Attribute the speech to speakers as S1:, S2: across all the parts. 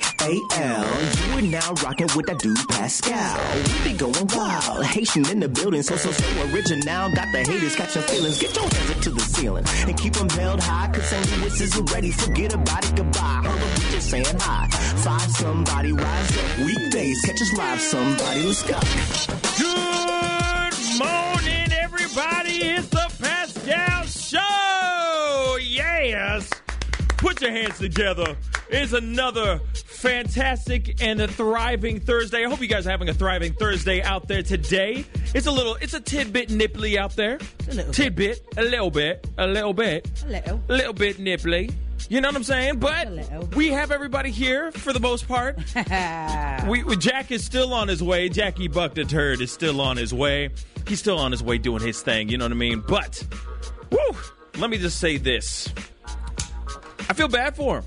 S1: AL. You are now rocking with that dude Pascal. We be going wild. Haitian in the building, so so so original. Got the haters catching feelings. Get your hands up to the ceiling and keep them held high. Cause St. Louis is already. Forget about it, goodbye. Hold up, we just saying hi. Five somebody, rise up. Weekdays, catch us live, somebody. Let's go.
S2: Good morning, everybody. It's the Pascal Show. Yes. Put your hands together. It's another fantastic and a thriving Thursday. I hope you guys are having a thriving Thursday out there today. It's a little, it's a tidbit nipply out there.
S3: a little bit.
S2: tidbit, a little bit, a little bit,
S3: Hello.
S2: a little bit nipply. You know what I'm saying? But
S3: A little.
S2: we have everybody here for the most part. We, we- Jack is still on his way. Jackie Buck the Turd is still on his way. He's still on his way doing his thing, you know what I mean? But, woo, let me just say this. I feel bad for him.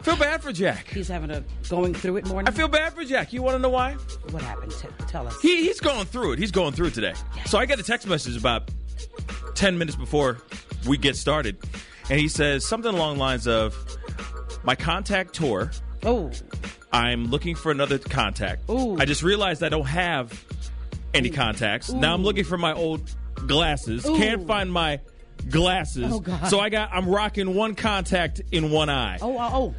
S2: I feel bad for Jack.
S3: He's having a going through it morning.
S2: I feel bad for Jack. You want to know why?
S3: what happened? T- tell us.
S2: He, he's going through it. He's going through it today. So I got a text message about 10 minutes before we get started. And he says something along the lines of, my contact tour
S3: oh,
S2: I'm looking for another contact.
S3: Ooh.
S2: I just realized I don't have any contacts. Now I'm looking for my old glasses.
S3: Ooh.
S2: Can't find my glasses.
S3: Oh, God.
S2: So I got I'm rocking one contact in one eye.
S3: oh, oh, oh.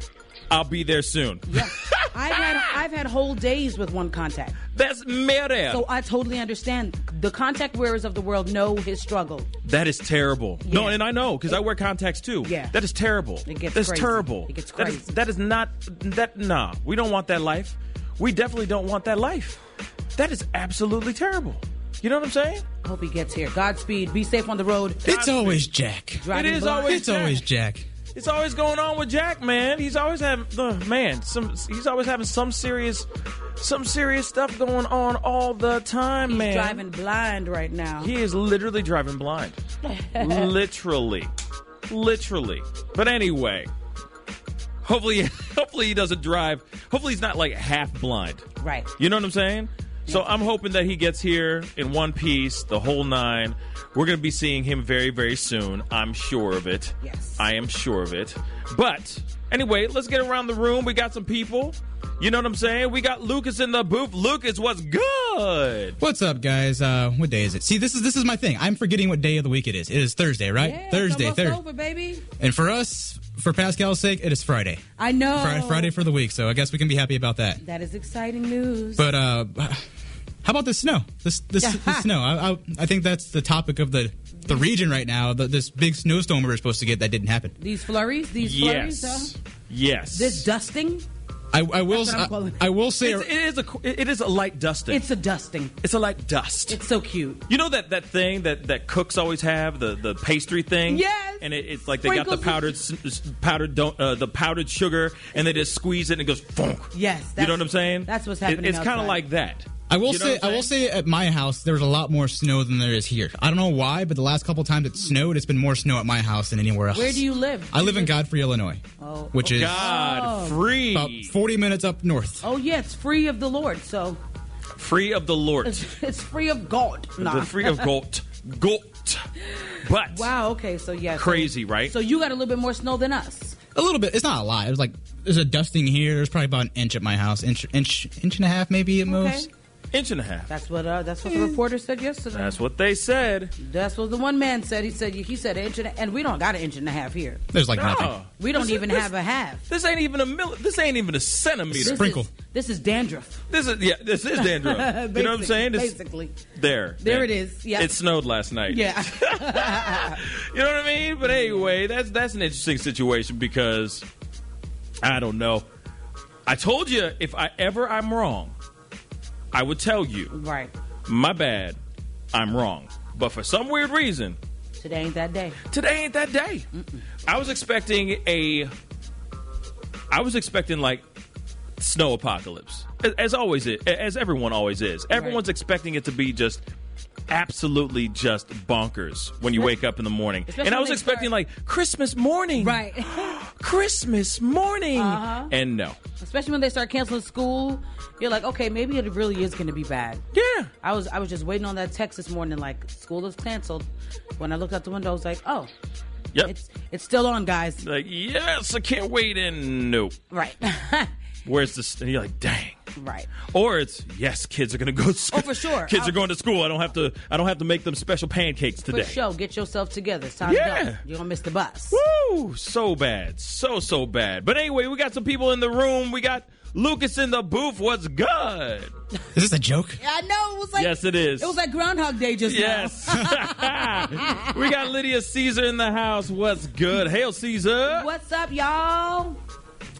S2: I'll be there soon.
S3: Yeah. I've had I've had whole days with one contact.
S2: That's mere.
S3: So I totally understand. The contact wearers of the world know his struggle.
S2: that is terrible. No,
S3: Yeah.
S2: and I know because I wear contacts too.
S3: Yeah.
S2: That is terrible.
S3: It gets
S2: That's
S3: crazy.
S2: terrible.
S3: It gets
S2: That is-
S3: crazy.
S2: that is not that nah. We don't want that life. We definitely don't want that life. That is absolutely terrible. You know what I'm saying?
S3: I hope he gets here. Godspeed. Be safe on the road.
S4: It's always Jack.
S3: Driving
S2: it is
S3: blind.
S2: always
S4: It's always Jack.
S2: It's always going on with Jack, man. He's always having uh, man, some he's always having some serious some serious stuff going on all the time,
S3: He's
S2: man.
S3: driving blind right now.
S2: He is literally driving blind. literally. Literally. But anyway, hopefully hopefully he doesn't drive. Hopefully he's not like half blind.
S3: Right.
S2: You know what I'm saying? So I'm hoping that he gets here in one piece, the whole nine. We're going to be seeing him very, very soon. I'm sure of it.
S3: Yes.
S2: I am sure of it. But anyway, let's get around the room. We got some people. You know what I'm saying? We got Lucas in the booth. Lucas, what's good?
S4: What's up, guys? Uh, what day is it? See, this is this is my thing. I'm forgetting what day of the week it is. It is Thursday, right?
S3: Yeah, it's
S4: Thursday,
S3: almost
S4: Thursday.
S3: over, baby.
S4: And for us, for Pascal's sake, it is Friday.
S3: I know.
S4: Fri- Friday for the week. So I guess we can be happy about that.
S3: That is exciting news.
S4: But uh, how about the snow? This this, the snow. I, I I think that's the topic of the the region right now. The, this big snowstorm we were supposed to get that didn't happen.
S3: these flurries, these flurries,
S2: Yes.
S3: though.
S2: Yes.
S3: This dusting,
S4: I, I will
S3: That's what I'm calling
S4: I,
S3: it.
S4: I will say
S2: It's- it is a it is a light dusting.
S3: it's a dusting.
S2: it's a light dust.
S3: It's so cute.
S2: You know that that thing that that cooks always have the the pastry thing.
S3: Yes.
S2: And it, it's like they got the
S3: Sprinkles.
S2: powdered s- s- powdered don't, uh, the powdered sugar, and they just squeeze it and it goes funk.
S3: Yes,
S2: You
S3: that's-
S2: know what I'm saying?
S3: that's what's
S2: It-
S3: happening
S2: it's kind of
S3: outside.
S2: like that.
S4: I will
S2: You know
S4: say
S2: what
S4: I
S2: I'm
S4: will
S2: saying?
S4: say at my house there was a lot more snow than there is here. I don't know why, but the last couple times it snowed, it's been more snow at my house than anywhere else.
S3: Where do you live?
S4: I live in Godfrey, Illinois,
S3: Oh.
S4: which is
S2: God
S4: about
S2: free,
S4: 40 minutes up north.
S3: Oh yeah, it's free of the Lord, so
S2: free of the Lord,
S3: it's, it's free of God. Nah.
S2: the free of goat, goat. But
S3: wow. Okay. So yeah. so-
S2: Crazy, right?
S3: So you got a little bit more snow than us.
S4: A little bit. It's not a lot. It was like there's a dusting here. There's probably about an inch at my house, inch inch inch and a half maybe at
S3: Okay.
S4: most.
S2: inch and a half.
S3: That's what uh, that's what the reporter said yesterday.
S2: That's what they said.
S3: That's what the one man said. He said he said an inch and, a, and we don't got an inch and a half here.
S4: There's like
S2: Oh,
S4: nothing.
S3: We don't
S2: This is-
S3: even
S2: this-
S3: have a half.
S2: This ain't even a mill. This ain't even a centimeter.
S3: This
S4: Sprinkle.
S3: Is, this is dandruff.
S2: This is yeah. This is dandruff. you know what I'm saying? This-
S3: Basically.
S2: There.
S3: There it is. Yeah.
S2: It snowed last night.
S3: Yeah.
S2: You know what I mean? But anyway, that's that's an interesting situation because I don't know. I told you if I ever I'm wrong, I would tell you,
S3: right.
S2: my bad, I'm wrong. But for some weird reason,
S3: Today ain't that day.
S2: today ain't that day. I was expecting a I was expecting like snow apocalypse. As- As always it as everyone always is. Everyone's expecting it to be just absolutely just bonkers when you wake up in the morning.
S3: Especially
S2: and I was
S3: when they
S2: expecting
S3: start-
S2: like Christmas morning.
S3: Right. Uh-huh.
S2: Christmas morning. And no.
S3: Especially when they start canceling school, you're like, okay, maybe it really is going to be bad.
S2: Yeah.
S3: I was I was just waiting on that text this morning, like school is canceled. When I looked out the window, I was like, oh,
S2: Yep.
S3: it's it's still on, guys.
S2: like yes, I can't wait and nope.
S3: Right.
S2: where it's just and you're like, dang.
S5: Right.
S2: Or it's yes, kids are gonna go. To school.
S5: Oh, for sure.
S2: Kids
S5: I'll-
S2: are going to school. I don't have to. I don't have to make them special pancakes
S3: For
S2: today.
S3: sure, get yourself together. It's time
S2: Yeah.
S3: to go. You're gonna miss the bus.
S2: Woo! So bad. So, so bad. But anyway, we got some people in the room. We got Lucas in the booth. What's good?
S4: Is this a joke?
S5: I know it was like
S2: Yes, it is.
S5: It was like Groundhog Day just
S2: Yes. we got Lydia Caesar in the house. What's good? Hail Caesar.
S3: What's up, y'all?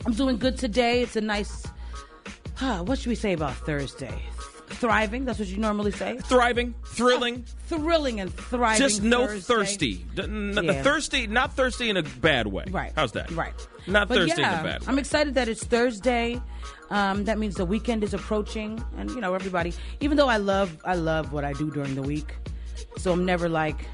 S3: I'm doing good today. It's a nice. Huh, what should we say about Thursday? Thriving. That's what you normally say.
S2: Thriving, thrilling,
S3: Thrilling and Uh, thriving.
S2: just no
S3: Thursday.
S2: thirsty. D- n-
S3: Yeah.
S2: Thirsty, not thirsty in a bad way.
S3: Right.
S2: How's that?
S3: Right.
S2: Not
S3: But
S2: thirsty
S3: yeah,
S2: in a bad way.
S3: I'm excited that it's Thursday. Um, that means the weekend is approaching, and you know everybody. Even though I love, I love what I do during the week, so I'm never like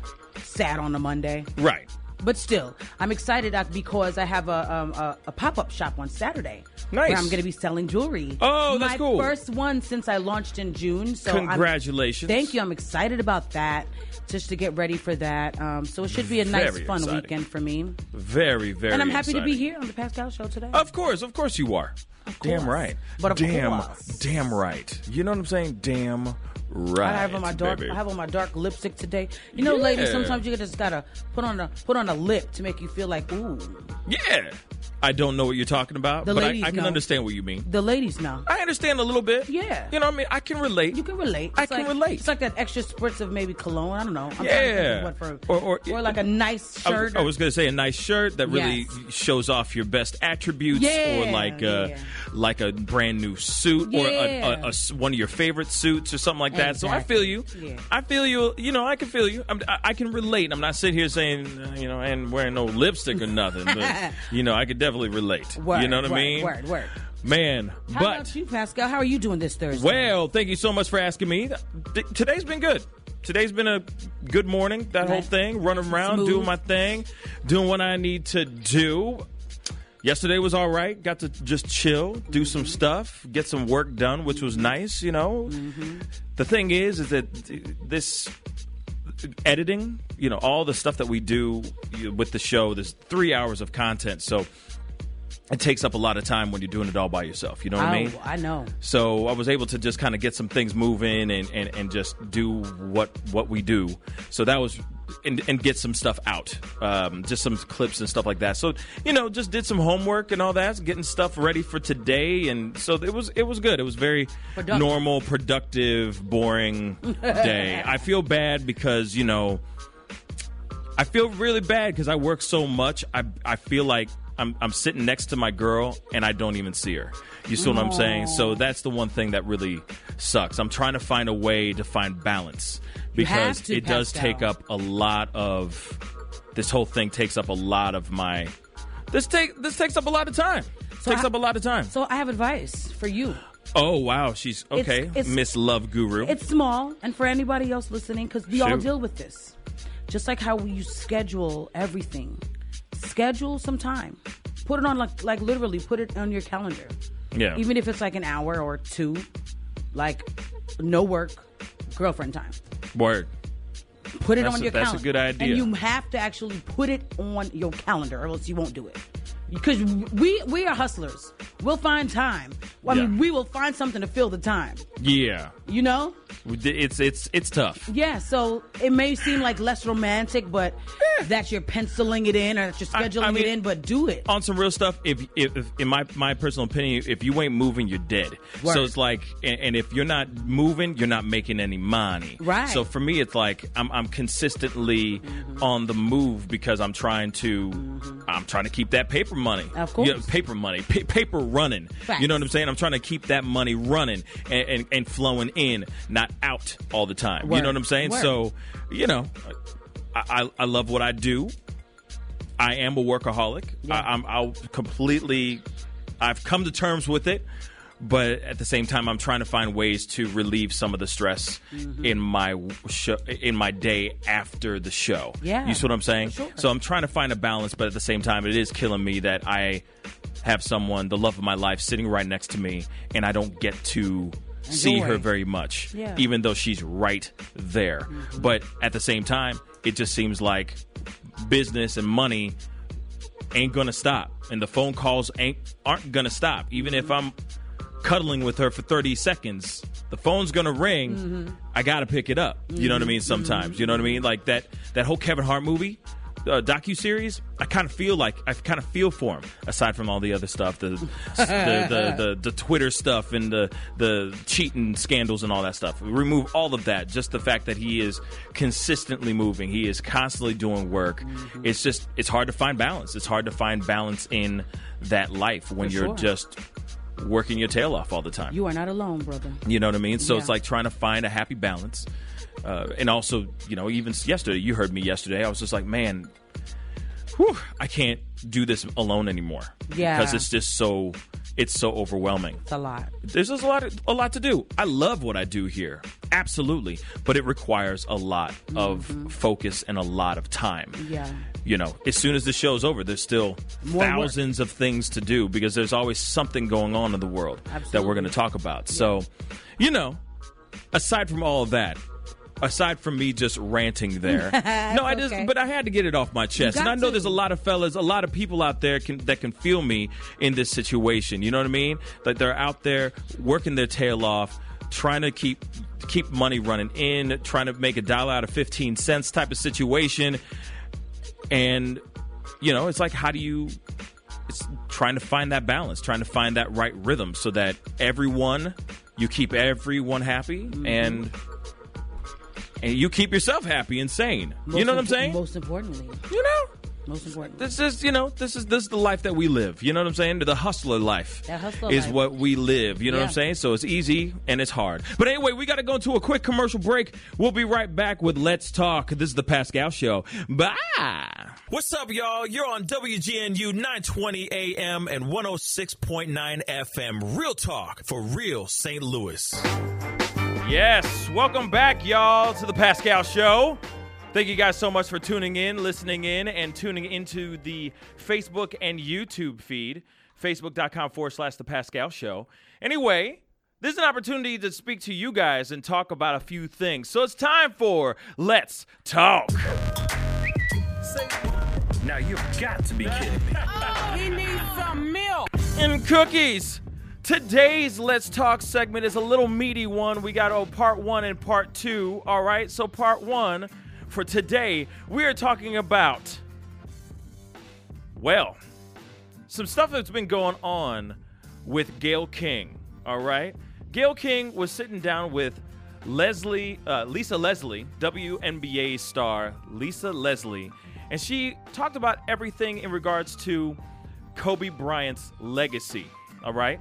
S3: sad on a Monday.
S2: right.
S3: But still, I'm excited uh, because I have a um, a, a pop up shop on Saturday.
S2: Nice.
S3: Where I'm going to be selling jewelry.
S2: Oh, that's
S3: My
S2: cool.
S3: First one since I launched in June. So I'm-
S2: Congratulations.
S3: thank you. I'm excited about that. Just to get ready for that. Um, so it should be a nice,
S2: Very
S3: fun
S2: exciting.
S3: weekend for me.
S2: Very, very
S3: and I'm happy to be
S2: exciting.
S3: here on the Pascal Show today.
S2: Of course, of course you are. Damn
S3: course.
S2: right.
S3: But of
S2: damn,
S3: course.
S2: damn right. You know what I'm saying? Damn
S3: I
S2: right.
S3: have on my dark.
S2: baby.
S3: I have on my dark lipstick today. You know, ladies,
S2: Yeah.
S3: sometimes you just gotta put on a put on a lip to make you feel like ooh.
S2: yeah. I don't know what you're talking about,
S3: The
S2: but I,
S3: ladies
S2: I can
S3: know.
S2: understand what you mean.
S3: The ladies know.
S2: I understand a little bit.
S3: Yeah.
S2: You know what I mean? I can relate.
S3: You can relate.
S2: I
S3: It's
S2: can
S3: like-
S2: relate.
S3: It's like that extra spritz of maybe cologne. I don't know. I'm trying to think
S2: Yeah.
S3: of What for,
S2: Or-
S3: or,
S2: or-
S3: like a nice
S2: I was-
S3: shirt.
S2: I, was gonna say a nice shirt that really
S3: Yes.
S2: shows off your best attributes, or
S3: Yeah,
S2: like a,
S3: yeah.
S2: like a brand new suit, or a, a,
S3: Yeah.
S2: a s- one of your favorite suits, or something like that. So I
S3: Exactly.
S2: feel you.
S3: Yeah.
S2: I feel you. You know, I can feel you. I'm, I, I can relate. I'm not sitting here saying uh, you know, I ain't wearing no lipstick or nothing, but you know, I could definitely relate.
S3: word,
S2: you know what
S3: word,
S2: I mean?
S3: Word, word.
S2: Man, but
S3: How about you, Pascal? How are you doing this Thursday?
S2: well, thank you so much for asking me. Th- Today's been good. Today's been a good morning, that whole
S3: Right.
S2: thing, running around,
S3: Smooth.
S2: doing my thing, doing what I need to do. Yesterday was all right. Got to just chill, do
S3: Mm-hmm.
S2: some stuff, get some work done, which was nice, you know.
S3: Mm-hmm.
S2: The thing is is that th- this editing, you know, all the stuff that we do you- with the show, there's 3 hours of content. So it takes up a lot of time when you're doing it all by yourself, you know
S3: oh,
S2: what I mean?
S3: I know.
S2: So I was able to just kind of get some things moving and, and, and just do what what we do. So that was and, and get some stuff out, um, just some clips and stuff like that. So you know, just did some homework and all that, getting stuff ready for today. And so it was it was good. It was very
S3: Productive.
S2: normal, productive, boring day. I feel bad because you know. I feel really bad because I work so much. I I feel like I'm I'm sitting next to my girl and I don't even see her. You see what I'm saying? So that's the one thing that really sucks. I'm trying to find a way to find balance because
S3: have to,
S2: it does
S3: Pascal.
S2: take up a lot of this whole thing takes up a lot of my this take this takes up a lot of time. takes
S3: I-
S2: up a lot of time.
S3: So I have advice for you.
S2: oh wow, she's okay.
S3: it's-
S2: Miss Love Guru.
S3: It's small, and for anybody else listening, because we all
S2: Shoot.
S3: deal with this. Just like how you schedule everything, schedule some time. Put it on like like literally put it on your calendar.
S2: Yeah.
S3: Even if it's like an hour or two, like no work, girlfriend time.
S2: Word.
S3: Put it
S2: That's
S3: on
S2: a-
S3: your
S2: that's a
S3: calendar.
S2: good idea.
S3: And you have to actually put it on your calendar, or else you won't do it. Because we we are hustlers. We'll find time. I mean,
S2: Yeah.
S3: we will find something to fill the time.
S2: Yeah.
S3: You know.
S2: It's it's it's tough.
S3: Yeah, so it may seem like less romantic, but that you're penciling it in or that you're
S2: I- I
S3: scheduling
S2: mean- um,
S3: it in, but do it.
S2: on some real stuff, if, if, if in my my personal opinion, if you ain't moving, you're dead.
S3: Word.
S2: So it's like, and, and if you're not moving, you're not making any money.
S3: Right.
S2: So for me, it's like I'm I'm consistently on the move because I'm trying to I'm trying to keep that paper money.
S3: Of course.
S2: Yeah, paper money, pa- paper running. You
S3: Facts.
S2: know what I'm saying? I'm trying to keep that money running and and, and flowing in, not out all the time. You
S3: Word.
S2: know what I'm saying?
S3: Word.
S2: So, you know. I, I, I love what I do. I am a workaholic. I, I'm I'll completely. I've come to terms with it, but at the same time, I'm trying to find ways to relieve some of the stress
S3: Mm-hmm.
S2: in my w- show, in my day after the show.
S3: Yeah.
S2: you see what I'm saying?
S3: For sure.
S2: So I'm trying to find a balance, but at the same time, it is killing me that I have someone, the love of my life, sitting right next to me, and I don't get to. See
S3: Enjoy.
S2: her very much,
S3: Yeah.
S2: even though she's right there. But at the same time, it just seems like business and money ain't gonna stop. and the phone calls ain't aren't gonna stop. Even if I'm cuddling with her for 30 seconds, the phone's gonna ring.
S3: Mm-hmm.
S2: I gotta pick it up. You know what I mean? Sometimes, you know what I mean? Like that that whole Kevin Hart movie. Uh, docu series, I kind of feel like I kind of feel for him. Aside from all the other stuff, the the, the, the the Twitter stuff and the the cheating scandals and all that stuff. Remove all of that. Just the fact that he is consistently moving, he is constantly doing work.
S3: Mm-hmm.
S2: It's just it's hard to find balance. It's hard to find balance in that life when
S3: For
S2: you're
S3: sure.
S2: just working your tail off all the time.
S3: You are not alone, brother.
S2: You know what I mean? So it's
S3: Yeah.
S2: like trying to find a happy balance. Uh, and also, you know, even yesterday, you heard me yesterday. I was just like, man, whew, I can't do this alone anymore.
S3: Yeah.
S2: Because it's just so, it's so overwhelming.
S3: It's a lot.
S2: There's just a lot, a lot to do. I love what I do here, absolutely, but it requires a lot of focus and a lot of time.
S3: Mm-hmm. Yeah.
S2: You know, as soon as the show's over, there's still
S3: More work.
S2: thousands of things to do because there's always something going on in the world that we're
S3: Absolutely.
S2: going to talk about. So, you know, aside from all of that. Aside from me just ranting there, no, I just
S3: okay.
S2: but I had to get it off my chest, and
S3: got
S2: I know
S3: to.
S2: there's a lot of fellas, a lot of people out there can, that can feel me in this situation. You know what I mean? Like they're out there working their tail off, trying to keep keep money running in, trying to make a dollar out of fifteen cents type of situation, and you know, it's like how do you? It's trying to find that balance, trying to find that right rhythm, so that everyone you keep everyone happy
S3: Mm-hmm.
S2: and. And you keep yourself happy and sane. you
S3: Most
S2: know what I'm
S3: impo-
S2: saying?
S3: Most importantly.
S2: you know,
S3: Most importantly.
S2: this is you know this is this is the life that we live you know what i'm saying the hustler life
S3: That hustler
S2: is
S3: life.
S2: what we live you know what i'm
S3: Yeah.
S2: saying so it's easy and it's hard but anyway we gotta go to a quick commercial break we'll be right back with let's talk this is the pascal show bye what's up y'all you're on wgnu 920 am and 106.9 fm real talk for real st louis Yes, welcome back, y'all, to the Pascal Show. Thank you guys so much for tuning in, listening in, and tuning into the Facebook and YouTube feed, facebook.com forward slash the Pascal Show. Anyway, this is an opportunity to speak to you guys and talk about a few things. So it's time for Let's Talk.
S6: Now you've got to be kidding me.
S7: He needs some milk.
S2: and cookies. Today's Let's Talk segment is a little meaty one. We got oh part one and part two. All right, so part one for today, we are talking about well, some stuff that's been going on with Gail King. All right, Gail King was sitting down with Leslie, uh, Lisa Leslie, WNBA star Lisa Leslie, and she talked about everything in regards to Kobe Bryant's legacy. All right,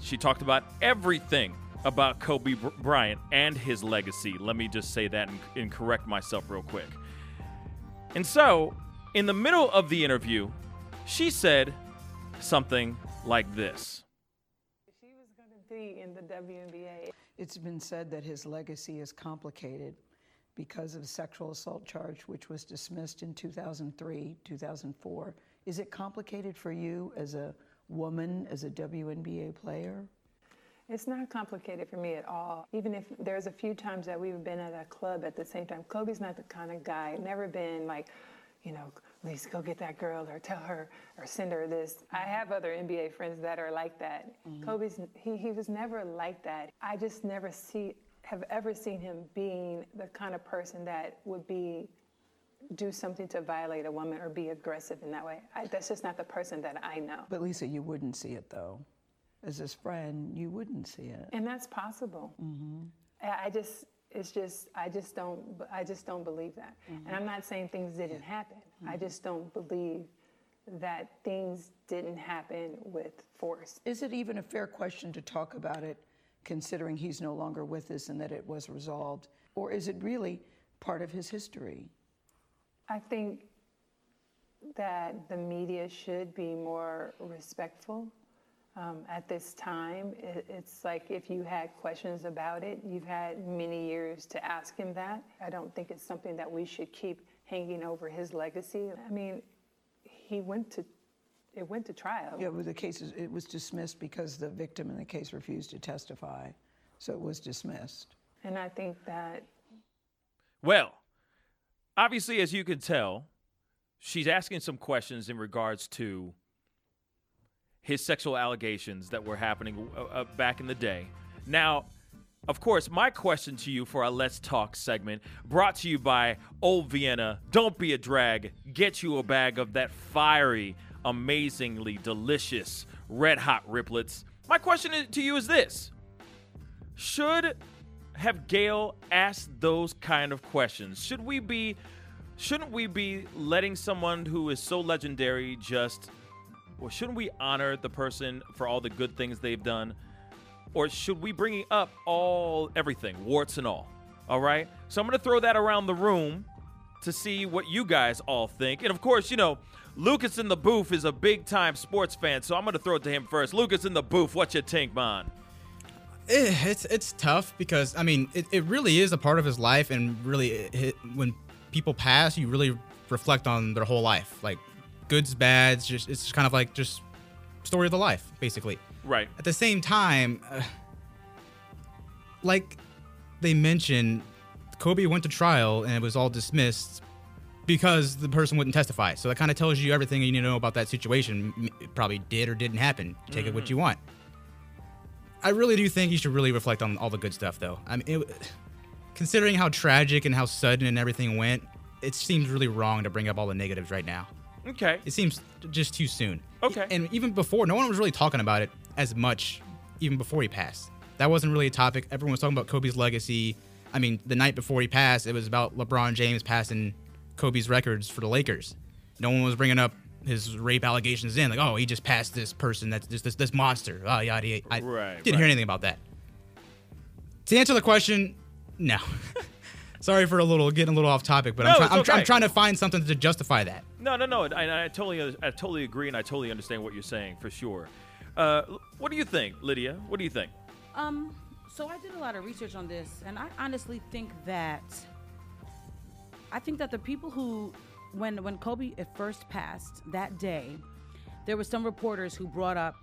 S2: she talked about everything about Kobe Br- Bryant and his legacy. Let me just say that and, and correct myself real quick. And so, in the middle of the interview, she said something like this.
S8: She was going to be in the WNBA. It's been said that his legacy is complicated because of sexual assault charge, which was dismissed in 2003, 2004. Is it complicated for you as a woman, as a WNBA player?
S9: It's not complicated for me at all. Even if there's a few times that we've been at a club at the same time, Kobe's not the kind of guy, never been like, you know, Lisa, go get that girl or tell her or send her this. I have other NBA friends that are like that. Kobe's, he, he was never like that. I just never see, have ever seen him being the kind of person that would be do something to violate a woman or be aggressive in that way. I, that's just not the person that I know.
S8: But Lisa, you wouldn't see it though. As his friend, you wouldn't see it.
S9: And that's possible. I I just, it's just, I just don't, b- I just don't believe that. And I'm not saying things didn't happen. I just don't believe that things didn't happen with force.
S8: Is it even a fair question to talk about it, considering he's no longer with us and that it was resolved? Or is it really part of his history?
S9: I think that the media should be more respectful. Um, at this time, it, it's like if you had questions about it, you've had many years to ask him that. I don't think it's something that we should keep hanging over his legacy. I mean, he went to it went to trial.
S8: Yeah, well, the case is, it was dismissed because the victim in the case refused to testify, so it was dismissed.
S9: And I think that
S2: Well, obviously, as you can tell, she's asking some questions in regards to his sexual allegations that were happening uh, uh, back in the day. Now, of course, my question to you for our Let's Talk segment, brought to you by Old Vienna. Don't be a drag. Get you a bag of that fiery, amazingly delicious, red hot riplets. My question i- to you is this Should have Gail asked those kind of questions? Should we be. Shouldn't we be letting someone who is so legendary just well, shouldn't we honor the person for all the good things they've done? Or should we bring up all everything, warts and all? All right? So I'm going to throw that around the room to see what you guys all think. And of course, you know, Lucas in the booth is a big time sports fan, so I'm going to throw it to him first. Lucas in the booth, what you think, man?
S4: Eh, it's it's tough because I mean it, it really is a part of his life and really it, it- when people pass you really reflect on their whole life like goods bads just it's just kind of like just story of the life basically
S2: Right.
S4: at the same time uh, like they mentioned Kobe went to trial and it was all dismissed because the person wouldn't testify so that kind of tells you everything you need to know about that situation M- it probably did or didn't happen take it what you want I really do think you should really reflect on all the good stuff, though. I mean, it, considering how tragic and how sudden and everything went, it seems really wrong to bring up all the negatives right now.
S2: Okay.
S4: It seems just too soon.
S2: Okay.
S4: And even before, no one was really talking about it as much, even before he passed. That wasn't really a topic. Everyone was talking about Kobe's legacy. I mean, the night before he passed, it was about LeBron James passing Kobe's records for the Lakers. No one was bringing up his rape allegations in, like, oh, he just passed this person, that's just this this monster. Oh, yada yada. I
S2: Right,
S4: didn't
S2: right.
S4: hear anything about that. To answer the question, no. Sorry for a little getting a little off topic, but
S2: No,
S4: I'm, try-
S2: it's
S4: I'm, try- I'm
S2: okay.
S4: trying to find something to justify that.
S2: No, no, no. I, I totally, uh, I totally agree, and I totally understand what you're saying for sure. Uh, what do you think, Lydia? What do you think?
S3: Um, so I did a lot of research on this, and I honestly think that I think that the people who, when when Kobe at first passed that day, there were some reporters who brought up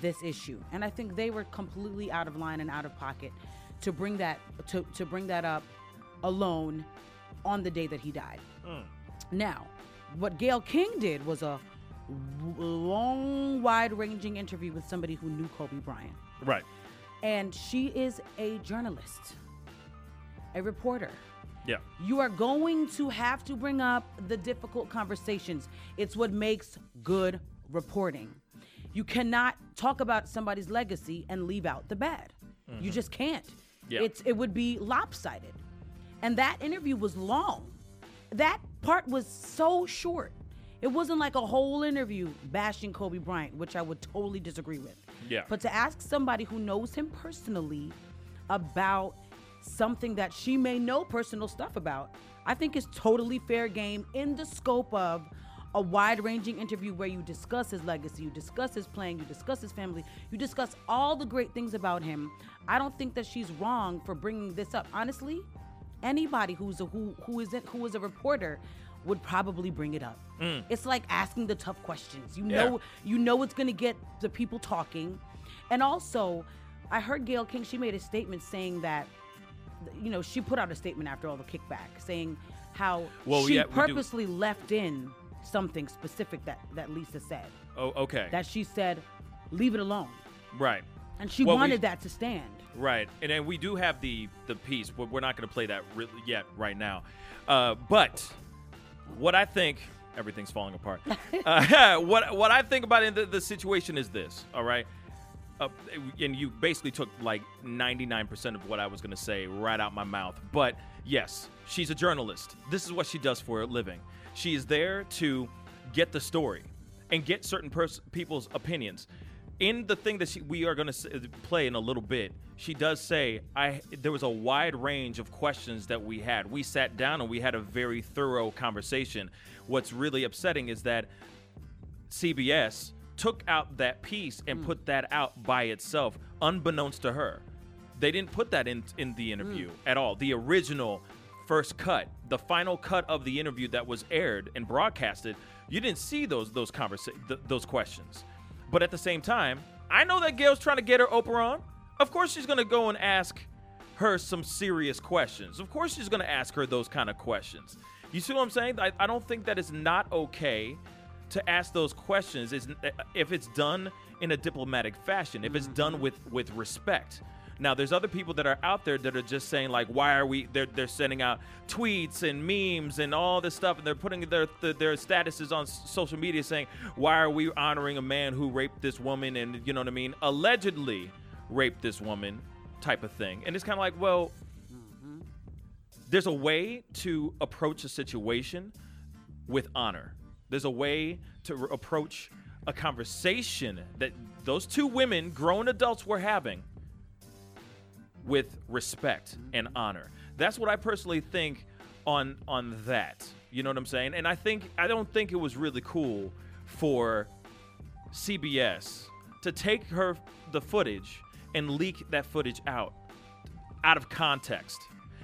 S3: this issue, and I think they were completely out of line and out of pocket to bring that to to bring that up alone on the day that he died. Now, what Gail King did was a w- long, wide-ranging interview with somebody who knew Kobe Bryant
S2: Right.
S3: and she is a journalist, a reporter.
S2: Yeah.
S3: You are going to have to bring up the difficult conversations. It's what makes good reporting. You cannot talk about somebody's legacy and leave out the bad. You just can't.
S2: Mm-hmm. Yeah.
S3: It's it would be lopsided. And that interview was long. That part was so short. It wasn't like a whole interview bashing Kobe Bryant, which I would totally disagree with.
S2: Yeah.
S3: But to ask somebody who knows him personally about something that she may know personal stuff about, I think is totally fair game in the scope of a wide ranging interview where you discuss his legacy, you discuss his playing, you discuss his family, you discuss all the great things about him. I don't think that she's wrong for bringing this up. Honestly, anybody who's a who who isn't who is a reporter would probably bring it up. It's like asking the tough questions. You
S2: Yeah.
S3: know you know it's going to get the people talking. And also, I heard Gail King she made a statement saying that you know, she put out a statement after all the kickback saying how
S2: Well,
S3: she
S2: yeah, we do-
S3: purposely left in something specific that that Lisa said.
S2: Oh, okay.
S3: That she said leave it alone.
S2: right.
S3: And she
S2: Well, we-
S3: wanted that to stand.
S2: Right, and then we do have the the piece, but we're not going to play that re- yet right now. Uh, but what I think everything's falling apart. uh, what what I think about in the, the situation is this. All right, uh, and you basically took like ninety nine percent of what I was going to say right out my mouth. But yes, she's a journalist. This is what she does for a living. She is there to get the story and get certain pers- people's opinions in the thing that she, we are going to play in a little bit she does say i there was a wide range of questions that we had we sat down and we had a very thorough conversation what's really upsetting is that cbs took out that piece and put that out by itself unbeknownst to her they didn't put that in in the interview at all the original first cut the final cut of the interview that was aired and broadcasted you didn't see those those conversa- th- those questions but at the same time, I know that Gail's trying to get her Oprah on. Of course, she's going to go and ask her some serious questions. Of course, she's going to ask her those kind of questions. You see what I'm saying? I, I don't think that it's not okay to ask those questions is if it's done in a diplomatic fashion, if it's done with with respect. Now, there's other people that are out there that are just saying like, why are we? They're they're sending out tweets and memes and all this stuff, and they're putting their their, their statuses on s- social media saying, why are we honoring a man who raped this woman and you know what I mean, allegedly raped this woman, type of thing. And it's kind of like, well, there's a way to approach a situation with honor. There's a way to r- approach a conversation that those two women, grown adults, were having with respect and honor. That's what I personally think on on that. You know what I'm saying? And I think I don't think it was really cool for CBS to take her the footage and leak that footage out out of context.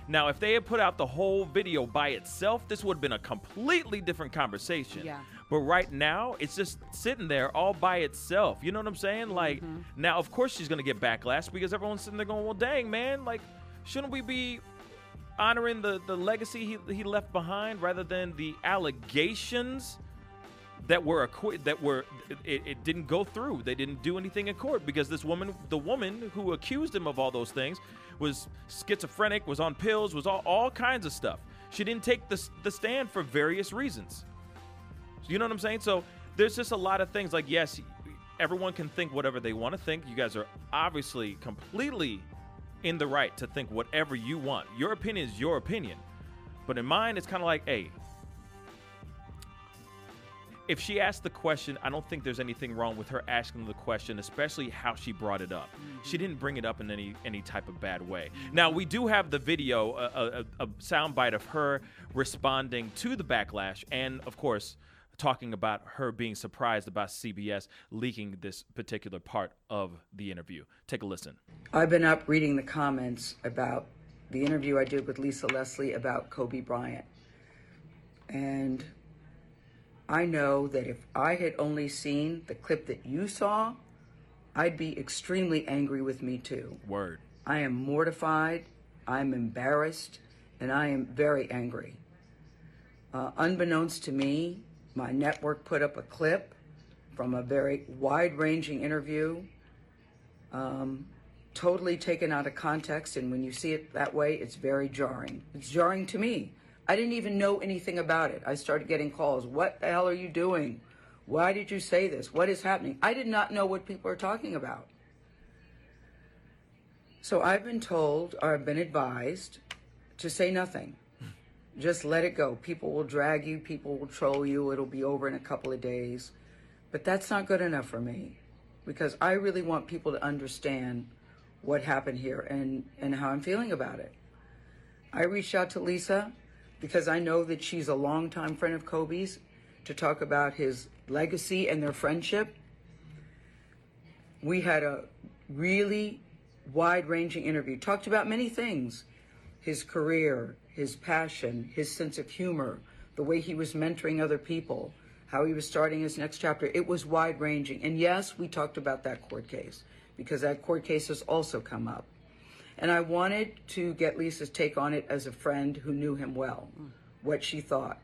S2: Now, if they had put out the whole video by itself, this would have been a completely different conversation.
S3: Yeah.
S2: But right now, it's just sitting there all by itself. You know what I'm saying? Like, now, of course, she's going to get backlash because everyone's sitting there going, well, dang, man, like, shouldn't we be honoring the, the legacy he, he left behind rather than the allegations? that were acqui- that were it, it didn't go through. They didn't do anything in court because this woman, the woman who accused him of all those things, was schizophrenic, was on pills, was all, all kinds of stuff. She didn't take the s- the stand for various reasons. You know what I'm saying? So there's just a lot of things. Like yes, everyone can think whatever they want to think. You guys are obviously completely in the right to think whatever you want. Your opinion is your opinion. But in mine, it's kind of like, hey, if she asked the question, I don't think there's anything wrong with her asking the question, especially how she brought it up. She didn't bring it up in any any type of bad way. Now we do have the video, a, a, a soundbite of her responding to the backlash, and of course, talking about her being surprised about CBS leaking this particular part of the interview. Take a listen.
S10: I've been up reading the comments about the interview I did with Lisa Leslie about Kobe Bryant. And I know that if I had only seen the clip that you saw, I'd be extremely angry with me too.
S2: Word.
S10: I am mortified, I'm embarrassed, and I am very angry. Uh, unbeknownst to me, my network put up a clip from a very wide ranging interview, um, totally taken out of context. And when you see it that way, it's very jarring. It's jarring to me. I didn't even know anything about it. I started getting calls. What the hell are you doing? Why did you say this? What is happening? I did not know what people are talking about. So I've been told or I've been advised to say nothing. Just let it go. People will drag you, people will troll you, it'll be over in a couple of days. But that's not good enough for me because I really want people to understand what happened here and, and how I'm feeling about it. I reached out to Lisa because I know that she's a longtime friend of Kobe's to talk about his legacy and their friendship. We had a really wide ranging interview, talked about many things his career, his passion, his sense of humor, the way he was mentoring other people, how he was starting his next chapter. It was wide ranging. And yes, we talked about that court case because that court case has also come up. And I wanted to get Lisa's take on it as a friend who knew him well, what she thought,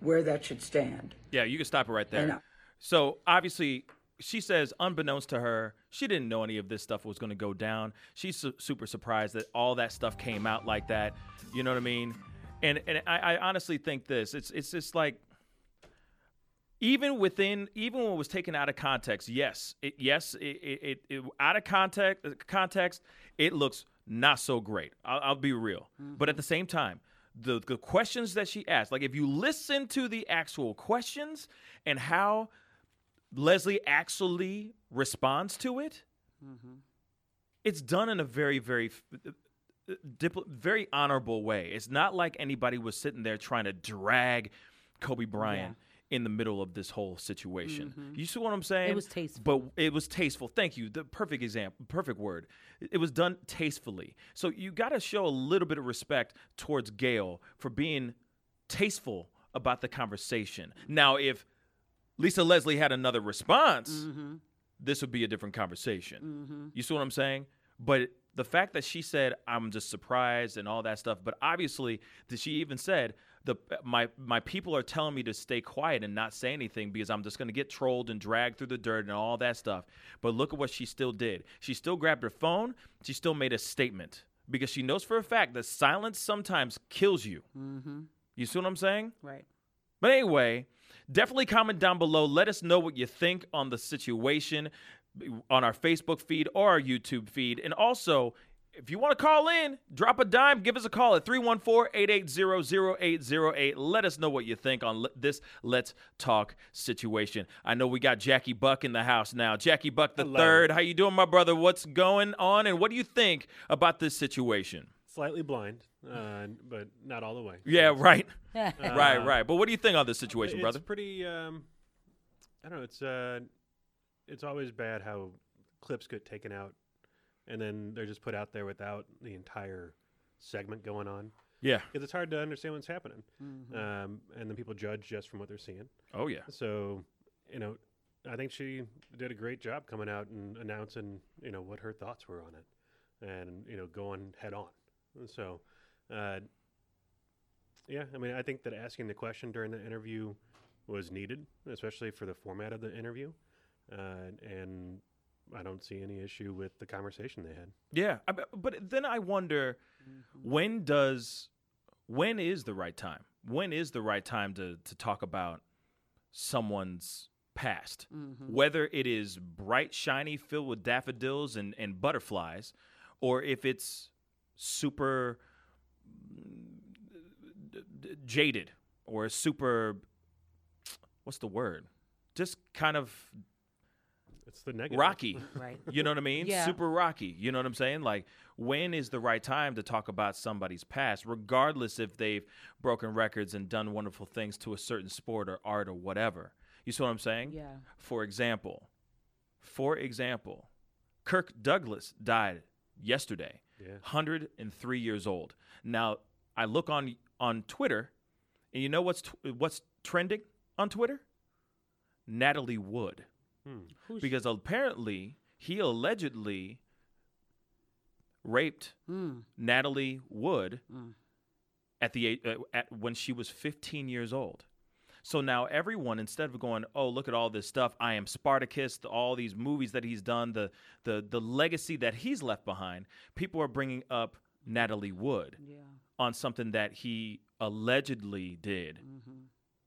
S10: where that should stand.
S2: Yeah, you can stop it right
S10: I
S2: there.
S10: know.
S2: So obviously, she says, unbeknownst to her, she didn't know any of this stuff was going to go down. She's su- super surprised that all that stuff came out like that. You know what I mean? And and I, I honestly think this. It's it's just like even within even when it was taken out of context yes it, yes it, it, it, it out of context uh, context it looks not so great i'll, I'll be real
S10: Mm-hmm.
S2: but at the same time the, the questions that she asked like if you listen to the actual questions and how leslie actually responds to it
S3: Mm-hmm.
S2: it's done in a very very f- dipl- very honorable way. It's not like anybody was sitting there trying to drag Kobe Bryant in the middle of this whole situation. You see what I'm saying?
S3: Mm-hmm. was tasteful.
S2: But it was tasteful. Thank you. The perfect example, perfect word. It- It was done tastefully. So you got to show a little bit of respect towards Gail for being tasteful about the conversation. Now, if Lisa Leslie had another response, this would be a different conversation. You see what I'm saying? But the fact that she said, I'm just surprised and all that stuff, but obviously, that she even said, the my my people are telling me to stay quiet and not say anything because I'm just going to get trolled and dragged through the dirt and all that stuff. But look at what she still did. She still grabbed her phone. She still made a statement because she knows for a fact that silence sometimes kills you.
S3: Mm-hmm.
S2: You see what I'm saying?
S3: Right.
S2: But anyway, definitely comment down below. Let us know what you think on the situation on our Facebook feed or our YouTube feed. And also, if you want to call in, drop a dime, give us a call at 314-880-0808. Let us know what you think on le- this Let's Talk situation. I know we got Jackie Buck in the house now. Jackie Buck the
S11: Hello.
S2: 3rd. How you doing, my brother? What's going on and what do you think about this situation?
S11: Slightly blind, uh, but not all the way.
S2: Yeah, right.
S11: Uh,
S2: right, right. But what do you think on this situation,
S11: it's
S2: brother?
S11: pretty. Um, I don't know. It's uh, it's always bad how clips get taken out, and then they're just put out there without the entire segment going on.
S2: Yeah.
S11: because it's hard to understand what's happening, um, and then people judge just from what they're seeing.
S2: Oh, yeah.
S11: So, you know, I think she did a great job coming out and announcing, you know, what her thoughts were on it, and you know, going head on. So, uh, yeah, I mean, I think that asking the question during the interview was needed, especially for the format of the interview, uh, and I don't see any issue with the conversation they had.
S2: Yeah, I bet- but then I wonder when does when is the right time? When is the right time to to talk about someone's past? Whether it is bright, shiny, filled with daffodils and and butterflies, or if it's super d- jaded or super what's the word? Just kind of
S11: It's the negative.
S2: rocky.
S3: Right.
S2: You know what I mean?
S3: Yeah.
S2: Super rocky. You know what I'm saying? Like, when is the right time to talk about somebody's past, regardless if they've broken records and done wonderful things to a certain sport or art or whatever? You see what I'm saying?
S3: Yeah.
S2: For example, for example, Kirk Douglas died yesterday,
S11: Yeah.
S2: 103 years old. Now, I look on on Twitter, and you know what's tw- what's trending on Twitter? Natalie Wood because apparently he allegedly raped Natalie Wood at the a- uh, at when she was 15 years old. So now everyone, instead of going, "Oh, look at all this stuff," I am Spartacus, the- all these movies that he's done, the the the legacy that he's left behind. People are bringing up Natalie Wood on something that he allegedly did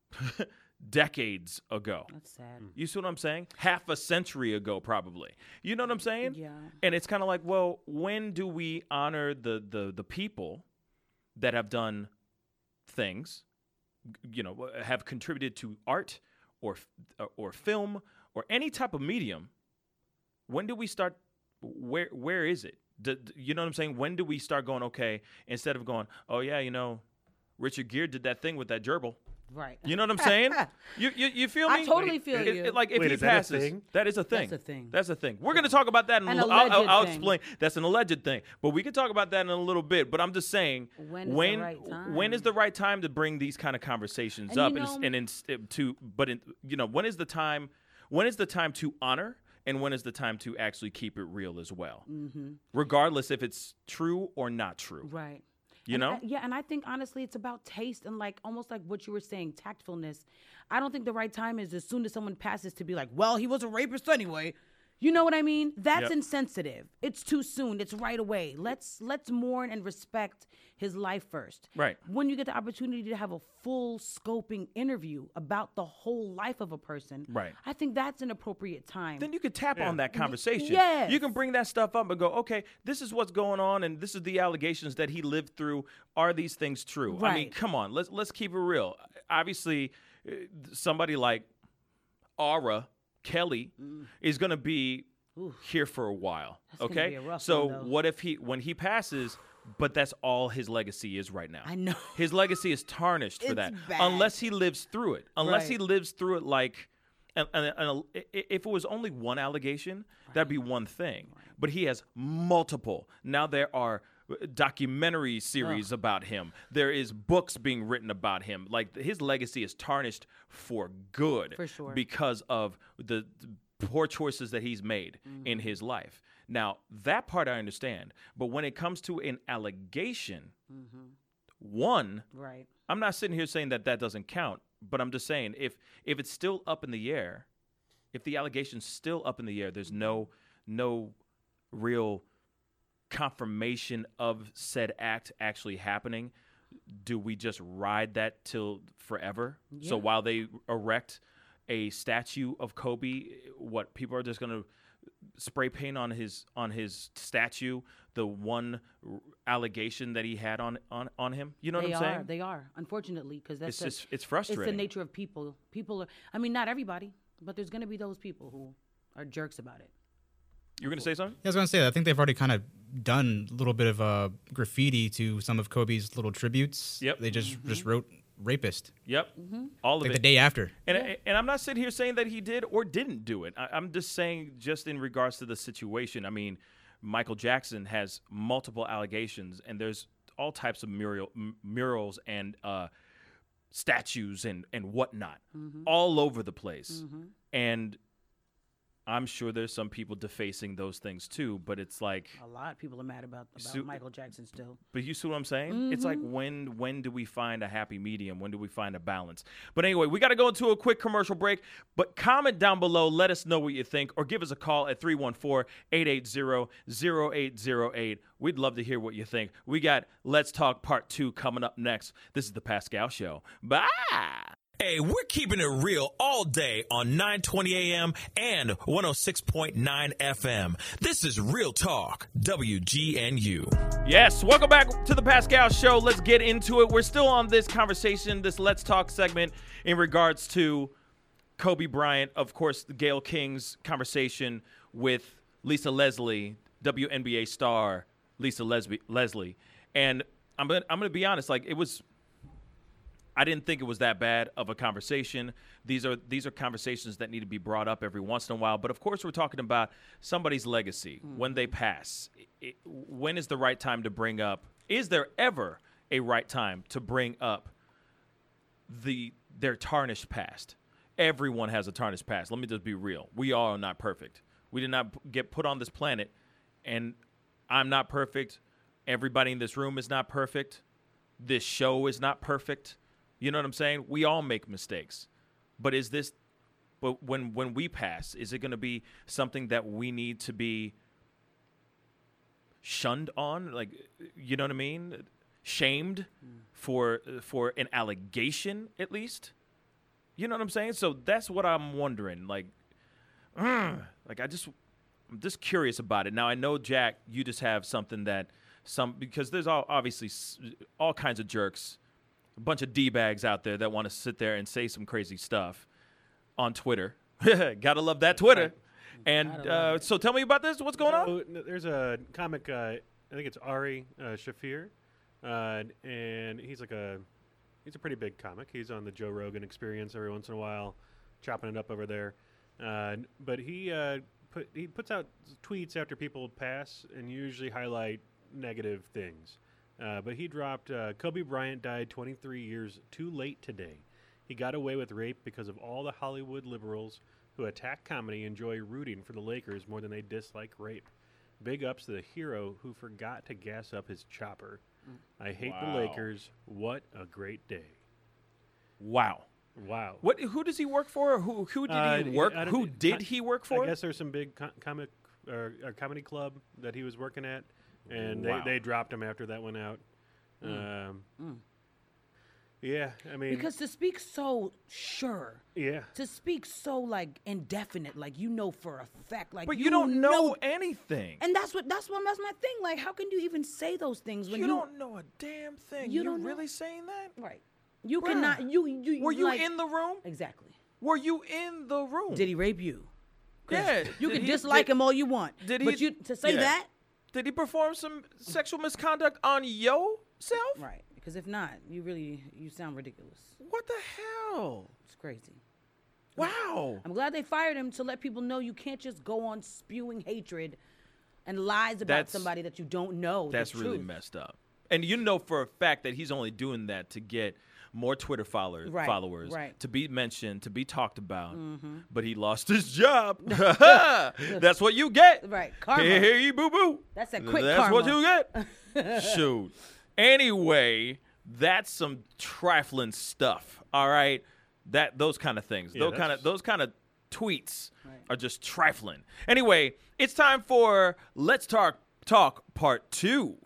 S2: decades ago.
S3: That's sad.
S2: You see what I'm saying? Half a century ago, probably. You know what I'm saying?
S3: Yeah.
S2: And it's kind of like, well, when do we honor the the the people that have done things, you know, have contributed to art or f- or film or any type of medium? When do we start? Where where is it? D- d- you know what I'm saying? When do we start going? Okay, instead of going, oh yeah, you know, Richard Gere did that thing with that gerbil.
S3: Right.
S2: You know what I'm saying? you, you you feel me?
S3: I totally feel
S2: It-
S3: you.
S2: it- like if
S11: Wait,
S2: he
S11: is that a
S2: passes,
S11: thing?
S2: that is a thing.
S3: That's a thing.
S2: That's a thing. We're gonna talk about that. In
S3: An
S2: a, I'll, I'll,
S3: alleged
S2: I'll
S3: thing.
S2: explain. That's an alleged thing, but we can talk about that in a little bit. But I'm just saying,
S3: When is the
S2: when,
S3: right time?
S2: when is the right time to bring these kind of conversations
S3: And you
S2: up and,
S3: know-
S2: and in, uh, to? But in, you know, when is the time? When is the time to honor? And when is the time to actually keep it real as well, mm-hmm. regardless if it's true or not true?
S3: Right.
S2: You
S3: And uh,
S2: know?
S3: I- yeah, and I think honestly, it's about taste and like almost like what you were saying, tactfulness. I don't think the right time is as soon as someone passes to be like, well, he was a rapist anyway. You know what I mean? That's
S2: Yep.
S3: insensitive. It's too soon. It's right away. Let's let's mourn and respect his life first.
S2: Right.
S3: When you get the opportunity to have a full scoping interview about the whole life of a person,
S2: Right.
S3: I think that's an appropriate time.
S2: then you can tap on that conversation.
S3: yes.
S2: You can bring that stuff up and go, okay, this is what's going on and this is the allegations that he lived through. Are these things true? I mean,
S3: Right.
S2: come on, let's let's keep it real. Obviously, uh, somebody like Aura Kelly is going to be here for a while,
S3: Mm. gonna
S2: okay?
S3: be a rough
S2: so
S3: one, though.
S2: what if he when he passes but that's all his legacy is right now.
S3: I know.
S2: His legacy is tarnished for
S3: It's
S2: that.
S3: bad.
S2: Unless he lives through it. Unless he
S3: Right.
S2: lives through it like and, and, and i- i- if it was only one allegation that'd be one thing but he has multiple now there are uh, documentary series about him there is books being written about him like his legacy is tarnished for good
S3: For sure.
S2: because of the the poor choices that he's made
S3: Mm.
S2: in his life now that part i
S3: Mm-hmm.
S2: understand but when it comes to an allegation one
S3: right.
S2: I'm not sitting here saying that that doesn't count, but I'm just saying if if it's still up in the air, if the allegation's still up in the air, there's no no real confirmation of said act actually happening. Do we just ride that till forever? So
S12: Yeah.
S2: while they erect a statue of Kobe, what people are just gonna spray paint on his on his statue the one r- allegation that he had on on on him. You know
S3: they
S2: what I'm
S3: are,
S2: saying?
S3: They are, unfortunately, because that's
S2: It's
S3: the-
S2: just- it's
S3: It's
S2: frustrating.
S3: the nature of people. People are. I mean, not everybody, but there's going to be those people who are jerks about it.
S2: you were gonna say something?
S4: Yeah, I was gonna say, I think they've already kind of done a little bit of uh, graffiti to some of Kobe's little tributes. Yep. They just just wrote rapist.
S2: Yep. All of
S4: Like
S2: Mm-hmm. it.
S4: the day after.
S2: And I, and I'm not sitting here saying that he did or didn't do it. I, I'm just saying just in regards to the situation. I mean, Michael Jackson has multiple allegations, and there's all types of mural m- murals and uh, statues and and whatnot all over the place,
S12: Mhm.
S2: and. I'm sure there's some people defacing those things too, but it's like
S3: A lot of people are mad about, about
S2: So-
S3: Michael Jackson still.
S2: But you see what I'm saying? It's like when when do we find a happy medium? When do we find a balance? But anyway, we got to go into a quick commercial break. But comment down below, let us know what you think, or give us a call at 314-880-0808. We'd love to hear what you think. We got Let's Talk Part 2 coming up next. This is the Pascal Show. Bye.
S13: Hey, we're keeping it real all day on 920 AM and 106.9 FM. This is Real Talk, WGNU.
S2: Yes, welcome back to the Pascal Show. Let's get into it. We're still on this conversation, this Let's Talk segment in regards to Kobe Bryant, of course, the Gail King's conversation with Lisa Leslie, WNBA star Lisa Lesby, Leslie. And I'm gonna, I'm going to be honest, like it was I didn't think it was that bad of a conversation. These are these are conversations that need to be brought up every once in a while. But of course, we're talking about somebody's legacy when they pass. I- I- when is the right time to bring up? Is there ever a right time to bring up the their tarnished past? Everyone has a tarnished past. Let me just be real. We all are not perfect. We did not p- get put on this planet, and I'm not perfect. Everybody in this room is not perfect this show is not perfect. You know what I'm saying? We all make mistakes. But is this but when when we pass, is it going to be something that we need to be shunned on? Like you know what I mean? Shamed for for an allegation at least? You know what I'm saying? So that's what I'm wondering. Like mm, like I just I'm just curious about it. Now I know Jack, you just have something that some because there's all obviously s- all kinds of jerks, a bunch of d bags out there that want to sit there and say some crazy stuff on Twitter. Gotta love that Twitter. And uh, so tell me about this. What's going on?
S11: So, n- There's a comic. Uh, I think it's Ari uh, Shafir, uh, and he's like a he's a pretty big comic. He's on the Joe Rogan Experience every once in a while, chopping it up over there. Uh, n- but he uh, put he puts out tweets after people pass, and usually highlight negative things. Uh, but he dropped uh, Kobe Bryant died 23 years too late today. He got away with rape because of all the Hollywood liberals who attack comedy enjoy rooting for the Lakers more than they dislike rape. Big ups to the hero who forgot to gas up his chopper. I hate
S2: Wow.
S11: the Lakers. What a great day.
S2: Wow.
S11: Wow.
S2: What? Who does he work for? Who? Who did
S11: Uh,
S2: he work?
S11: I don't-
S3: e,
S2: Who did
S11: I-
S2: he work for?
S11: I guess there's some big co- comic or, or comedy club that he was working at, and
S2: Wow. Hmm.
S11: they, they dropped him after that went out.
S3: Mm.
S11: Um, Yeah, I mean,
S3: because to speak so sure.
S11: Yeah.
S3: To speak so like indefinite, like you know for a fact, like
S2: but you, don't know, anything.
S3: And that's what that's what that's my thing. Like, how can you even say those things when
S2: you
S3: you,
S2: don't know a damn thing.
S3: you
S2: You
S3: don't
S2: are
S3: know-
S2: really saying that?
S3: Right. You cannot. You you.
S2: Were you
S3: like-
S2: in the room?
S3: Exactly.
S2: Were you in the room?
S3: Did he rape you? 'Cause
S2: Yeah.
S3: You
S2: did
S3: can
S2: he-
S3: dislike
S2: did-
S3: him all you want.
S2: Did he?
S3: But you to say
S2: yeah.
S3: that.
S2: Did he perform some sexual misconduct on yourself?
S3: Right. Because if not, you really you sound ridiculous.
S2: What the hell?
S3: It's crazy.
S2: Wow.
S3: I'm glad they fired him to let people know you can't just go on spewing hatred and lies about
S2: That's-
S3: somebody that you don't know. the
S2: That's really
S3: truth.
S2: messed up. And you know for a fact that he's only doing that to get more Twitter followers,
S3: Right,
S2: followers
S3: right.
S2: to be mentioned, to be talked about.
S3: Mhm.
S2: But he lost his job. That's what you get.
S3: Right, karma.
S2: Hey, hey, boo boo.
S3: That's that quick
S2: That's what
S3: karma.
S2: you get. Shoot. Anyway, that's some trifling stuff. All right, that those kind of things,
S14: Yeah,
S2: those kind
S14: that's-
S2: of those kind of tweets are just trifling. Anyway, it's time for let's talk talk part two.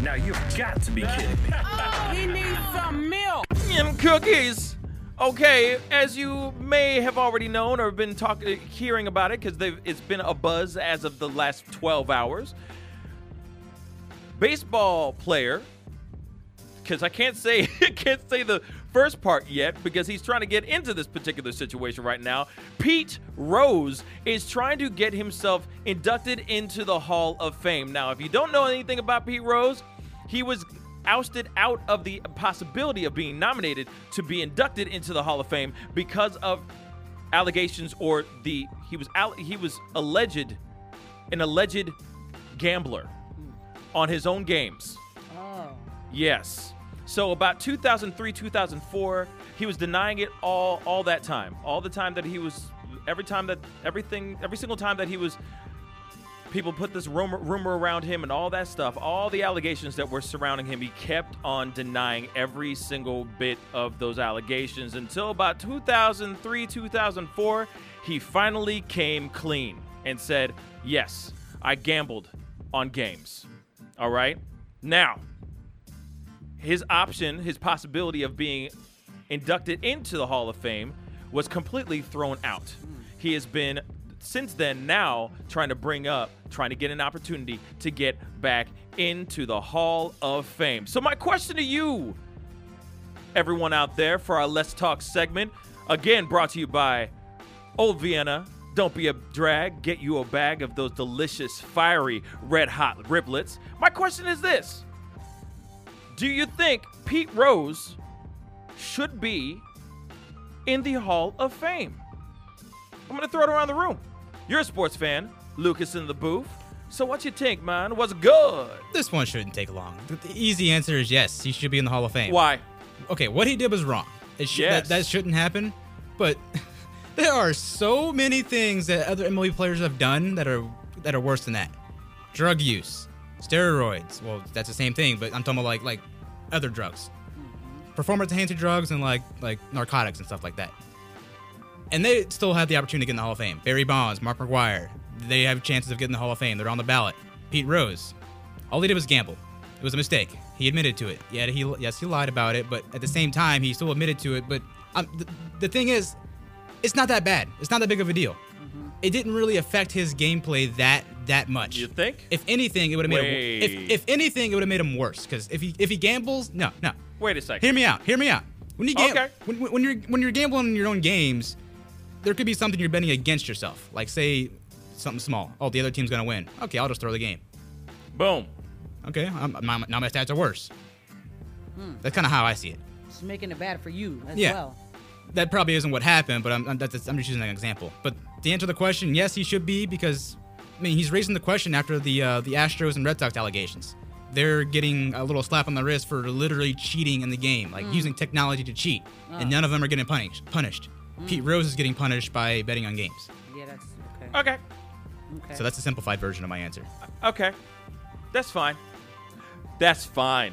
S15: Now you've got to be kidding me.
S16: Oh, He needs some milk.
S2: Yum cookies. Okay, as you may have already known or been talking, hearing about it, because it's been a buzz as of the last 12 hours. Baseball player, because I can't say can't say the first part yet because he's trying to get into this particular situation right now. Pete Rose is trying to get himself inducted into the Hall of Fame. Now, if you don't know anything about Pete Rose, he was ousted out of the possibility of being nominated to be inducted into the Hall of Fame because of allegations or the he was al- he was alleged an alleged gambler on his own games. Yes. So about 2003, 2004, he was denying it all all that time. All the time that he was every time that everything every single time that he was people put this rumor rumor around him and all that stuff, all the allegations that were surrounding him, he kept on denying every single bit of those allegations until about 2003, 2004, he finally came clean and said, "Yes, I gambled on games." All right? Now, his option, his possibility of being inducted into the Hall of Fame was completely thrown out. He has been since then now trying to bring up, trying to get an opportunity to get back into the Hall of Fame. So my question to you, everyone out there for our Let's Talk segment, again brought to you by Old Vienna. Don't be a drag. Get you a bag of those delicious, fiery, red hot riblets. My question is this do you think Pete Rose should be in the Hall of Fame? I'm gonna throw it around the room. You're a sports fan, Lucas in the booth. So what you think, man? What's good?
S4: This one shouldn't take long. The, the easy answer is yes, he should be in the Hall of Fame.
S2: Why?
S4: Okay, what he did was wrong. It should,
S2: Yes.
S4: that, that shouldn't happen. But there are so many things that other MLB players have done that are that are worse than that. Drug use, steroids. Well, that's the same thing, but I'm talking about like like other drugs, performance-enhancing drugs, and like like narcotics and stuff like that. And they still have the opportunity to get in the Hall of Fame. Barry Bonds, Mark McGuire, they have chances of getting in the Hall of Fame. They're on the ballot. Pete Rose, all he did was gamble. It was a mistake. He admitted to it. Yeah, he yes he lied about it, but at the same time he still admitted to it. But um, th- the thing is, it's not that bad. It's not that big of a deal.
S2: Mm-hmm.
S4: It didn't really affect his gameplay that that much. You
S2: think?
S4: If anything, it would have made him,
S2: Wait.
S4: if if anything it would have made him worse. Because if he if he gambles, no no.
S2: Wait a second.
S4: Hear me out. Hear me out. When you gam-
S2: Okay.
S4: when, when when you're when you're gambling in your own games, there could be something you're betting against yourself. Like say something small. Oh, the other team's gonna win. Okay, I'll just throw the game.
S2: Boom.
S4: Okay, I'm, now my- now my stats are worse. That's kind of how I see it.
S3: It's making it bad for you as
S4: Yeah.
S3: well.
S4: That probably isn't what happened, but I'm, I'm, that's, I'm just using an example. But to answer the question, yes, he should be because I mean he's raising the question after the uh, the Astros and Red Sox allegations. They're getting a little slap on the wrist for literally cheating in the game, like
S14: Mm.
S4: using technology to cheat,
S14: Ah. Mm.
S4: and none of them are getting punished. Punished. Pete Rose is getting punished by betting on games.
S3: Yeah, that's okay.
S2: Okay.
S3: Okay.
S4: So that's a simplified version of my answer.
S2: Okay. That's fine. That's fine.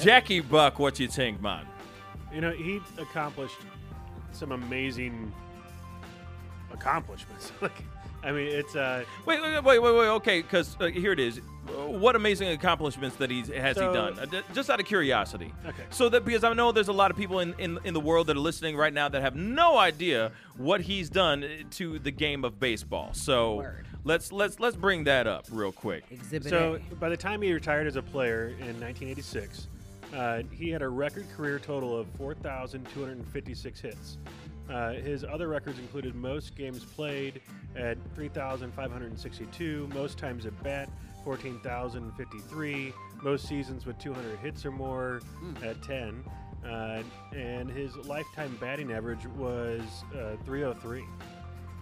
S2: Jackie Buck, what you think, man?
S11: You know, he accomplished some amazing accomplishments. like, I mean, it's uh,
S2: Wait, wait, wait, wait, wait. Okay, because uh, here it is. Uh, What amazing accomplishments that he's has
S11: So-
S2: he done? Uh, d- just out of curiosity.
S11: Okay.
S2: So that because I know there's a lot of people in, in in the world that are listening right now that have no idea what he's done uh, to the game of baseball. So let's let's let's bring that up real quick.
S11: so. By the time he retired as a player in 1986, uh, he had a record career total of 4,256 hits. Uh, his other records included most games played at 3,562, most times at bat 14,053, most seasons with 200 hits or more at 10, uh, and his lifetime batting average was uh, 303.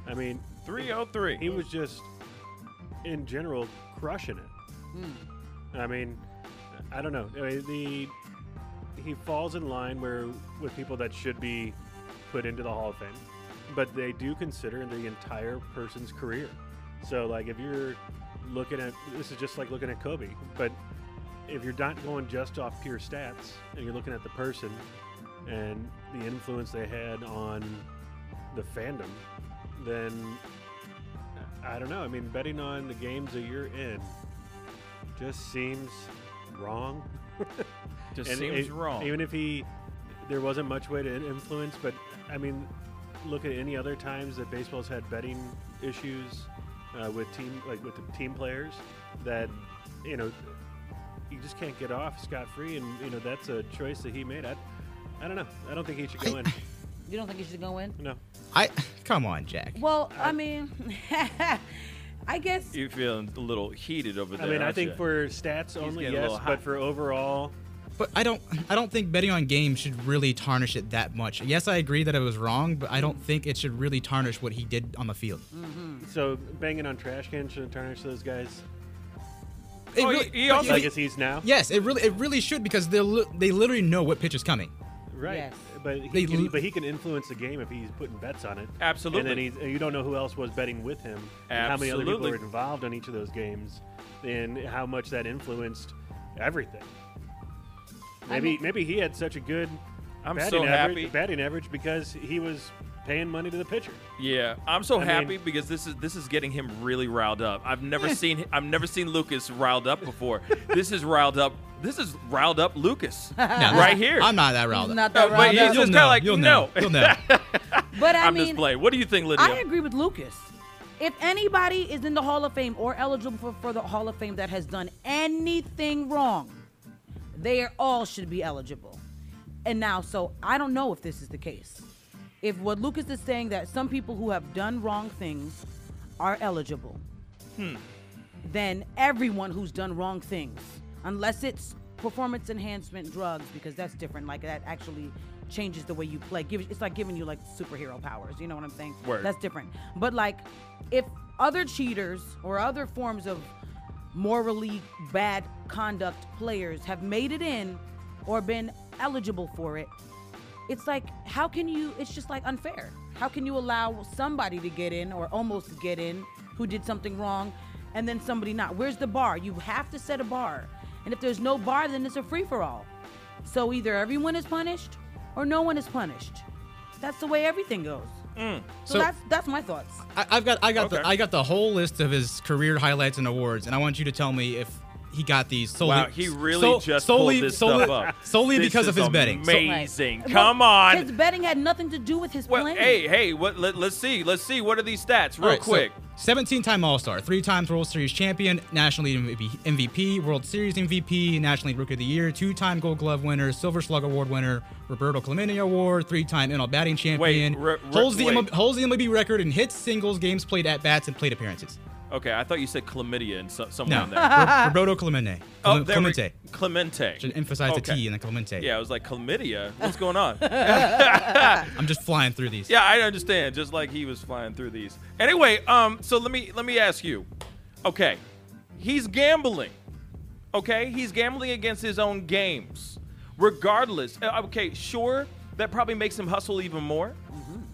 S11: I mean,
S2: 303.
S11: He was just, in general, crushing it. I mean, I don't know. I mean, the he falls in line where with people that should be put into the Hall of Fame, but they do consider the entire person's career. So, like, if you're looking at this is just like looking at Kobe, but if you're not going just off pure stats and you're looking at the person and the influence they had on the fandom, then I don't know. I mean, betting on the games that you're in just seems wrong.
S2: Just seems
S11: e-
S2: wrong.
S11: Even if he, there wasn't much way to in- influence, but I mean, look at any other times that baseball's had betting issues uh, with team, like with the team players, that you know, you just can't get off scot free, and you know that's a choice that he made. I, I don't know. I don't think he should go in.
S3: You don't think you should go in?
S11: No.
S4: I come on, Jack.
S3: Well, I, mean, I guess
S2: You're feeling a little heated over there.
S11: I mean, I
S2: aren't
S11: think
S2: you?
S11: for stats only,
S2: getting a
S11: yes,
S2: little
S11: but
S2: hot.
S11: for overall,
S4: But I don't I don't think betting on games should really tarnish it that much. Yes, I agree that it was wrong, but I don't think it should really tarnish what he did on the field.
S11: so banging on trash cans should tarnish those guys.
S4: It
S11: Oh,
S4: really-
S11: he- he
S4: but
S11: also-
S4: if
S11: Legacies now?
S4: Yes, it really it really should because they li- they literally know what pitch is coming.
S11: Right,
S4: Yes.
S11: but he
S4: They
S11: can,
S4: lo-
S11: but he can influence the game if he's putting bets on it.
S2: Absolutely.
S11: and then he's, and you don't know who else was betting with him, and how many other people
S2: Absolutely.
S11: were involved in each of those games, and how much that influenced everything.
S2: I
S11: Maybe
S2: mean-
S11: maybe he had such a good
S2: I'm
S11: batting
S2: so
S11: average,
S2: happy.
S11: batting average because he was paying money to the pitcher.
S2: Yeah, I'm so
S11: I mean-
S2: happy because this is this is getting him really riled up. I've never seen I've never seen Lucas riled up before. this is riled up. This is riled up Lucas right here.
S4: I'm not that riled up.
S3: Uh, not that riled
S2: But he's
S3: up.
S2: just
S3: You'll
S2: kind
S3: know,
S2: of like
S4: you'll
S2: no.
S4: know, you'll know.
S3: but I
S2: I'm
S3: mean,
S2: just playing. What do you think, Lydia?
S3: I agree with Lucas. If anybody is in the Hall of Fame or eligible for, for the Hall of Fame that has done anything wrong, they are, all should be eligible. And now, so I don't know if this is the case. If what Lucas is saying that some people who have done wrong things are eligible,
S2: Hmm.
S3: then everyone who's done wrong things, unless it's performance enhancement drugs, because that's different. Like that actually changes the way you play. Gives it's like giving you like superhero powers. You know what I'm saying?
S17: Word.
S3: That's different. But like, if other cheaters or other forms of morally bad conduct players have made it in or been eligible for it, it's like how can you it's just like unfair how can you allow somebody to get in or almost get in who did something wrong and then somebody not where's the bar you have to set a bar and if there's no bar then it's a free-for-all so either everyone is punished or no one is punished that's the way everything goes so,
S2: Mm.
S4: So-
S3: that's that's my thoughts
S4: I, I've got I got
S3: Okay.
S4: the I got the whole list of his career highlights and awards, and I want you to tell me if he got these solely.
S2: Wow, he really
S4: sol-
S2: just
S4: solely,
S2: pulled this
S4: solely,
S2: stuff up.
S4: solely
S2: This
S4: because of
S2: is
S4: his betting. So-
S2: Amazing.
S3: Well,
S2: Come on.
S3: his betting had nothing to do with his playing
S2: hey, hey, what? Let, us see. Let's see. What are these stats, real
S4: All right, so
S2: quick?
S4: 17-time All-Star, three-times World Series champion, National League MVP, MVP, World Series MVP, National League Rookie of the Year, two-time Gold Glove winner, Silver Slug Award winner, Roberto Clemente Award, three-time NL batting champion,
S2: re- re-
S4: holds the
S2: wait.
S4: MLB, holds the MLB record in hits, singles, games played, at bats, and plate appearances.
S2: okay, I thought you said chlamydia and so, someone
S4: No,
S2: in
S4: Ro-
S2: there.
S4: Roberto Clemente.
S2: Oh,
S4: Cle-
S2: there we-
S4: Clemente.
S2: Clemente.
S4: Should emphasize the T in the Clemente.
S2: Yeah, I was like chlamydia. What's going on?
S4: I'm just flying through these.
S2: Yeah, I understand. Just like he was flying through these. Anyway, um, so let me let me ask you. Okay, he's gambling. Okay, he's gambling against his own games. Regardless, uh, okay, sure, that probably makes him hustle even more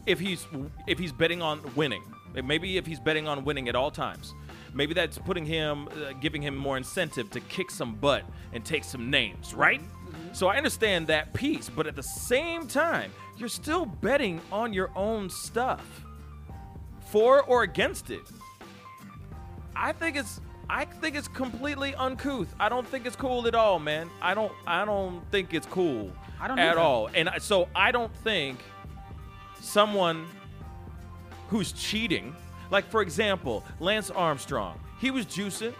S2: if he's if he's betting on winning. Like, Maybe if he's betting on winning at all times. Maybe that's putting him, uh, giving him more incentive to kick some butt and take some names, right? So I understand that piece, but at the same time, you're still betting on your own stuff, for or against it. I think it's I think it's completely uncouth. I don't think it's cool at all, man. I don't I don't think it's cool
S3: I don't
S2: at
S3: either.
S2: all. And I, so I don't think someone who's cheating, like for example, Lance Armstrong, he was juicing.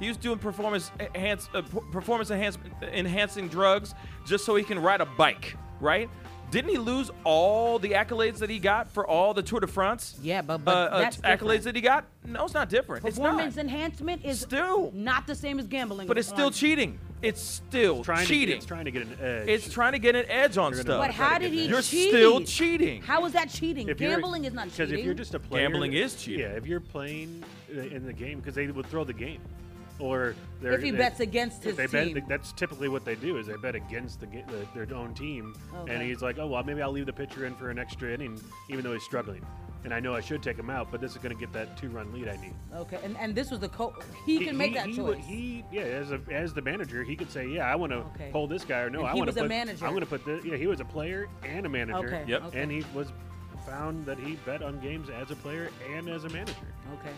S2: He was doing performance enhance, uh, p- performance enhance, enhancing drugs just so he can ride a bike, right? Didn't he lose all the accolades that he got for all the Tour de France? Uh,
S3: Yeah, but, but that's
S2: accolades that he got? No, it's not different. It's not.
S3: performance enhancement is
S2: still
S3: not the same as gambling
S2: But it's still
S3: on-
S2: cheating. It's still
S11: trying to-
S2: cheating.
S11: it's trying to get an edge.
S2: It's trying to get an edge on
S11: You're
S2: stuff.
S11: gonna
S3: But how did he
S2: You're
S3: cheat?
S2: still cheating.
S3: How is that cheating?
S11: If you're-
S3: Gambling is not cheating.
S11: Because if you're just a player,
S2: Gambling is cheating.
S11: Yeah, if you're playing uh, in the game, because they would throw the game, or they're-
S3: If he
S11: they-
S3: bets against
S11: if
S3: his
S11: they bet-
S3: team.
S11: that's typically what they do is they bet against the, ga- the their own team,
S3: Okay.
S11: and he's like, oh well, maybe I'll leave the pitcher in for an extra inning, even though he's struggling. and I know I should take him out, but this is going to get that two run lead I need.
S3: Okay, and, and this was the co He, can make that
S11: he
S3: choice.
S11: would- he- yeah, as a, as the manager, he could say, "Yeah, I want to
S3: Okay.
S11: pull this guy," or "No,
S3: And
S11: I
S3: he
S11: want
S3: was a
S11: to put."
S3: manager.
S11: I'm going to put this. Yeah, he was a player and a manager.
S3: Okay, Yep. okay.
S11: And he was found that he bet on games as a player and as a manager.
S3: Okay.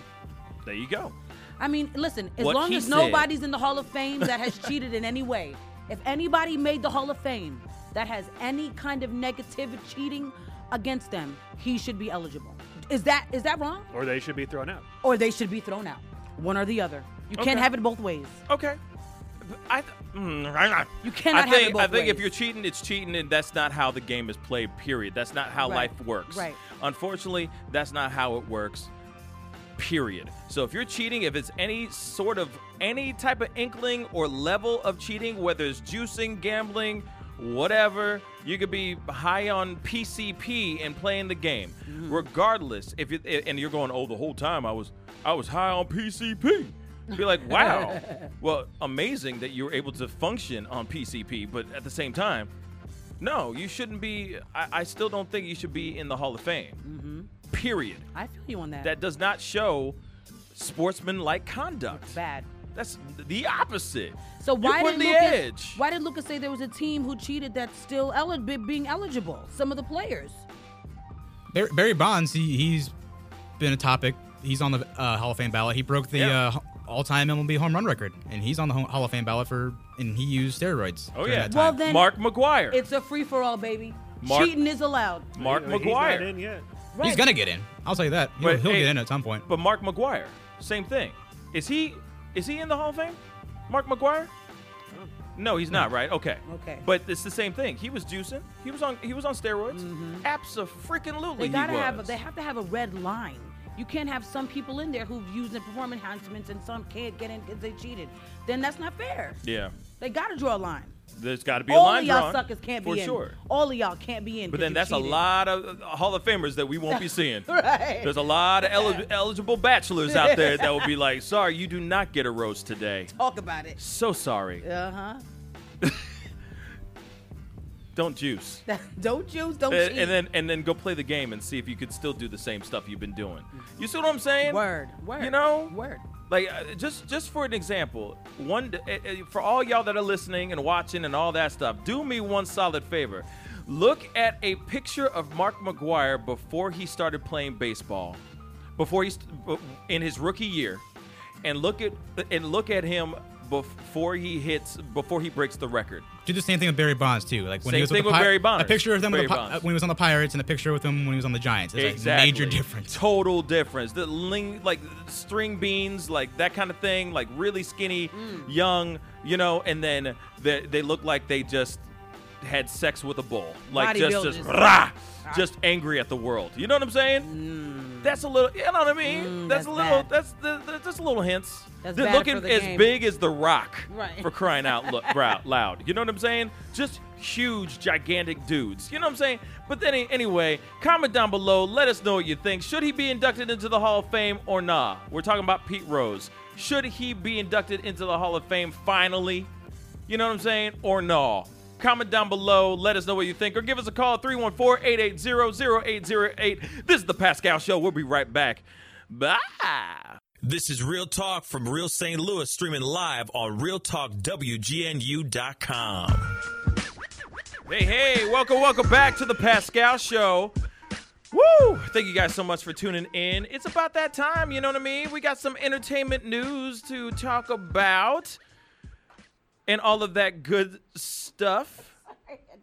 S2: There you go.
S3: I mean, listen, as
S2: What
S3: long
S2: he
S3: as
S2: said.
S3: nobody's in the Hall of Fame that has cheated in any way, if anybody made the Hall of Fame that has any kind of negative cheating against them, he should be eligible. Is that is that wrong?
S11: Or they should be thrown out.
S3: Or they should be thrown out. One or the other. You can't
S2: Okay.
S3: have it both ways.
S2: Okay. I you
S3: cannot
S2: I
S3: have it
S2: think,
S3: both
S2: I think if
S3: ways.
S2: you're cheating, it's cheating, and that's not how the game is played. Period. That's not how
S3: Right.
S2: life works.
S3: Right.
S2: Unfortunately, that's not how it works. Period. So if you're cheating, if it's any sort of any type of inkling or level of cheating, whether it's juicing, gambling, whatever, you could be high on PCP and playing the game. Regardless, if you and you're going, oh, the whole time I was I was high on PCP. Be like, wow. well, amazing that you were able to function on PCP, but at the same time, no, you shouldn't be. I, I still don't think you should be in the Hall of Fame. Period.
S3: I feel you on that.
S2: That does not show sportsmanlike conduct.
S3: bad.
S2: That's the opposite.
S3: So why
S2: You're
S3: did
S2: putting the
S3: Lucas,
S2: edge?
S3: why did Lucas say there was a team who cheated that's still eli- be- being eligible? Some of the players.
S4: Barry, Barry Bonds, he, he's been a topic. He's on the uh, Hall of Fame ballot. He broke the
S2: Yeah.
S4: uh, all-time MLB home run record, and he's on the ho- Hall of Fame ballot for, and he used steroids.
S2: Oh
S4: during
S2: yeah.
S4: that time.
S3: Well then,
S2: Mark McGuire.
S3: it's a free for all, baby.
S2: Mark-
S3: cheating is allowed.
S2: Mark
S11: uh, He's
S2: McGuire.
S11: not in yet.
S4: he's gonna get in. I'll tell you that. He'll,
S2: Wait,
S4: he'll
S2: hey.
S4: get in at some point.
S2: But Mark McGuire, same thing. Is he is he in the Hall of Fame? Mark McGuire?
S11: Oh.
S2: No, he's not, right? Okay.
S3: Okay.
S2: But it's the same thing. He was juicing. He was on he was on steroids. Absolutely
S3: Mm-hmm. They
S2: he
S3: gotta
S2: was.
S3: have. A, they have to have a red line. You can't have some people in there who've used the performance enhancements and some can't get in because they cheated. Then that's not fair.
S2: yeah.
S3: They gotta draw a line.
S2: There's got to be a
S3: All
S2: line
S3: of y'all
S2: drawn,
S3: suckers can't
S2: for
S3: be in.
S2: sure.
S3: All of y'all can't be in.
S2: But
S3: 'cause
S2: then
S3: you
S2: that's
S3: cheated.
S2: a lot of uh, Hall of Famers that we won't be seeing.
S3: Right.
S2: There's a lot of eli- eligible bachelors out there that will be like, "Sorry, you do not get a rose today.
S3: Talk about it.
S2: So sorry.
S3: Uh huh.
S2: Don't juice."
S3: don't juice. Don't
S2: Eh, and,
S3: cheat.
S2: and then and then go play the game and see if you could still do the same stuff you've been doing. You see what I'm saying?
S3: Mm-hmm. word. Word.
S2: You know,
S3: Word.
S2: like uh, just just for an example, one d- eh, eh, for all y'all that are listening and watching and all that stuff, do me one solid favor. Look at a picture of Mark McGuire before he started playing baseball, before he's in his rookie year, and look at and look at him before he hits before he breaks the record.
S4: Do the same thing with Barry Bonds too. Like when
S2: Same
S4: he was
S2: thing
S4: with, the
S2: with
S4: Pi-
S2: Barry Bonds.
S4: A picture of him with the
S2: Barry
S4: Pi- uh,
S2: Bonds.
S4: when he was on the Pirates, and a picture with him when he was on the Giants. It's
S2: exactly.
S4: like major difference.
S2: Total difference. The ling, like string beans, like that kind of thing. Like really skinny,
S3: Mm.
S2: young, you know. And then they, they look like they just had sex with a bull. Like just just
S3: Bodybuilders. Ah.
S2: rah, just angry at the world. You know what I'm saying? That's a little. You know what I mean? that's,
S3: Mm. that's
S2: a little.
S3: bad.
S2: That's the, the, just little hints.
S3: That's
S2: They're
S3: bad
S2: looking
S3: for the
S2: as
S3: game.
S2: big as the Rock
S3: Right.
S2: for crying out lo- rou- loud. You know what I'm saying? Just huge, gigantic dudes. You know what I'm saying? But then a- anyway, comment down below. Let us know what you think. Should he be inducted into the Hall of Fame or nah? We're talking about Pete Rose. Should he be inducted into the Hall of Fame finally? You know what I'm saying? Or nah? Comment down below. Let us know what you think or give us a call 314 880 0808. This is The Pascal Show. We'll be right back. Bye.
S18: This is Real Talk from Real St. Louis, streaming live on RealTalkWGNU.com.
S2: Hey, hey, welcome, welcome back to the Pascal Show. Woo! Thank you guys so much for tuning in. It's about that time, you know what I mean? We got some entertainment news to talk about and all of that good stuff.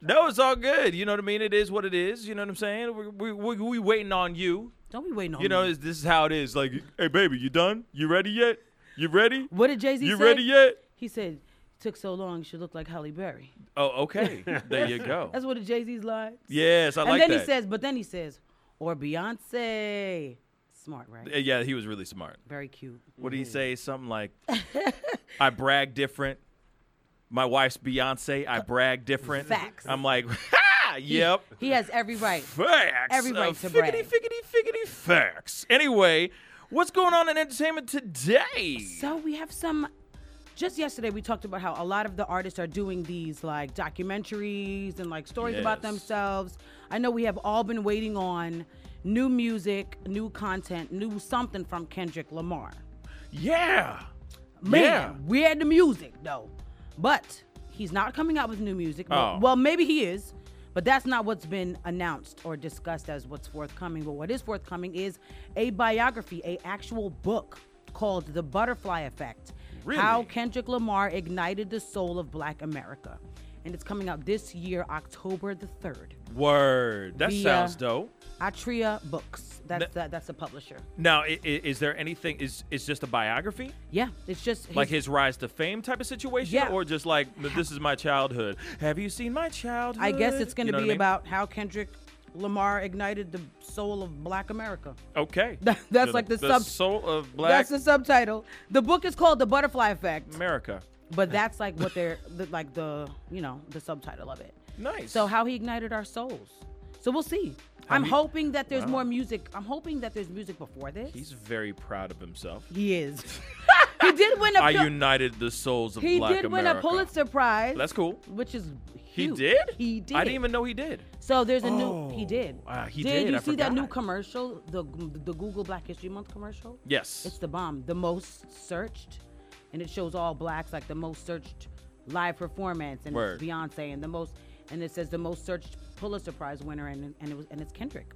S2: No, it's all good. You know what I mean? It is what it is. You know what I'm saying? We, we, we, we waiting on you.
S3: Don't be waiting on
S2: You know,
S3: me.
S2: this this is how it is. Like, hey, baby, you done? You ready yet? You ready?
S3: What did Jay Z say?
S2: You ready yet?
S3: He said, "Took so long, she looked like Halle Berry."
S2: Oh, okay. there you go.
S3: That's what the Jay Z's line.
S2: Yes, I
S3: and
S2: like
S3: then
S2: that.
S3: he says, but then he says, or Beyonce. Smart, right?
S2: Uh, Yeah, he was really smart.
S3: Very cute.
S2: What did he say? Something like, "I brag different. My wife's Beyonce. I brag different."
S3: Uh, Facts.
S2: I'm like, ha! Yep.
S3: He has every right.
S2: Facts. Uh,
S3: Every right to
S2: figgity,
S3: brag.
S2: figgity, figgity, facts. Anyway, what's going on in entertainment today?
S3: So we have some. Just yesterday, we talked about how a lot of the artists are doing these like documentaries and like stories about
S2: Yes.
S3: themselves. I know we have all been waiting on new music, new content, new something from Kendrick Lamar.
S2: Yeah.
S3: Man,
S2: Yeah.
S3: we had the music though. But he's not coming out with new music.
S2: Oh.
S3: Well, maybe he is, but that's not what's been announced or discussed as what's forthcoming. But what is forthcoming is a biography, a actual book called The Butterfly Effect.
S19: Really?
S3: How Kendrick Lamar ignited the soul of black America. And it's coming out this year, October the 3rd.
S2: Word. That
S3: Via-
S2: sounds dope.
S3: Atria Books. That's that, that's the publisher.
S2: Now, is, is there anything? Is it's just a biography?
S3: Yeah, it's just
S2: like his rise to fame type of situation,
S3: Yeah.
S2: or just like this is my childhood. Have you seen my childhood?
S3: I guess it's going
S2: You
S3: to
S2: know
S3: be
S2: what I mean?
S3: about how Kendrick Lamar ignited the soul of Black America.
S2: Okay,
S3: that's like the sub-
S2: soul of black
S3: That's the subtitle. The book is called The Butterfly Effect,
S2: America.
S3: but that's like what they're the, like the you know the subtitle of it.
S2: Nice.
S3: So how he ignited our souls. So we'll see. I'm
S2: he-
S3: hoping that there's
S2: Wow.
S3: more music. I'm hoping that there's music before this.
S2: He's very proud of himself.
S3: He is. he did win a
S2: I
S3: Pul-
S2: united the souls of
S3: he
S2: black
S3: did win
S2: America.
S3: a Pulitzer Prize,
S2: That's cool.
S3: which is
S2: He
S3: huge.
S2: did.
S3: He did.
S2: I didn't even know he did.
S3: So there's a new. He did.
S2: Ah, he
S3: did.
S2: did,
S3: you
S2: I
S3: see that new
S2: forgot.
S3: commercial, the the Google Black History Month commercial?
S2: Yes.
S3: It's the bomb. The most searched, and it shows all blacks like the most searched live performance, and
S2: Word.
S3: it's Beyonce, and the most, and it says the most searched Pulitzer Prize winner, and and it was and it's Kendrick.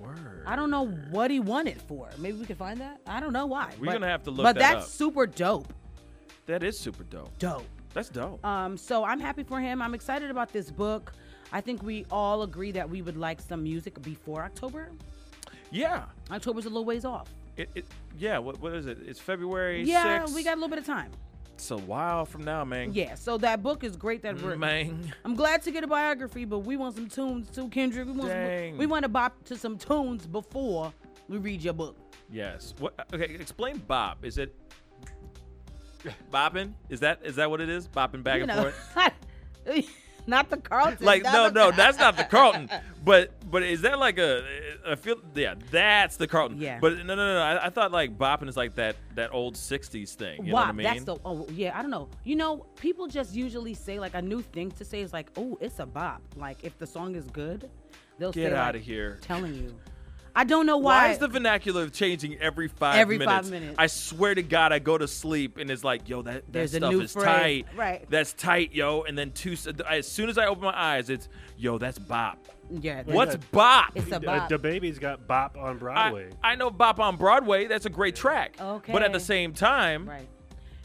S2: Word.
S3: I don't know what he won it for. Maybe we can find that. I don't know why.
S2: We're gonna have to look
S3: But
S2: that
S3: that's
S2: up.
S3: super dope.
S2: That is super dope.
S3: Dope.
S2: That's dope.
S3: Um, so I'm happy for him. I'm excited about this book. I think we all agree that we would like some music before October.
S2: Yeah.
S3: October's a little ways off.
S2: It, it, yeah. What, what is it? It's February.
S3: yeah,
S2: 6th.
S3: we got a little bit of time.
S2: It's a while from now, man.
S3: Yeah, so that book is great. That we're-
S2: Man.
S3: I'm glad to get a biography, but we want some tunes too, Kendrick. We want
S2: Dang.
S3: Some, we want to bop to some tunes before we read your book.
S2: Yes. What? Okay. Explain bop. Is it bopping? Is that is that what it is? Bopping back
S3: you
S2: and
S3: know,
S2: forth.
S3: not the Carlton.
S2: Like
S3: not
S2: no,
S3: the-
S2: no, that's not the Carlton. But but is that like a? I feel yeah, that's the Carlton.
S3: Yeah.
S2: But no, no, no. I, I thought like bopping is like that that old '60s thing. You know what
S3: Wop,
S2: I mean?
S3: that's the oh yeah, I don't know. You know, people just usually say like a new thing to say is like, oh, it's a bop. Like if the song is good, they'll
S2: Get
S3: say,
S2: out
S3: like,
S2: of here.
S3: Telling you, I don't know
S2: Why,
S3: why.
S2: is the vernacular changing every five
S3: Every
S2: minutes?
S3: five minutes.
S2: I swear to God, I go to sleep and it's like, yo, that, that
S3: There's a
S2: stuff
S3: new
S2: is
S3: phrase.
S2: tight.
S3: Right.
S2: That's tight, yo. And then two, as soon as I open my eyes, it's, yo, that's bop.
S3: yeah,
S2: What's bop?
S11: The baby's uh, got bop on Broadway.
S2: I know bop on Broadway. That's a great track. Okay. But at the
S3: Okay.
S2: same time,
S3: right.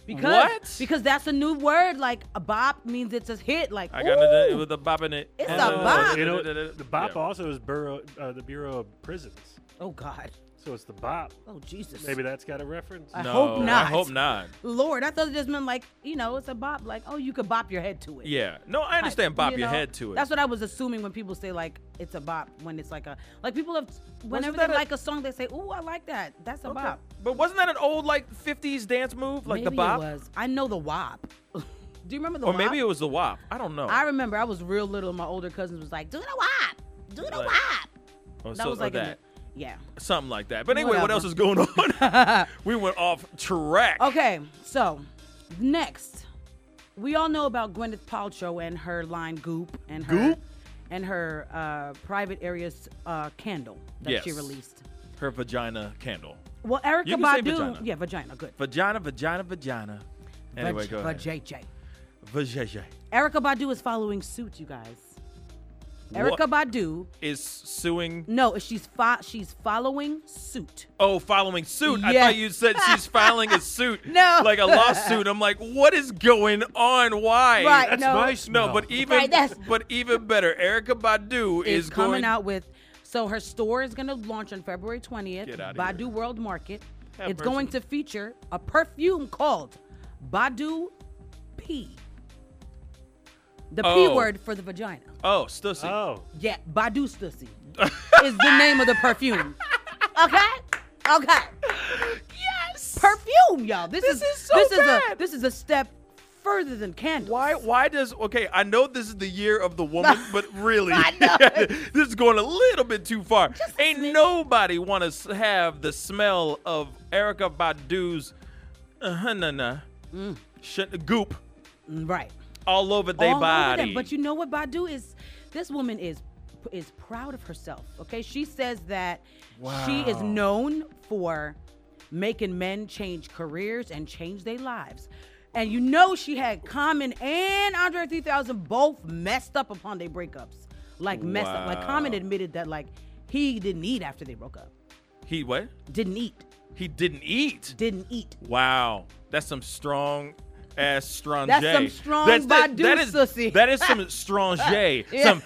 S3: because
S2: what?
S3: because that's a new word. Like a bop means it's a hit. Like
S2: I got
S3: ooh.
S2: it with the bop in it.
S3: It's
S11: And,
S3: a
S11: uh,
S3: bop.
S11: You know, the bop
S2: Yeah.
S11: also is Bureau, uh, the Bureau of Prisons.
S3: Oh God.
S11: So it's the bop.
S3: Oh Jesus.
S11: Maybe that's got a reference.
S3: I No, hope
S2: I
S3: not.
S2: hope not.
S3: Lord, I thought it just meant like you know, it's a bop. Like oh, you could bop your head to it.
S2: Yeah. No, I understand bop
S3: You
S2: your
S3: know?
S2: head to it.
S3: That's what I was assuming when people say like it's a bop when it's like a like people have whenever they
S2: that a-
S3: like a song they say ooh I like that that's a
S2: Okay.
S3: bop.
S2: But wasn't that an old like '50s dance move, like
S3: maybe
S2: the bop?
S3: It was. I know the wop. Do you remember the
S2: or
S3: wop?
S2: maybe it was the wop. I don't know.
S3: I remember I was real little. and My older cousins was like do the wop, do the
S2: Like-
S3: wop.
S2: Oh,
S3: that
S2: so-
S3: was
S2: or
S3: like in
S2: that.
S3: the- yeah.
S2: Something like that. But anyway, what
S3: Whatever.
S2: else is going on? we went off track.
S3: Okay, so next, we all know about Gwyneth Paltrow and her line Goop and her
S2: Goop?
S3: and her uh, private areas uh, candle that
S2: yes.
S3: she released.
S2: Her vagina candle.
S3: Well, Erica
S2: You can say
S3: Badu,
S2: vagina.
S3: yeah, vagina, good.
S2: Vagina, vagina, vagina. Anyway,
S3: Vag-
S2: go ahead.
S3: vajayjay.
S2: Vajayjay.
S3: Erica Badu is following suit, you guys. Erica
S2: What
S3: Badu,
S2: Is suing.
S3: no, she's fo- she's following suit.
S2: Oh, following suit. I
S3: Yeah.
S2: thought you said she's filing a suit.
S3: No.
S2: Like a lawsuit. I'm like, what is going on? Why?
S3: Right, That's no. my
S2: No,
S3: smell.
S2: but even
S3: Right, that's-
S2: but even better, Erica Badu is,
S3: is coming
S2: going
S3: out with. So her store is going to launch on February 20th,
S2: Get outta
S3: Badu World Market.
S2: Have
S3: it's
S2: mercy.
S3: going to feature a perfume called Badu P. The P
S2: Oh.
S3: word for the vagina.
S2: Oh, Stussy.
S11: Oh.
S3: Yeah, Badu Stussy is the name of the perfume. Okay? Okay. Yes. Perfume, y'all. This,
S2: This
S3: is,
S2: is so
S3: this is a
S2: bad.
S3: this is a step further than candles.
S2: Why? Why does? Okay, I know this is the year of the woman, but really, this is going a little bit too far. Ain't nobody want to have the smell of Erica Badu's uh, na na sh- goop
S3: Mm, Right.
S2: all over their
S3: Mm. all over them.
S2: body.
S3: But you know what Badu is? This woman is is proud of herself. Okay, she says that she is known for making men change careers and change their lives. And you know she had Common and Andre 3000 both messed up upon their breakups, like messed up. Like Common
S2: Wow.
S3: admitted that like he didn't eat after they broke up.
S2: He what?
S3: Didn't eat.
S2: He didn't eat.
S3: Didn't eat.
S2: Wow, that's some strong ass strange.
S3: That's some strong Badu
S2: that is,
S3: sussy.
S2: That is some strange. Some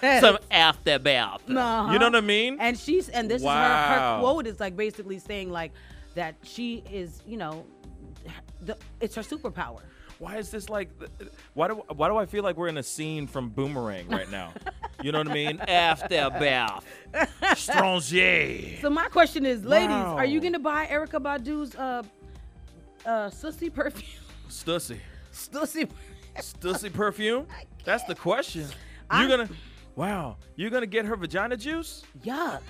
S3: Yes.
S2: some aftermath.
S3: Uh-huh.
S2: You know what I mean?
S3: And she's and this is her, her
S2: Wow.
S3: quote is like basically saying like that she is you know the, it's her superpower.
S2: Why is this like? Why do why do I feel like we're in a scene from Boomerang right now? you know what I mean? Aftermath. Strange.
S3: So my question is, ladies,
S2: Wow.
S3: are you gonna buy Erica Badu's uh uh sussy perfume?
S2: Stussy.
S3: Stussy.
S2: Stussy perfume? That's the question. You're gonna Wow. You're gonna get her vagina juice?
S3: Yuck.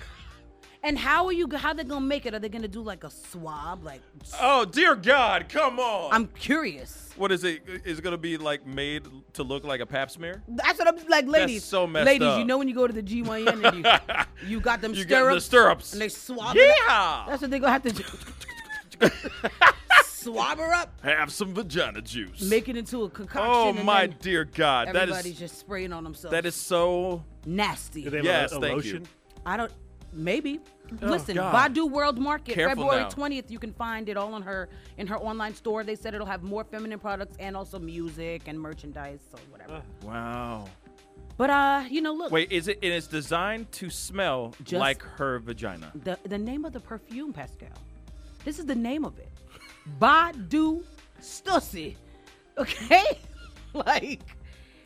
S3: And how are you? How they gonna make it? Are they gonna do like a swab? Like
S2: Oh dear God, come on.
S3: I'm curious.
S2: What is it? Is it gonna be like made to look like a pap smear?
S3: that's what I'm like, ladies.
S2: so messed
S3: ladies, you
S2: up.
S3: know when you go to the G1 and you, you got them
S2: You got
S3: stirrups,
S2: the stirrups.
S3: and they swab. it up.
S2: Yeah.
S3: that's what they gonna have to do. swab her up,
S2: Have some vagina juice.
S3: make it into a concoction.
S2: oh
S3: and
S2: my
S3: then
S2: dear God. That
S3: Everybody's
S2: is
S3: just spraying on themselves.
S2: that is so
S3: nasty.
S11: Do they have a-
S2: yes,
S11: a
S2: thank
S11: lotion?
S2: you.
S3: I don't. Maybe.
S2: Oh,
S3: Listen,
S2: God.
S3: Badu World Market,
S2: Careful
S3: February
S2: now.
S3: twentieth. You can find it all on her in her online store. They said it'll have more feminine products and also music and merchandise, so whatever.
S2: Wow.
S3: but uh, you know, look.
S2: Wait, is it it is designed to smell
S3: Just-
S2: like her vagina.
S3: The the name of the perfume, Pascal. This is the name of it. Badu Stussy. Okay? like,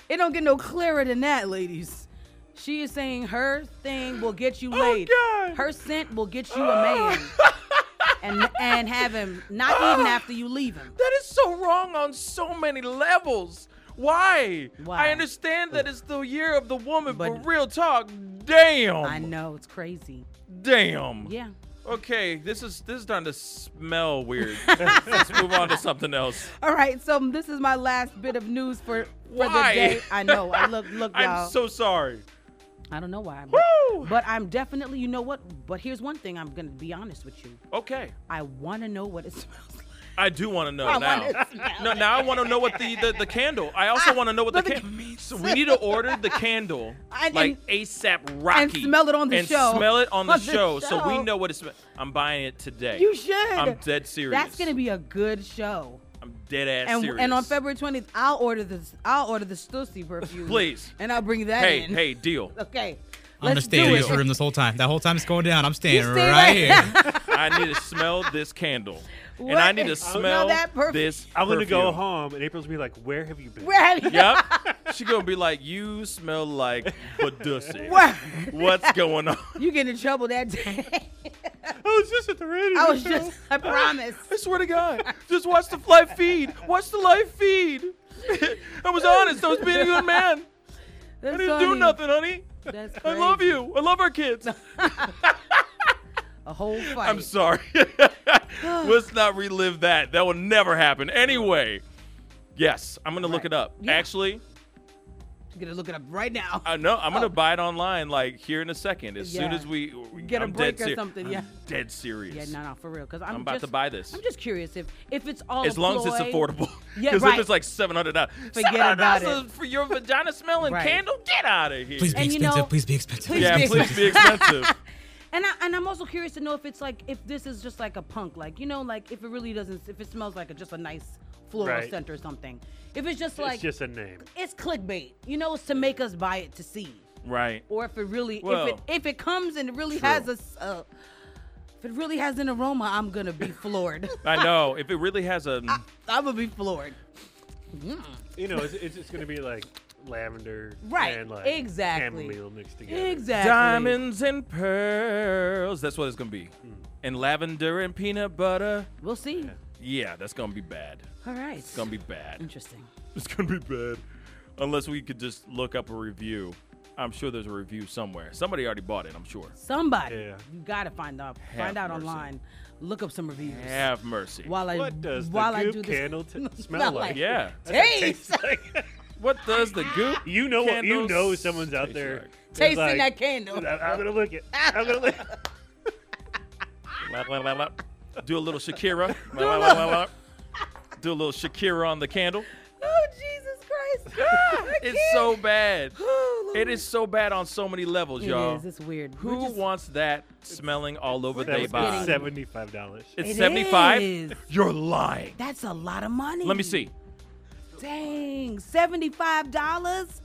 S3: it don't get no clearer than that, ladies. She is saying her thing will get
S2: Oh,
S3: you laid. Her scent will get you a man. and and have him not
S2: Oh.
S3: even after you leave him.
S2: That is so wrong on so many levels. Why? I understand that it's the year of the woman, but, real talk, damn.
S3: I know, it's crazy.
S2: Damn.
S3: Yeah.
S2: Okay, this is this is starting to smell weird. Let's move on to something else.
S3: All right, so this is my last bit of news for, for the
S2: Why?
S3: day. I know. I look look y'all.
S2: I'm so sorry.
S3: I don't know why. But, but I'm definitely, you know what? But here's one thing I'm going to be honest with you.
S2: Okay.
S3: I want to know what it smells like.
S2: I do want to know
S3: I
S2: now.
S3: wanna Ah, smell
S2: No, now I want to know what the, the, the candle. I also want to know what the
S3: but the-
S2: candle. So we need to order the candle
S3: And-
S2: like ASAP Rocky
S3: smell it on the
S2: and
S3: show.
S2: smell it on the,
S3: On the
S2: show, so we
S3: show.
S2: know what it smells. I'm buying it today.
S3: You should.
S2: I'm dead serious.
S3: That's going to be a good show.
S2: I'm dead ass
S3: And,
S2: serious.
S3: and on February 20th, I'll order this. I'll order the Stussy perfume.
S2: Please.
S3: And I'll bring that
S2: hey
S3: in.
S2: hey deal.
S3: Okay.
S4: I'm gonna
S3: Let's
S4: stay
S3: do
S4: in
S3: it.
S4: this room this whole time. That whole time it's going down. I'm
S3: You
S4: staying
S3: stay
S4: right here.
S2: I need to smell this candle,
S3: What?
S2: and I need to
S3: Smell
S2: smell
S3: that perfume.
S2: this.
S11: I'm gonna go
S2: perfume.
S11: home, and April's gonna be like, "Where have you been?"
S3: Where have you-
S2: Yep. She gonna be like, "You smell like Badussy.
S3: Word.
S2: What's going on?"
S3: You get in trouble that day.
S11: I was just at the radio.
S3: I was just, I promise.
S2: I swear to God, just watch the live feed. Watch the live feed. I was honest. I was being a good man. I
S3: That's
S2: didn't do
S3: funny.
S2: nothing, honey.
S3: That's
S2: I love
S3: crazy.
S2: you. I love our kids.
S3: A whole fight.
S2: I'm sorry. Let's not relive that. That will never happen. Anyway, yes, I'm gonna look it up. Actually,
S3: I'm going to look it up right now.
S2: I know I'm gonna buy it online like here in a second. As soon
S3: Oh. Yeah.
S2: as we
S3: Get a
S2: I'm
S3: break
S2: dead
S3: or
S2: ser-
S3: something,
S2: I'm
S3: yeah.
S2: dead serious.
S3: Yeah, no, no, for real. Because I'm,
S2: I'm about to
S3: just-
S2: buy this.
S3: I'm just curious if if it's all
S2: As
S3: a
S2: long as it's
S3: ploy.
S2: affordable.
S3: Yeah,
S2: Because
S3: right.
S2: if it's like seven hundred dollars,
S3: Forget about it.
S2: for your vagina smelling
S3: Right.
S2: candle, get out of here.
S4: Please be
S3: And you know-
S4: expensive. please be expensive.
S3: Please
S2: yeah,
S3: be
S2: please be expensive.
S3: And I and I'm also curious to know if it's like if this is just like a punk, like you know, like if it really doesn't, if it smells like a, just a nice floral
S11: Right.
S3: scent or something. If it's just
S11: It's
S3: like
S11: just a name.
S3: it's clickbait, you know, it's to make us buy it to see,
S2: right.
S3: or if it really,
S2: Well,
S3: if it if it comes and it really
S2: true.
S3: has a, s- uh, if it really has an aroma, I'm gonna be floored.
S2: I know. If it really has a
S3: I'm gonna be floored.
S11: You know, it's, it's just gonna be like lavender,
S3: Right,
S11: And like
S3: exactly.
S11: chamomile mixed together.
S3: Exactly.
S2: diamonds and pearls, that's what it's gonna be. And lavender and peanut butter.
S3: We'll see.
S2: Yeah, that's gonna be bad.
S3: All right.
S2: It's gonna be bad.
S3: Interesting.
S2: It's gonna be bad. Unless we could just look up a review. I'm sure there's a review somewhere. Somebody already bought it. I'm sure.
S3: Somebody,
S11: Yeah.
S3: you gotta find out.
S2: Have
S3: find out
S2: mercy.
S3: online. Look up some reviews.
S2: Have mercy.
S3: While I
S11: What does
S3: while
S11: the
S3: I do
S11: goop
S3: this.
S11: candle t- smell like?
S2: yeah.
S3: Taste.
S11: It's like-
S2: What does the goop?
S11: You know what- you
S2: candles
S11: know someone's out
S2: taste
S11: there.
S2: like?
S3: Tasting
S11: like,
S3: that candle.
S11: I'm gonna lick it. I'm gonna lick.
S2: Lap, lap, lap, lap. Do a little Shakira. Lap,
S3: Do a
S2: lap, lap,
S3: little-
S2: lap, lap. Do a little Shakira on the candle.
S3: Oh Jesus Christ! I
S2: It's
S3: can't.
S2: so bad.
S3: Oh,
S2: It is so bad on so many levels,
S3: It
S2: y'all.
S3: is. It's weird. We're
S2: Who
S3: just-
S2: wants that smelling all over their
S11: That
S2: body?
S11: was seventy-five dollars.
S2: It's
S3: It
S2: 75?
S3: is.
S2: You're lying.
S3: That's a lot of money.
S2: Let me see.
S3: Dang, seventy-five dollars.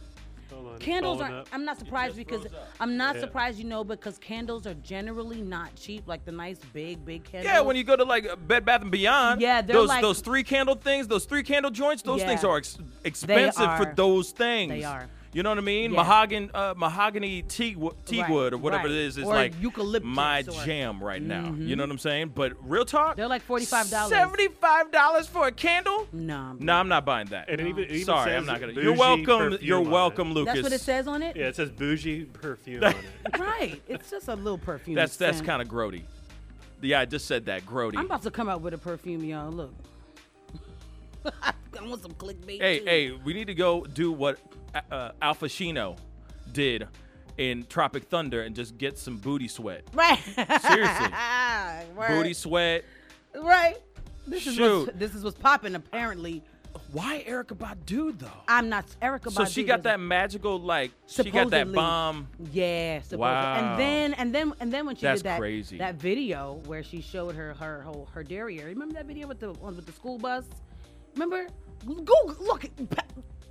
S3: Candles
S2: Going
S3: are.
S2: up.
S3: I'm not surprised because I'm not surprised. You know, because candles are generally not cheap. Like the nice big, big candles.
S2: Yeah, when you go to like uh, Bed Bath and Beyond,
S3: Yeah, they're
S2: those
S3: like-
S2: those three candle things, those three candle joints, those
S3: Yeah.
S2: things are ex- expensive for
S3: are.
S2: those things.
S3: They are.
S2: You know what I mean?
S3: Yeah.
S2: Mahogany, uh, mahogany tea, wo- tea
S3: Right,
S2: wood or whatever
S3: right.
S2: it is is
S3: Or
S2: like
S3: eucalyptus
S2: my
S3: or-
S2: jam right now. You
S3: Mhm.
S2: know what I'm saying? But real talk,
S3: They're like forty-five dollars.
S2: Seventy-five dollars for a candle?
S3: Nah.
S2: No, I'm not buying that.
S11: And it even- it even
S2: Sorry,
S11: says
S2: I'm not gonna.
S11: bougie
S2: You're welcome.
S11: perfume
S2: You're
S11: on it.
S2: welcome, Lucas.
S3: That's what it says on it.
S11: Yeah, it says bougie perfume on it.
S3: Right. It's just a little perfume.
S2: That's that's
S3: scent.
S2: kind of grody. Yeah, I just said that grody.
S3: I'm about to come out with a perfume, y'all. Look. I want some clickbait.
S2: Hey,
S3: too.
S2: hey, we need to go do what uh, uh, Alpha Shino did in Tropic Thunder and just get some booty sweat.
S3: Right.
S2: Seriously.
S3: Word.
S2: Booty sweat.
S3: Right. This is
S2: Shoot.
S3: what's, this is what's popping apparently.
S2: Why Erica Badu though?
S3: I'm not Erica
S2: So
S3: Badu.
S2: she got
S3: doesn't-
S2: that magical like she got that
S3: Supposedly.
S2: bomb.
S3: Yeah. supposedly.
S2: Wow.
S3: And then and then and then when she
S2: That's
S3: did that
S2: crazy.
S3: that video where she showed her her whole her derriere. Remember that video with the one with the school bus? Remember? Go look. Pa-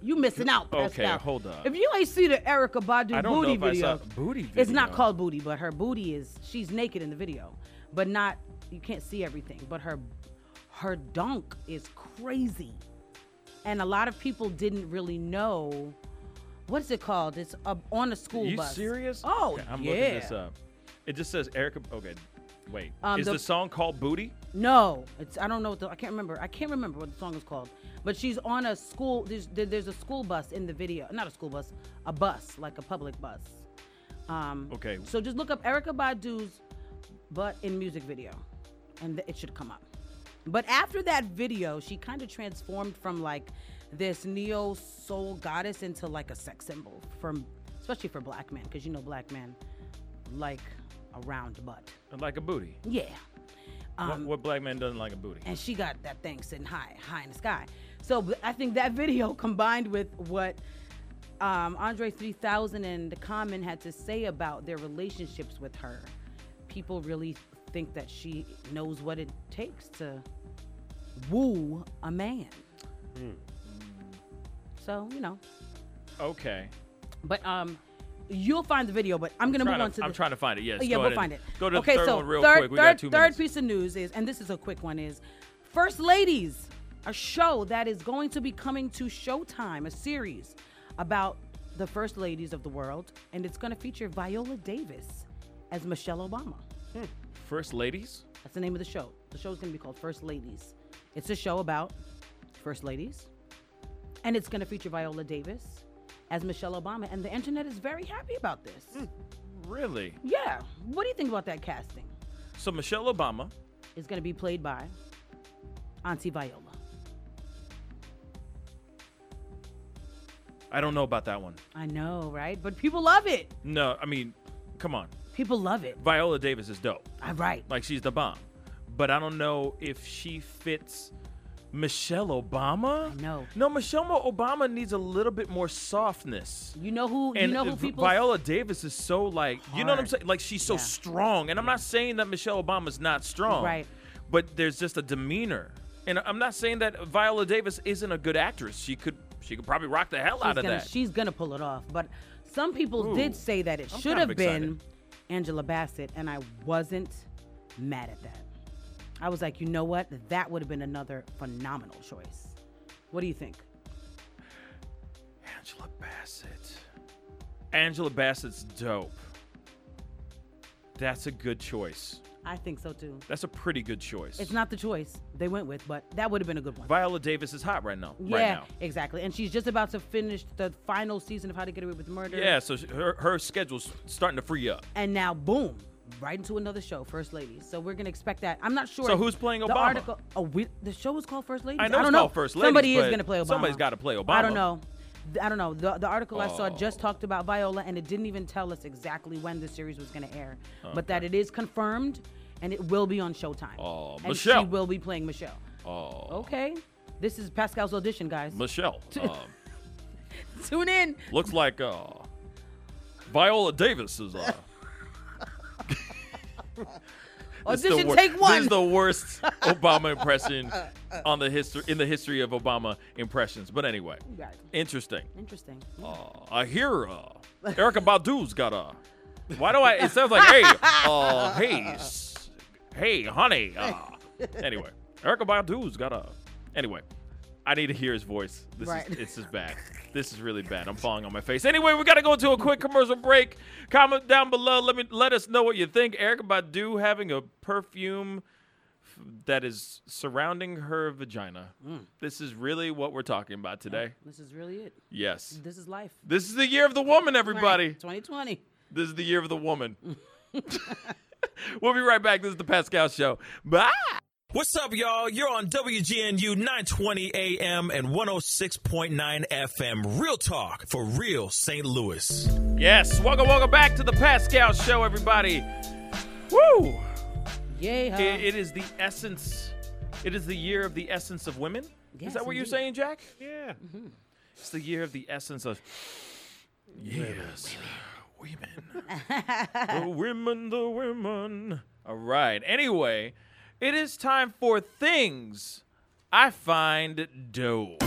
S3: You missing out.
S2: Okay,
S3: Pascal.
S2: hold up.
S3: If you ain't see the Erica Badu
S2: I don't know
S3: booty
S2: if I
S3: video,
S2: saw booty
S3: it's not
S2: video.
S3: called booty, but her booty is she's naked in the video, but not you can't see everything. But her her dunk is crazy, and a lot of people didn't really know what's it called. It's uh, on a school
S2: you
S3: bus.
S2: serious?
S3: Oh
S2: Okay, I'm
S3: yeah.
S2: looking this up. It just says Erica. Okay, wait.
S3: Um,
S2: is
S3: the-
S2: the song called Booty?
S3: No, it's I don't know what the, I can't remember. I can't remember what the song is called. But she's on a school. There's there- there's a school bus in the video. Not a school bus, a bus like a public bus. Um,
S2: Okay.
S3: So just look up Erica Badu's butt in music video, and th- it should come up. But after that video, she kind of transformed from like this neo soul goddess into like a sex symbol from especially for black men because you know black men like a round butt.
S2: Like a booty.
S3: Yeah.
S2: What- what, black man doesn't like a booty?
S3: And she got that thing sitting high, high in the sky. So but I think that video combined with what um, Andre 3000 and the Common had to say about their relationships with her, people really think that she knows what it takes to woo a man. So you know,
S2: Okay.
S3: but um, you'll find the video. But I'm, gonna
S2: trying
S3: move
S2: to-
S3: on to.
S2: I'm
S3: the-
S2: trying to find it, yes,
S3: Oh, yeah,
S2: go
S3: we'll
S2: ahead
S3: find
S2: and
S3: it.
S2: go to the
S3: okay,
S2: third
S3: so
S2: one real
S3: third,
S2: quick. We got
S3: third,
S2: two
S3: third
S2: minutes.
S3: piece of news is, and this is a quick one is, First Ladies, a show that is going to be coming to Showtime, a series about the first ladies of the world, and it's going to feature Viola Davis as Michelle Obama.
S2: First ladies.
S3: That's the name of the show. The show is going to be called First Ladies. It's a show about first ladies, and it's going to feature Viola Davis as Michelle Obama. And the internet is very happy about this.
S2: Hmm. Really?
S3: Yeah. What do you think about that casting?
S2: So Michelle Obama.
S3: Is going to be played by Auntie Viola.
S2: I don't know about that one.
S3: I know, right? But people love it.
S2: No, I mean, come on.
S3: People love it.
S2: Viola Davis is dope.
S3: All right.
S2: Like she's the bomb. But I don't know if she fits Michelle Obama.
S3: No.
S2: No, Michelle Mo- Obama needs a little bit more softness.
S3: You know who?
S2: And
S3: you know
S2: uh,
S3: who
S2: Vi-
S3: people?
S2: Viola Davis is so like, you know what I'm
S3: Hard.
S2: saying? Like she's so strong. And I'm not saying that Michelle Obama's not strong.
S3: Right.
S2: But there's just a demeanor. And I'm not saying that Viola Davis isn't a good actress. She could she could probably rock the hell
S3: she's
S2: out of
S3: gonna,
S2: that.
S3: She's gonna pull it off. But some people
S2: Ooh.
S3: did say that it
S2: I'm
S3: should
S2: kind of
S3: have been Angela Bassett, and I wasn't mad at that. I was like, you know what? That would have been another phenomenal choice. What do you think?
S2: Angela Bassett. Angela Bassett's dope. That's a good choice.
S3: I think so too.
S2: That's a pretty good choice.
S3: It's not the choice they went with, but that would have been a good one.
S2: Viola Davis is hot right now.
S3: Yeah,
S2: Right now.
S3: exactly. And she's just about to finish the final season of How to Get Away with Murder.
S2: Yeah, so she, her, her schedule's starting to free up.
S3: And now, boom, right into another show, First Ladies. So we're gonna expect that. I'm not sure.
S2: So who's playing
S3: the
S2: Obama?
S3: Article, oh, we, the show is called First Ladies.
S2: I know
S3: don't
S2: it's
S3: know.
S2: called First Ladies,
S3: Somebody is
S2: but
S3: gonna play Obama.
S2: somebody's gotta play
S3: I
S2: Obama.
S3: don't know. I don't know. The, the article I saw
S2: Oh.
S3: just talked about Viola, and it didn't even tell us exactly when the series was going to air, but that
S2: Okay.
S3: it is confirmed, and it will be on Showtime.
S2: Oh,
S3: and
S2: Michelle.
S3: she will be playing Michelle.
S2: Oh,
S3: Okay, this is Pascal's audition, guys.
S2: Michelle. Um,
S3: Tune in.
S2: looks like uh, Viola Davis is. Uh, this is the
S3: Audition
S2: wor-
S3: take one.
S2: This is the worst Obama impression on the history in the history of Obama impressions. But anyway,
S3: Right.
S2: interesting.
S3: Interesting.
S2: Uh, I hear uh, Erica Badu's got a. Why do I? It sounds like hey, uh, hey, s- hey, honey. Uh, anyway, Erica Badu's got a. Anyway, I need to hear his voice. This
S20: Right.
S2: is this is bad. This is really bad. I'm falling on my face. Anyway, we gotta go to a quick commercial break. Comment down below. Let me let us know what you think. Erica Badu having a perfume f- that is surrounding her vagina.
S3: Mm.
S2: This is really what we're talking about today.
S3: This is really it.
S2: Yes.
S3: This is life.
S2: This is the year of the woman, everybody.
S3: 2020.
S2: This is the year of the woman. we'll be right back. This is the Pascal Show. Bye.
S21: What's up, y'all? You're on WGNU 920 AM and 106.9 FM. Real talk for real St. Louis.
S2: Yes. Welcome, welcome back to the Pascal Show, everybody. Woo!
S3: Yeah.
S2: It- it is the essence. It is the year of the essence of women. is
S22: Yes,
S2: that what you're
S22: indeed.
S2: saying, Jack?
S11: Yeah.
S3: Mm-hmm.
S2: It's the year of the essence of. Yes. the women, the women. All right. Anyway, it is time for things I find dope.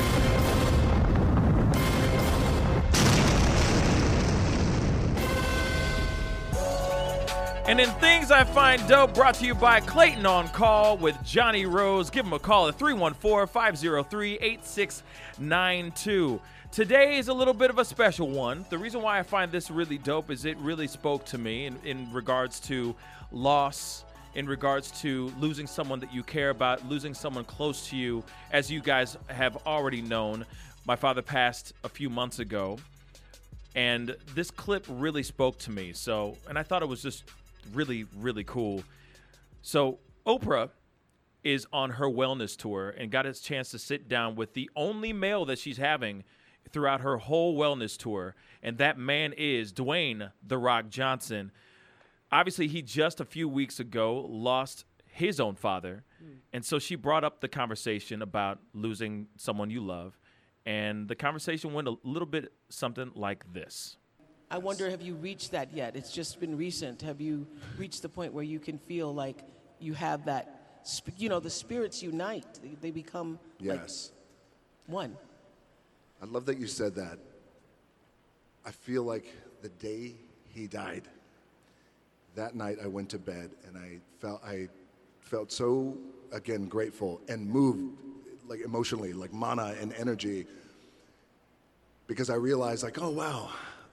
S2: And in Things I Find Dope, brought to you by Clayton on Call with Johnny Rose. Give him a call at 314 503 8692. Today is a little bit of a special one. The reason why I find this really dope is it really spoke to me in, in regards to loss, in regards to losing someone that you care about, losing someone close to you. As you guys have already known, my father passed a few months ago and this clip really spoke to me. So, and I thought it was just really, really cool. So, Oprah is on her wellness tour and got his chance to sit down with the only male that she's having throughout her whole wellness tour, and that man is Dwayne The Rock Johnson. Obviously, he just a few weeks ago lost his own father. And so she brought up the conversation about losing someone you love. And the conversation went a little bit something like this.
S23: I wonder, have you reached that yet? It's just been recent. Have you reached the point where you can feel like you have that, sp- you know, the spirits unite, they, they become like
S1: Yes.
S23: one.
S1: I love that you said that. I feel like the day he died, that night I went to bed and I felt I felt so again grateful and moved like emotionally, like mana and energy because I realized like, oh wow,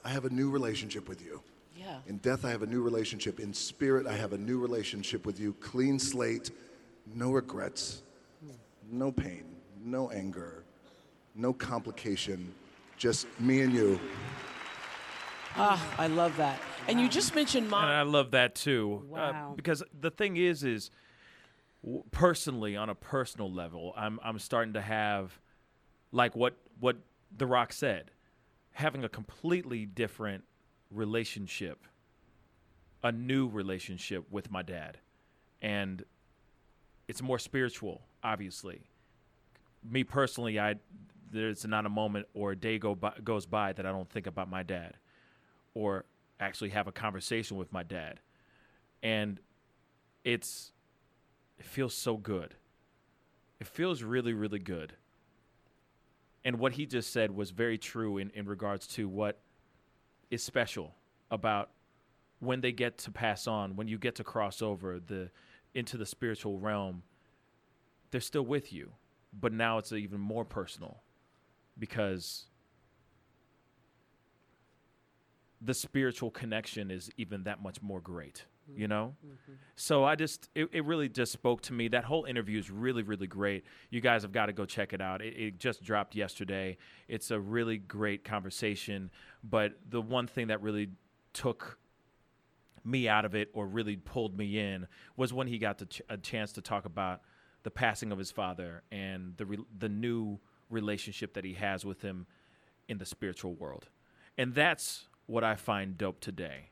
S1: I have a new relationship with you.
S23: Yeah.
S1: In death, I have a new relationship. In spirit, I have a new relationship with you. Clean slate, no regrets, no pain, no anger, no complication, just me and you.
S23: Ah, I love that. And you just mentioned
S2: And
S23: mom.
S2: I love that too. uh,
S23: Wow.
S2: because the thing is, is w- personally, on a personal level, I'm, I'm starting to have, like what, what The Rock said, having a completely different relationship, a new relationship with my dad. And it's more spiritual, obviously. Me personally, I there's not a moment or a day go by, goes by that I don't think about my dad, or actually have a conversation with my dad, and it's it feels so good. It feels really, really good. And what he just said was very true in, in regards to what is special about when they get to pass on, when you get to cross over the into the spiritual realm, they're still with you. But now it's even more personal because the spiritual connection is even that much more great, you know? So I just, it, it really just spoke to me. That whole interview is really, really great. You guys have got to go check it out. It, it just dropped yesterday. It's a really great conversation. But the one thing that really took me out of it or really pulled me in was when he got the ch- a chance to talk about the passing of his father and the re- the new relationship that he has with him in the spiritual world. And that's what I find dope today.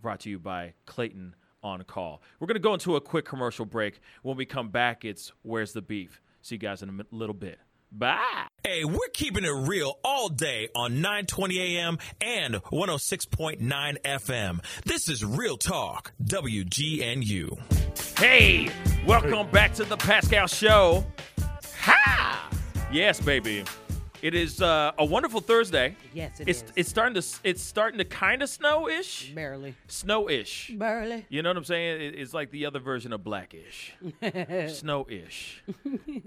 S2: Brought to you by Clayton on Call. We're going to go into a quick commercial break. When we come back, it's Where's the Beef? See you guys in a mi- little bit. Bye.
S21: Hey, we're keeping it real all day on 920 AM and 106.9 FM. This is Real Talk, WGNU.
S2: Hey, welcome back to the Pascal Show. Ha! Yes, baby. It is uh, a wonderful Thursday.
S3: Yes, it
S2: it's,
S3: is.
S2: It's starting to s- it's starting to kind of snow ish.
S3: Barely.
S2: Snow ish.
S3: Barely.
S2: You know what I'm saying? It- it's like the other version of blackish, snow ish,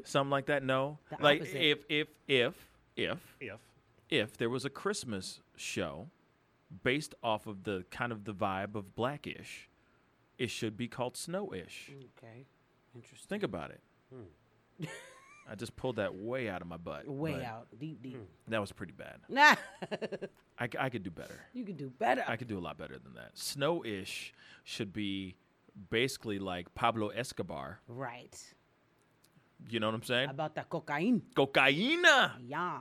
S2: something like that. No,
S22: The
S2: like
S22: opposite.
S2: if if if if
S11: If.
S2: if there was a Christmas show based off of the kind of the vibe of blackish, it should be called snow ish.
S3: Okay. Interesting.
S2: Think about it. I just pulled that way out of my butt.
S3: Hmm. Way
S2: but
S3: out, deep, deep.
S2: That was pretty bad.
S3: Nah.
S2: I, c- I could do better.
S3: You could do better.
S2: I could do a lot better than that. Snow ish should be basically like Pablo Escobar.
S3: right.
S2: You know what I'm saying?
S3: About the cocaine.
S2: Cocaina.
S3: Yeah.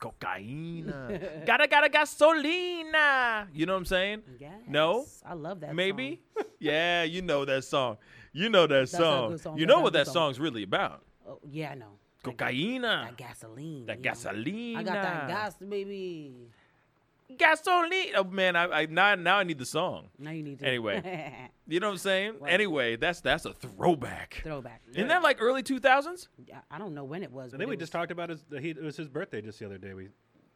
S2: Cocaina. gotta, gotta, gasolina. You know what I'm saying? No?
S3: I love that.
S2: Maybe? yeah, you know that song. You know that
S3: That's a
S2: song.
S3: good song.
S2: You
S3: That's
S2: know
S3: a
S2: what
S3: good
S2: that
S3: song.
S2: song's really about.
S3: Oh, yeah, I know.
S2: Cocaina.
S3: That gasoline.
S2: Ah. That
S3: you know.
S2: gasoline.
S3: I got that gas, baby.
S2: Gasoline. Oh man, I, I now now I need the song.
S3: Now you need to.
S2: Anyway. You know what I'm saying? Anyway, that's that's a throwback.
S3: Throwback.
S2: Isn't that like early 2000s?
S3: Yeah, I don't know when it was.
S11: I
S3: but
S11: think we
S3: it
S11: just talked about his, the, he, it was his birthday just the other day. We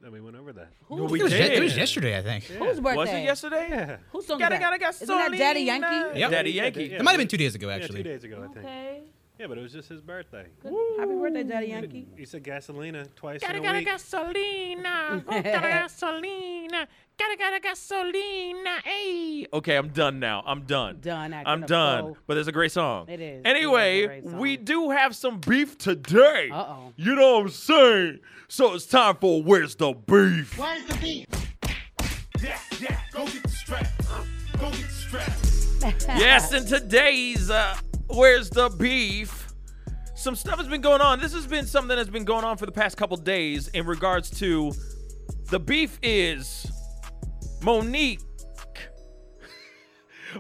S11: and we went over that.
S3: Who-
S4: It was, ye- it was yesterday, I think.
S3: Whose birthday?
S11: Was it
S2: yesterday?
S11: Yeah.
S3: Whose song
S2: Gotta,
S3: is that?
S2: gotta,
S3: Isn't that Daddy Yankee?
S4: Yep.
S2: Daddy Yankee.
S4: It might have been two days ago, actually.
S11: Yeah, two days ago, I think.
S3: Okay.
S11: Yeah, but it was just his birthday.
S3: Happy birthday, Daddy Yankee.
S11: He said gasolina twice
S2: Gotta,
S11: in a
S2: gotta,
S11: week.
S2: gasolina. Gotta, gasolina. Gotta, gotta, gasolina. Hey. Okay, I'm done now. I'm done.
S3: Done. I
S2: I'm
S3: could've
S2: done.
S3: told.
S2: But it's a great song.
S3: It is. It is a
S2: Anyway,
S3: great song.
S2: we do have some beef today.
S3: Uh-oh.
S2: You know what I'm saying? So it's time for Where's the Beef?
S20: Where's the beef? Yeah, yeah, go get the strap. Go get the strap.
S2: yes, and today's uh, Where's the Beef? Some stuff has been going on. This has been something that's been going on for the past couple days in regards to the beef is Monique.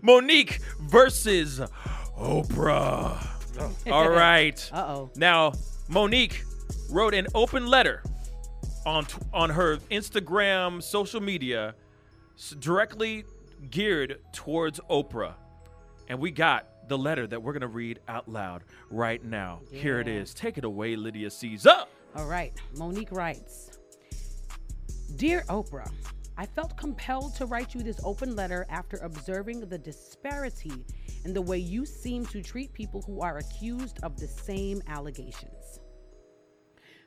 S2: Monique versus Oprah. All right.
S3: Uh oh.
S2: Now, Monique wrote an open letter on t- on her Instagram social media s- directly geared towards Oprah. And we got the letter that we're going to read out loud right now. Here it
S3: Yeah.
S2: is. Take it away, Lydia Caesar.
S3: All right. Monique writes Dear Oprah, I felt compelled to write you this open letter after observing the disparity in the way you seem to treat people who are accused of the same allegations.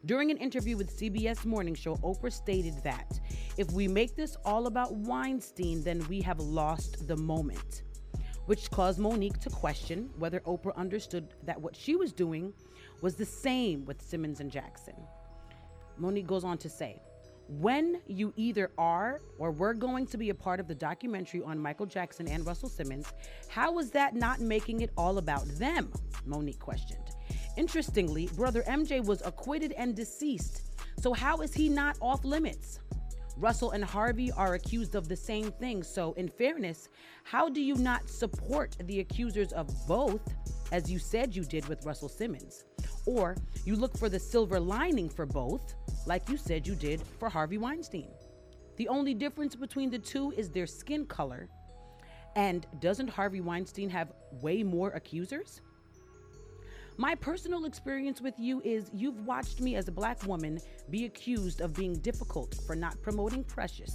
S3: During an interview with CBS Morning Show, Oprah stated that if we make this all about Weinstein, then we have lost the moment, which caused Monique to question whether Oprah understood that what she was doing was the same with Simmons and Jackson. Monique goes on to say, when you either are or were going to be a part of the documentary on Michael Jackson and Russell Simmons, how is that not making it all about them? Monique questioned. Interestingly, brother MJ was acquitted and deceased, so how is he not off limits? Russell and Harvey are accused of the same thing, so in fairness, how do you not support the accusers of both as you said you did with Russell Simmons? Or you look for the silver lining for both, like you said you did for Harvey Weinstein. The only difference between the two is their skin color. And doesn't Harvey Weinstein have way more accusers? My personal experience with you is you've watched me as a black woman be accused of being difficult for not promoting Precious,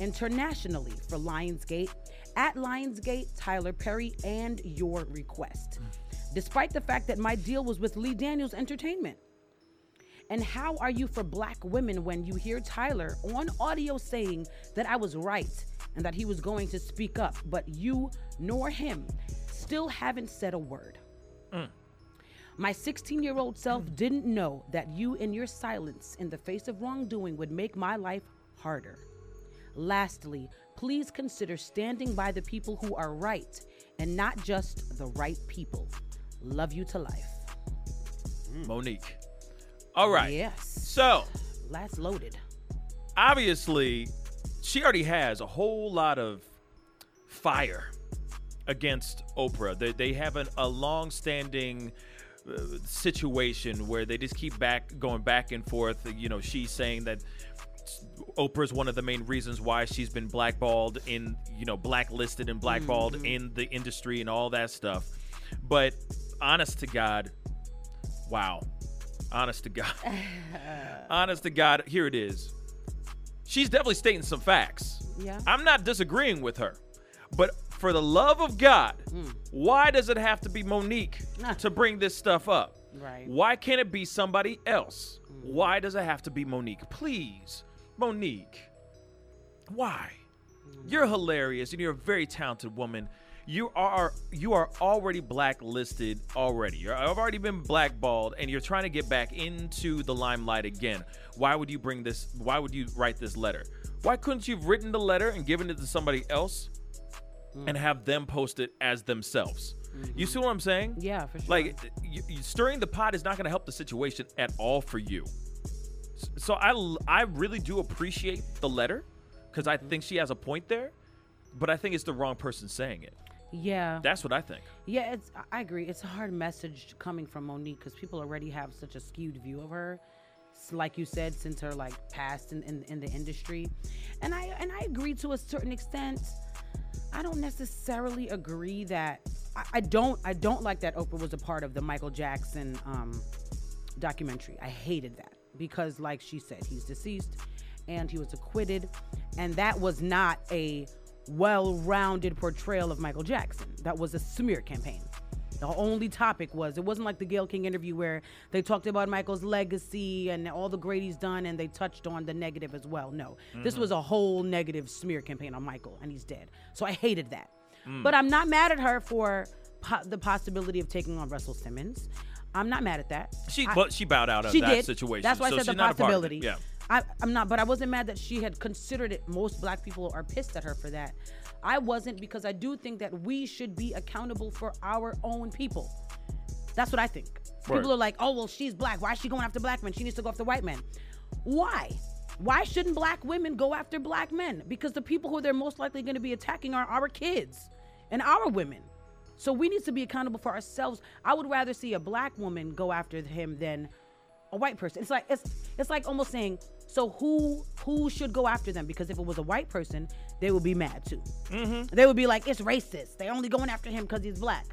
S3: internationally for Lionsgate, at Lionsgate, Tyler Perry, and your request, despite the fact that my deal was with Lee Daniels Entertainment. And how are you for black women when you hear Tyler on audio saying that I was right and that he was going to speak up, but you nor him still haven't said a word? My 16 year old self didn't know that you and your silence in the face of wrongdoing would make my life harder. Lastly, please consider standing by the people who are right and not just the right people. Love you to life.
S2: Monique. All right.
S3: Yes.
S2: So
S3: Last loaded.
S2: obviously, she already has a whole lot of fire against Oprah. They, they have an, a long standing situation where they just keep back going back and forth. You know, she's saying that Oprah's one of the main reasons why she's been blackballed in, you know, blacklisted and blackballed in the industry and all that stuff. But honest to God, wow. Honest to God. honest to God, here it is. She's definitely stating some facts.
S3: Yeah.
S2: I'm not disagreeing with her. But for the love of God, why does it have to be Monique to bring this stuff up?
S3: Right.
S2: Why can't it be somebody else? Why does it have to be Monique? Please, Monique, why? You're hilarious and you're a very talented woman. You are you are already blacklisted already. You're, I've already been blackballed and you're trying to get back into the limelight again. Why would you bring this why would you write this letter? Why couldn't you have written the letter and given it to somebody else
S3: Mm.
S2: and have them post it as themselves? You see what I'm saying?
S3: Mm-hmm. Yeah, for sure.
S2: Like you, you, stirring the pot is not going to help the situation at all for you. S- So I l- I really do appreciate the letter because I
S3: Mm-hmm.
S2: think she has a point there, but I think it's the wrong person saying it.
S3: yeah.
S2: That's what I think.
S3: Yeah, it's. I- I agree. It's a hard message coming from Monique because people already have such a skewed view of her, s- like you said, since her like past in, in, in the industry, and I and I agree to a certain extent. I don't necessarily agree that I, I don't I don't like that Oprah was a part of the Michael Jackson um, documentary. I hated that because, like she said, he's deceased and he was acquitted, and that was not a well-rounded portrayal of Michael Jackson. That was a smear campaign. The only topic was it wasn't like the Gail King interview where they talked about Michael's legacy and all the great he's done, and they touched on the negative as well. No, this
S24: Mhm.
S3: was a whole negative smear campaign on Michael, and he's dead. So I hated that.
S24: Mm.
S3: But I'm not mad at her for po- the possibility of taking on Russell Simmons. I'm not mad at that.
S2: She
S3: I-
S2: but she bowed out of
S3: she
S2: that
S3: did.
S2: situation.
S3: That's why
S2: so
S3: I said
S2: she's
S3: the
S2: not a part of
S3: possibility.
S2: it. Yeah.
S3: I, I'm not, but I wasn't mad that she had considered it. Most black people are pissed at her for that. I wasn't because I do think that we should be accountable for our own people. That's what I think.
S24: Right.
S3: People are like, oh, well, she's black. Why is she going after black men? She needs to go after white men. Why? Why shouldn't black women go after black men? Because the people who they're most likely going to be attacking are our kids and our women. So we need to be accountable for ourselves. I would rather see a black woman go after him than a white person. It's like it's it's like almost saying, so who who should go after them? Because if it was a white person, they would be mad too. Mm-hmm. They would be like, it's racist. They only going after him because he's black.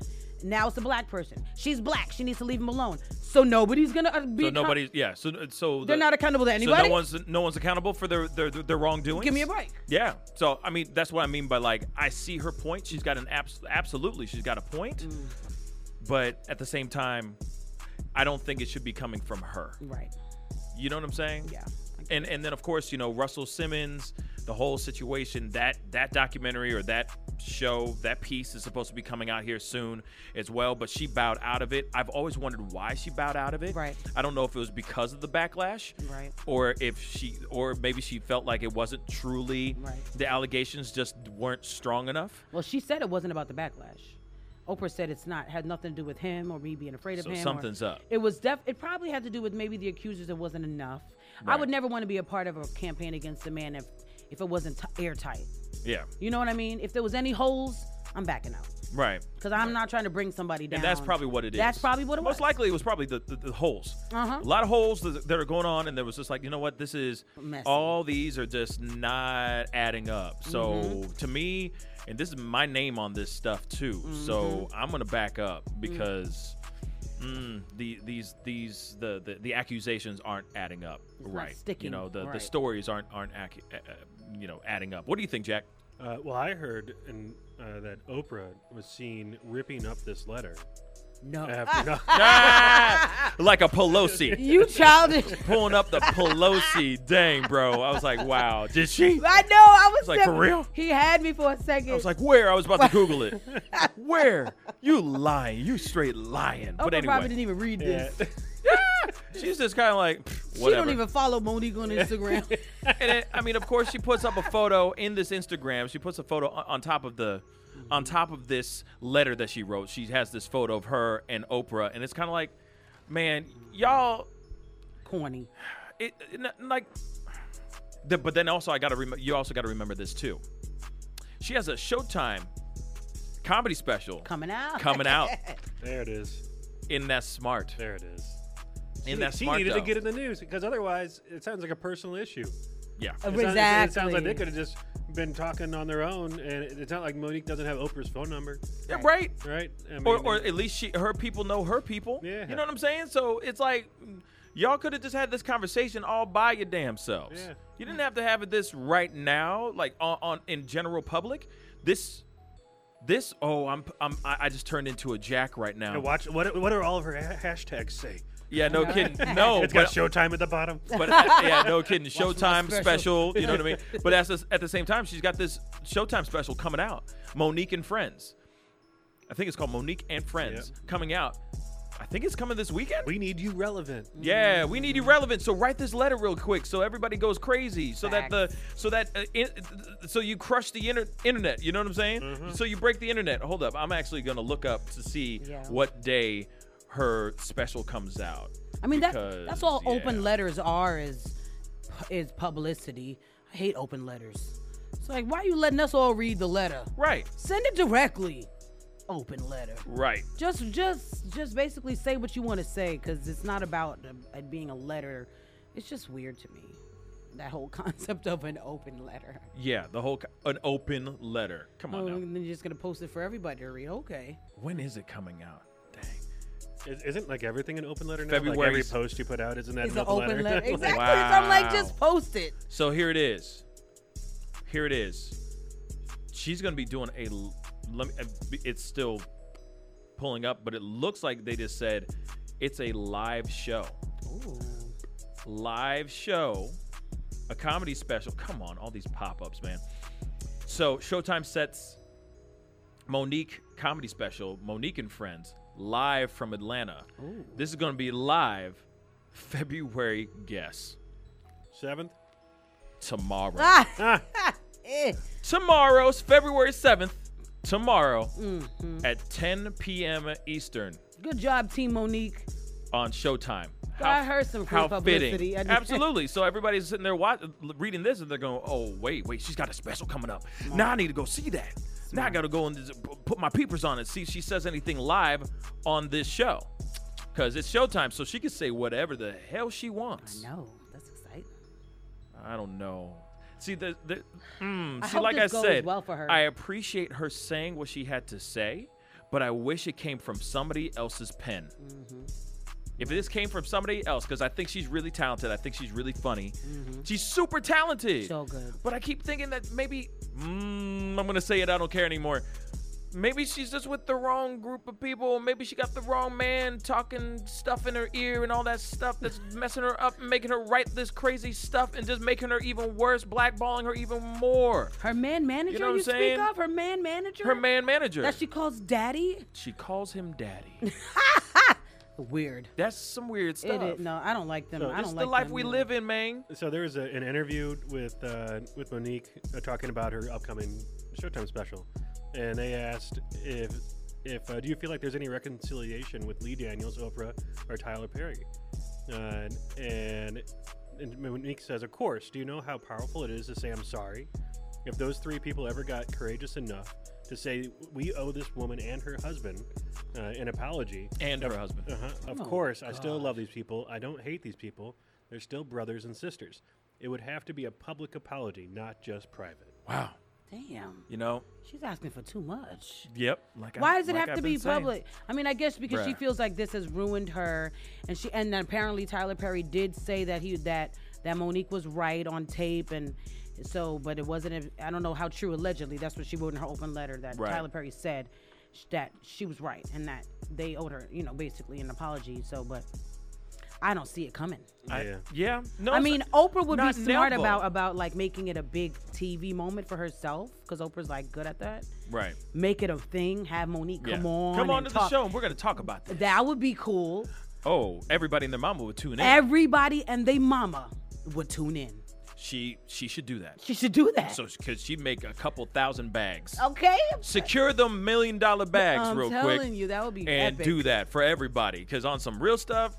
S3: Now it's a black person. She's black. She needs to leave him alone. So nobody's gonna uh, be.
S2: So
S3: account-
S2: nobody's yeah. So so
S3: They're not accountable to
S2: So
S3: anybody?
S2: no one's no one's accountable for their their their wrongdoing.
S3: Give me a break.
S2: Yeah. So I mean that's what I mean by like I see her point. She's got an abs- absolutely she's got a point,
S3: Mm.
S2: but at the same time, I don't think it should be coming from her.
S3: Right.
S2: You know what I'm saying?
S3: Yeah.
S2: And and then of course you know Russell Simmons, the whole situation that that documentary or that show that piece is supposed to be coming out here soon as well. But she bowed out of it. I've always wondered why she bowed out of it. Right. I don't know if it was because of the backlash,
S3: Right.
S2: or if she or maybe she felt like it wasn't truly
S3: Right.
S2: the allegations just weren't strong enough.
S3: Well, she said it wasn't about the backlash. Oprah said it's not had nothing to do with him or me being afraid of
S2: So
S3: him. or-
S2: something's up.
S3: It was def. It probably had to do with maybe the accusers. It wasn't enough. I
S2: Right.
S3: would never want to be a part of a campaign against the man if if it wasn't t- airtight.
S2: Yeah.
S3: You know what I mean? If there was any holes, I'm backing out
S2: Right.
S3: because I'm not trying to bring somebody down.
S2: And that's probably what it is.
S3: That's probably what it
S2: Most
S3: was.
S2: likely it was probably the, the, the holes.
S3: Uh-huh.
S2: A lot of holes that, that are going on, and there was just like, you know what, this is
S3: Messy.
S2: all these are just not adding up. So
S3: Mhm.
S2: to me, and this is my name on this stuff too.
S3: Mm-hmm.
S2: So I'm gonna back up because mm, the these these the, the the accusations aren't adding up
S11: not
S2: right. You
S11: sticking
S2: know the, the
S11: right.
S2: stories aren't aren't accu- uh, uh, you know adding up. What do you think, Jack?
S11: Uh, well, I heard in, uh, that Oprah was seen ripping up this letter.
S3: No.
S11: After, no.
S3: Uh,
S2: like a Pelosi.
S3: You childish.
S2: Pulling up the Pelosi. Dang, bro. I was like, wow. Did
S3: I
S2: she?
S3: know. I was
S2: It's like, for
S3: never-
S2: real?
S3: He had me for a second.
S2: I was like, where? I was about to Google it. Where? You lying. You straight lying.
S3: Oprah
S2: But anyway.
S3: probably didn't even read this.
S2: She's just kind of like, "Pfft,
S3: She don't
S2: whatever.
S3: even follow Monique on Instagram.
S2: and it, I mean, of course, she puts up a photo in this Instagram. She puts a photo on, on top of the, on top of this letter that she wrote. She has this photo of her and Oprah, and it's kind of like, man, y'all,
S3: corny.
S2: It, it- n- like, Th- but then also I got to rem- you also got to remember this too. She has a Showtime comedy special
S3: Coming out.
S2: Coming out.
S11: there it is.
S2: In that smart.
S11: There it is.
S2: In that
S11: she
S2: smart.
S11: needed
S2: though.
S11: to get in the news because otherwise it sounds like a personal issue.
S2: Yeah.
S11: It sounds- it sounds, like
S2: Exactly.
S11: they could have just been talking on their own, and it- it's not like Monique doesn't have Oprah's phone number.
S2: Yeah, right.
S11: Right. I mean,
S2: or, or at least she, her people know her people. Yeah. You know what I'm saying? So it's like y'all could have just had this conversation all by your damn selves.
S11: Yeah.
S2: You didn't have to have it this right now, like on, on in general public. This, this. Oh, I'm, I'm I I just turned into a jack right now.
S11: and watch what what are all of her ha- hashtags say?
S2: Yeah, no kidding. No,
S11: it's
S2: but-
S11: got Showtime at the bottom.
S2: But uh, yeah, no kidding.
S11: Watch my
S2: Showtime
S11: special.
S2: special. You know what I mean? But at the, at the same time, she's got this Showtime special coming out. Monique and Friends. I think it's called Monique and Friends coming out. I think it's coming this weekend.
S11: We need you relevant.
S2: Yeah, we need you relevant. So write this letter real quick, so everybody goes crazy, so that the so that uh, in, so you crush the inter- internet. You know what I'm saying?
S11: Mm-hmm.
S2: So you break the internet. Hold up, I'm actually gonna look up to see
S3: Yeah.
S2: what day her special comes out.
S3: I mean, that,
S2: because-
S3: that's all
S2: yeah.
S3: open letters are is is publicity. I hate open letters. It's like, why are you letting us all read the letter?
S2: Right.
S3: Send it directly. Open letter.
S2: Right.
S3: Just, just, just basically say what you want to say because it's not about uh, it being a letter. It's just weird to me that whole concept of an open letter.
S2: Yeah, the whole co- an open letter. Come on
S3: oh,
S2: now.
S3: And then you're just gonna post it for everybody to read. Okay.
S2: When is it coming out?
S11: Is, isn't like everything an open letter now? Like
S2: February
S11: every
S2: s-
S11: post you put out, isn't that
S3: It's
S11: an
S3: an
S11: open,
S3: open
S11: letter?
S3: letter.
S11: Like-
S3: Exactly. So I'm like, just post it.
S2: So here it is. Here it is. She's gonna be doing a. l- Let me. uh, b- It's still pulling up, but it looks like they just said it's a live show. Live show, a comedy special. Come on, all these pop-ups, man. So Showtime sets Monique comedy special, Monique and Friends, live from Atlanta.
S11: Ooh.
S2: This is gonna be live, February. Guess
S11: Seventh.
S2: tomorrow.
S3: Ah. Eh.
S2: Tomorrow's February 7th. Tomorrow
S3: Mm-hmm.
S2: at 10 p.m. Eastern
S3: Good job, Team Monique.
S2: on Showtime.
S3: Got her some free
S2: how
S3: publicity.
S2: fitting.
S3: I mean-
S2: Absolutely. So everybody's sitting there watching, reading this, and they're going, "Oh, wait, wait, she's got a special coming up.
S3: Mm.
S2: Now I need to go see that. Now I got to go and z- p- put my peepers on and see if she says anything live on this show, because it's Showtime, so she can say whatever the hell she wants.
S3: I know. That's exciting.
S2: I don't know. See, the, the mm,
S3: I
S2: see,
S3: hope
S2: like
S3: this
S2: I
S3: goes
S2: said,
S3: well for her.
S2: I appreciate her saying what she had to say, but I wish it came from somebody else's pen. If this came from somebody else, because I think she's really talented, I think she's really funny. She's super talented.
S3: Mm-hmm. So good.
S2: But I keep thinking that maybe mm, I'm gonna say it. I don't care anymore. Maybe she's just with the wrong group of people. Maybe she got the wrong man talking stuff in her ear and all that stuff that's messing her up and making her write this crazy stuff and just making her even worse, blackballing her even more.
S3: Her man manager,
S2: You
S3: you,
S2: know what I'm saying?
S3: speak of her man manager.
S2: Her man manager.
S3: that she calls daddy.
S2: she calls him daddy.
S3: Weird.
S2: That's some weird stuff.
S3: It is, no, I don't like them.
S11: So
S3: I don't
S11: this is
S3: like
S2: the life
S3: them
S2: we
S3: either.
S2: live in, man.
S11: So there was a, an interview with uh, with Monique uh, talking about her upcoming Showtime special, and they asked if if uh, do you feel like there's any reconciliation with Lee Daniels, Oprah, or Tyler Perry, uh, and and Monique says, of course. Do you know how powerful it is to say I'm sorry? If those three people ever got courageous enough to say we owe this woman and her husband uh, an apology
S2: And
S11: of-
S2: her husband.
S11: uh-huh, of
S2: Oh,
S11: course, I still love these people. I don't hate these people. They're still brothers and sisters. It would have to be a public apology, not just private.
S2: Wow.
S3: Damn.
S2: You know.
S3: She's asking for too much.
S2: Yep. Like I-
S3: Why does it
S2: like
S3: have
S2: I've
S3: to
S2: been
S3: be
S2: saying.
S3: public? I mean, I guess because she
S2: Bruh.
S3: feels like this has ruined her, and she and apparently Tyler Perry did say that he that that Monique was right on tape, and so but it wasn't. I don't know how true allegedly. That's what she wrote in her open letter that
S24: Right.
S3: Tyler Perry said sh- that she was right and that they owed her, you know, basically an apology. So, but I don't see it coming.
S2: I- yeah. No.
S3: I
S2: it's-
S3: mean, Oprah would be
S2: not
S3: smart
S2: never.
S3: about about like making it a big TV moment for herself because Oprah's like good at that.
S2: Right.
S3: Make it a thing. Have Monique
S2: Yeah.
S3: come on.
S2: Come on
S3: and
S2: to the
S3: talk.
S2: show, and we're gonna talk about this.
S3: That would be cool.
S2: Oh, everybody and their mama would tune in.
S3: Everybody and they mama would tune in.
S2: she she should do that.
S3: She should do that.
S2: So because she'd make a couple thousand bags.
S3: Okay.
S2: Secure them million dollar bags
S3: Oh, I'm
S2: real quick.
S3: telling you, that would be
S2: and
S3: epic.
S2: do that for everybody. Because on some real stuff,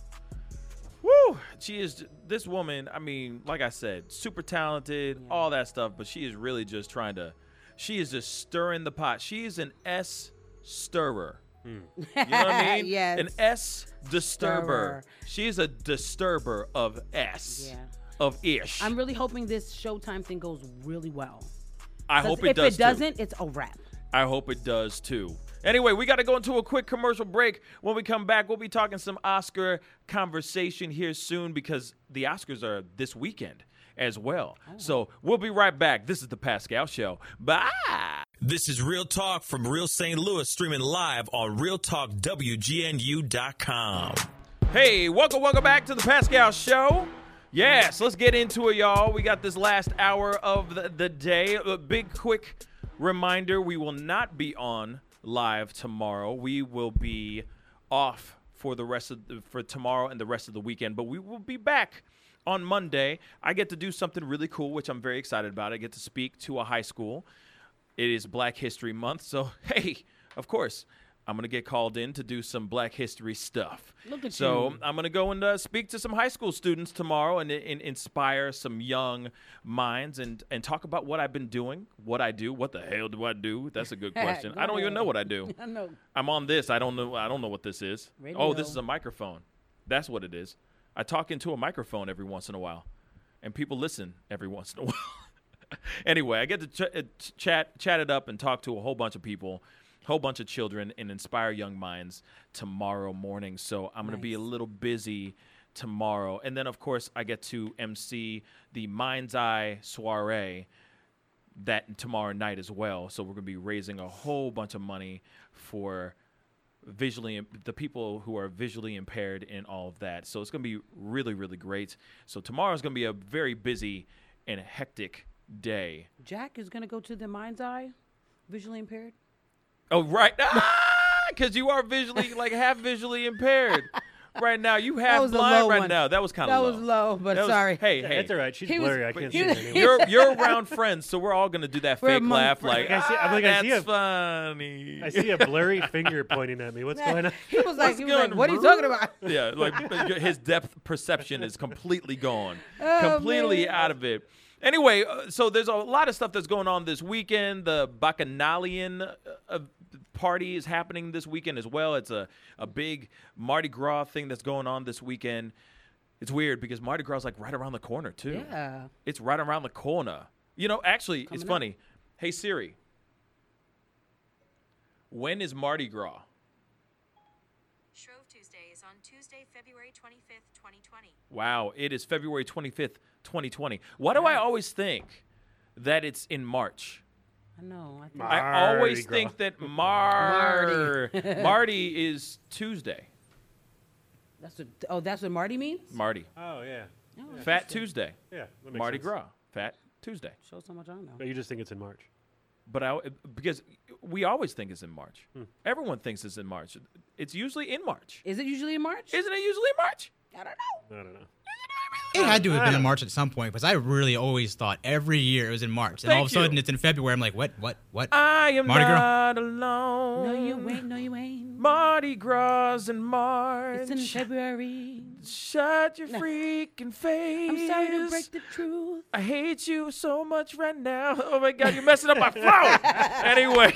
S2: whew, she is this woman. I mean, like I said, super talented, all that stuff, but she is really just trying to. She is just stirring the pot. She is an S stirrer. You know what I mean?
S3: Yes.
S2: An S disturber. She is a disturber of S.
S3: Yeah.
S2: Of ish.
S3: I'm really hoping this Showtime thing goes really well.
S2: I
S3: 'Cause
S2: hope it
S3: if
S2: does,
S3: it
S2: too.
S3: doesn't, it's a wrap.
S2: I hope it does too. Anyway, we got to go into a quick commercial break. When we come back, we'll be talking some Oscar conversation here soon because the Oscars are this weekend as well. So we'll be right back. This is the Pascal Show. Bye.
S21: This is Real Talk from Real St. Louis, streaming live on RealTalkWGNU.com.
S2: Hey, welcome, welcome back to the Pascal Show. Yes, let's get into it, y'all. We got this last hour of the, the day. A big, quick reminder we will not be on live tomorrow. We will be off for the rest of the, for tomorrow and the rest of the weekend, but we will be back on Monday. I get to do something really cool, which I'm very excited about. I get to speak to a high school it is Black History Month, so hey, of course, I'm gonna get called in to do some Black History stuff.
S3: Look at
S2: so
S3: you.
S2: I'm gonna go and uh, speak to some high school students tomorrow and, and inspire some young minds and and talk about what I've been doing, what I do, what the hell do I do? That's a good question.
S3: Go
S2: I don't even know
S3: ahead.
S2: what I do.
S3: I know.
S2: I'm on this. I don't know. I don't know what this is. Oh,
S3: Radio.
S2: this is a microphone. That's what it is. I talk into a microphone every once in a while, and people listen every once in a while. anyway, I get to ch- uh, ch- chat, chat it up, and talk to a whole bunch of people, whole bunch of children, and inspire young minds tomorrow morning. So I'm gonna be a little busy tomorrow, and then of course I get to MC the Mind's Eye Soiree that tomorrow night as well. So we're going to be raising a whole bunch of money for visually the people who are visually impaired and all of that. So it's going to be really really great. So tomorrow's going to be a very busy and hectic day.
S3: Jack is gonna go to the Mind's Eye, visually impaired.
S2: Oh right. Cuz you are visually like half visually impaired. Right now, you half
S3: was a
S2: blind.
S3: low
S2: Right
S3: one.
S2: now, that was kind
S3: That
S2: of low.
S3: was low, but
S2: That was-
S3: sorry.
S2: Hey,
S3: Yeah,
S2: hey,
S3: that's all right. She's He was- blurry. I but can't he see her was- anyway.
S2: You're you're around friends, so we're all gonna do that
S3: We're
S2: fake
S3: among
S2: laugh,
S3: friends.
S2: like
S11: Like, I see- I'm
S2: "Ah,
S11: like, I see
S2: that's
S11: a-
S2: funny.
S11: I see a blurry finger pointing at me. What's going on?
S3: He was like,
S2: What's
S3: he was like
S2: going
S3: what are you
S2: on,
S3: talking
S2: bro?"
S3: about?
S2: Yeah, like his depth perception is completely gone,
S3: Oh,
S2: completely
S3: man.
S2: out of it. Anyway, uh, so there's a lot of stuff that's going on this weekend. The Bacchanalian uh, uh, party is happening this weekend as well. It's a, a big Mardi Gras thing that's going on this weekend. It's weird because Mardi Gras is like right around the corner, too.
S3: Yeah.
S2: It's right around the corner. You know, actually,
S3: Coming
S2: it's
S3: up.
S2: funny. Hey, Siri, when is Mardi Gras?
S24: Shrove Tuesday is on Tuesday, February 25th, 2020.
S2: Wow, it is February 25th, 2020. Why do I always think that it's in March?
S3: I know. I think
S2: I always
S3: Mardi
S2: think that Mar-
S3: Marty.
S2: Marty. is Tuesday.
S3: that's what. Oh, that's what Marty means.
S2: Marty.
S11: Oh yeah.
S3: Oh,
S2: Fat
S3: interesting.
S2: Tuesday.
S11: Yeah, that makes
S2: Mardi
S11: sense.
S2: Gras. Fat Tuesday.
S3: Shows how much I know.
S11: But you just think it's in March.
S2: But I because we always think it's in March.
S3: Hmm.
S2: Everyone thinks it's in March. It's usually in March.
S3: Is it usually in March?
S2: Isn't it usually in March?
S3: I don't know.
S11: I don't know.
S4: It had to have been in March at some point because I really always thought every year it was in March, and all of a
S2: Thank you. Uh,
S4: sudden it's in February. I'm like, what, what, what?
S2: I am
S4: Mardi Gras.
S2: not alone.
S3: No, you ain't. No, you ain't.
S2: Mardi Gras in March.
S3: It's in February.
S2: Shut your freaking face.
S3: I'm sorry to break the truth.
S2: I hate you so much right now. Oh my god, you're messing up my flow. anyway.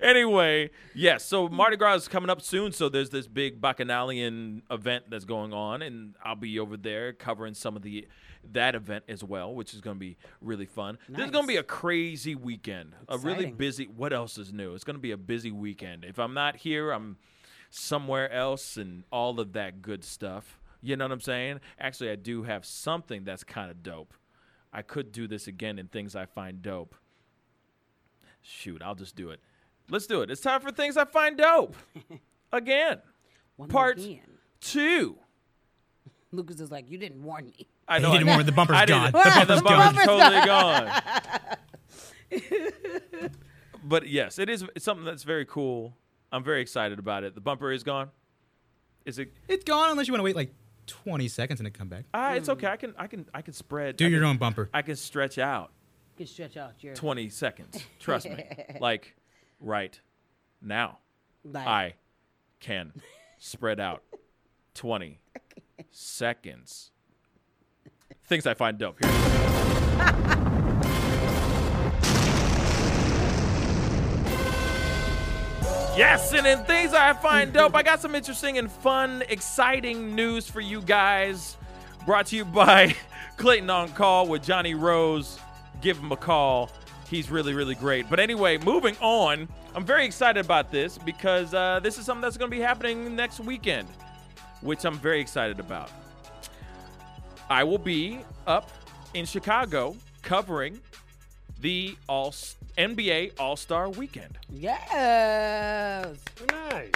S2: anyway, yes, so Mardi Gras is coming up soon, so there's this big bacchanalian event that's going on and I'll be over there covering some of the that event as well, which is going to be really fun. This is going to be a crazy weekend. A really
S3: Exciting.
S2: busy what else is new? It's going to be a busy weekend. If I'm not here, I'm somewhere else and all of that good stuff. You know what I'm saying? Actually, I do have something that's kind of dope. I could do this again in things I find dope. Shoot, I'll just do it. Let's do it. It's time for things I find dope. again.
S3: One more
S2: Part
S3: again.
S2: two.
S3: Lucas is like, you didn't warn me.
S2: I
S4: He
S2: know. I
S4: didn't warn- the bumper's
S2: I didn't-
S4: gone. The
S2: yeah,
S4: bumper's gone.
S2: totally gone. But yes, it is it's something that's very cool. I'm very excited about it. The bumper is gone. Is it?
S4: It's gone unless you want to wait like 20 seconds and it come back.
S2: Ah, it's okay. I can. I can. I can spread.
S4: Do
S2: I
S4: your
S2: can-
S4: own bumper.
S2: I can stretch out.
S3: You can stretch out your
S2: 20 seconds. Trust me. like right now,
S3: Like-
S2: I can spread out 20 seconds. Things I find dope. Here. Yes, and in things I find dope, I got some interesting and fun, exciting news for you guys. Brought to you by Clayton on Call with Johnny Rose. Give him a call. He's really, really great. But anyway, moving on, I'm very excited about this because uh, this is something that's going to be happening next weekend, which I'm very excited about. I will be up in Chicago covering the All NBA All Star Weekend.
S3: Yes.
S11: Nice.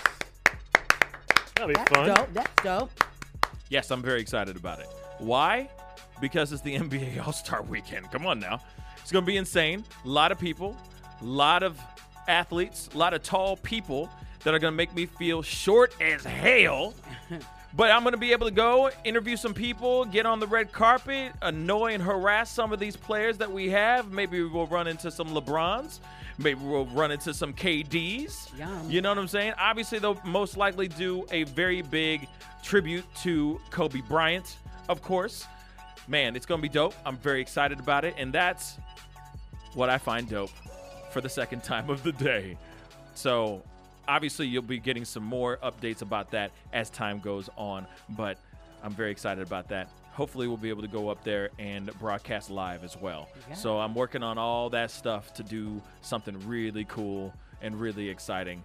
S11: That'll be
S3: That's
S2: fun.
S3: dope. That's dope.
S2: Yes, I'm very excited about it. Why? Because it's the NBA All Star Weekend. Come on now. It's going to be insane. A lot of people, a lot of athletes, a lot of tall people that are going to make me feel short as hell. But I'm going to be able to go interview some people, get on the red carpet, annoy and harass some of these players that we have. Maybe we'll run into some LeBrons. Maybe we'll run into some KDs.
S3: Yum.
S2: You know what I'm saying? Obviously, they'll most likely do a very big tribute to Kobe Bryant, of course. Man, it's going to be dope. I'm very excited about it. And that's what I find dope for the second time of the day. So, obviously, you'll be getting some more updates about that as time goes on, but I'm very excited about that. Hopefully, we'll be able to go up there and broadcast live as well.
S25: Yeah.
S2: So, I'm working on all that stuff to do something really cool and really exciting.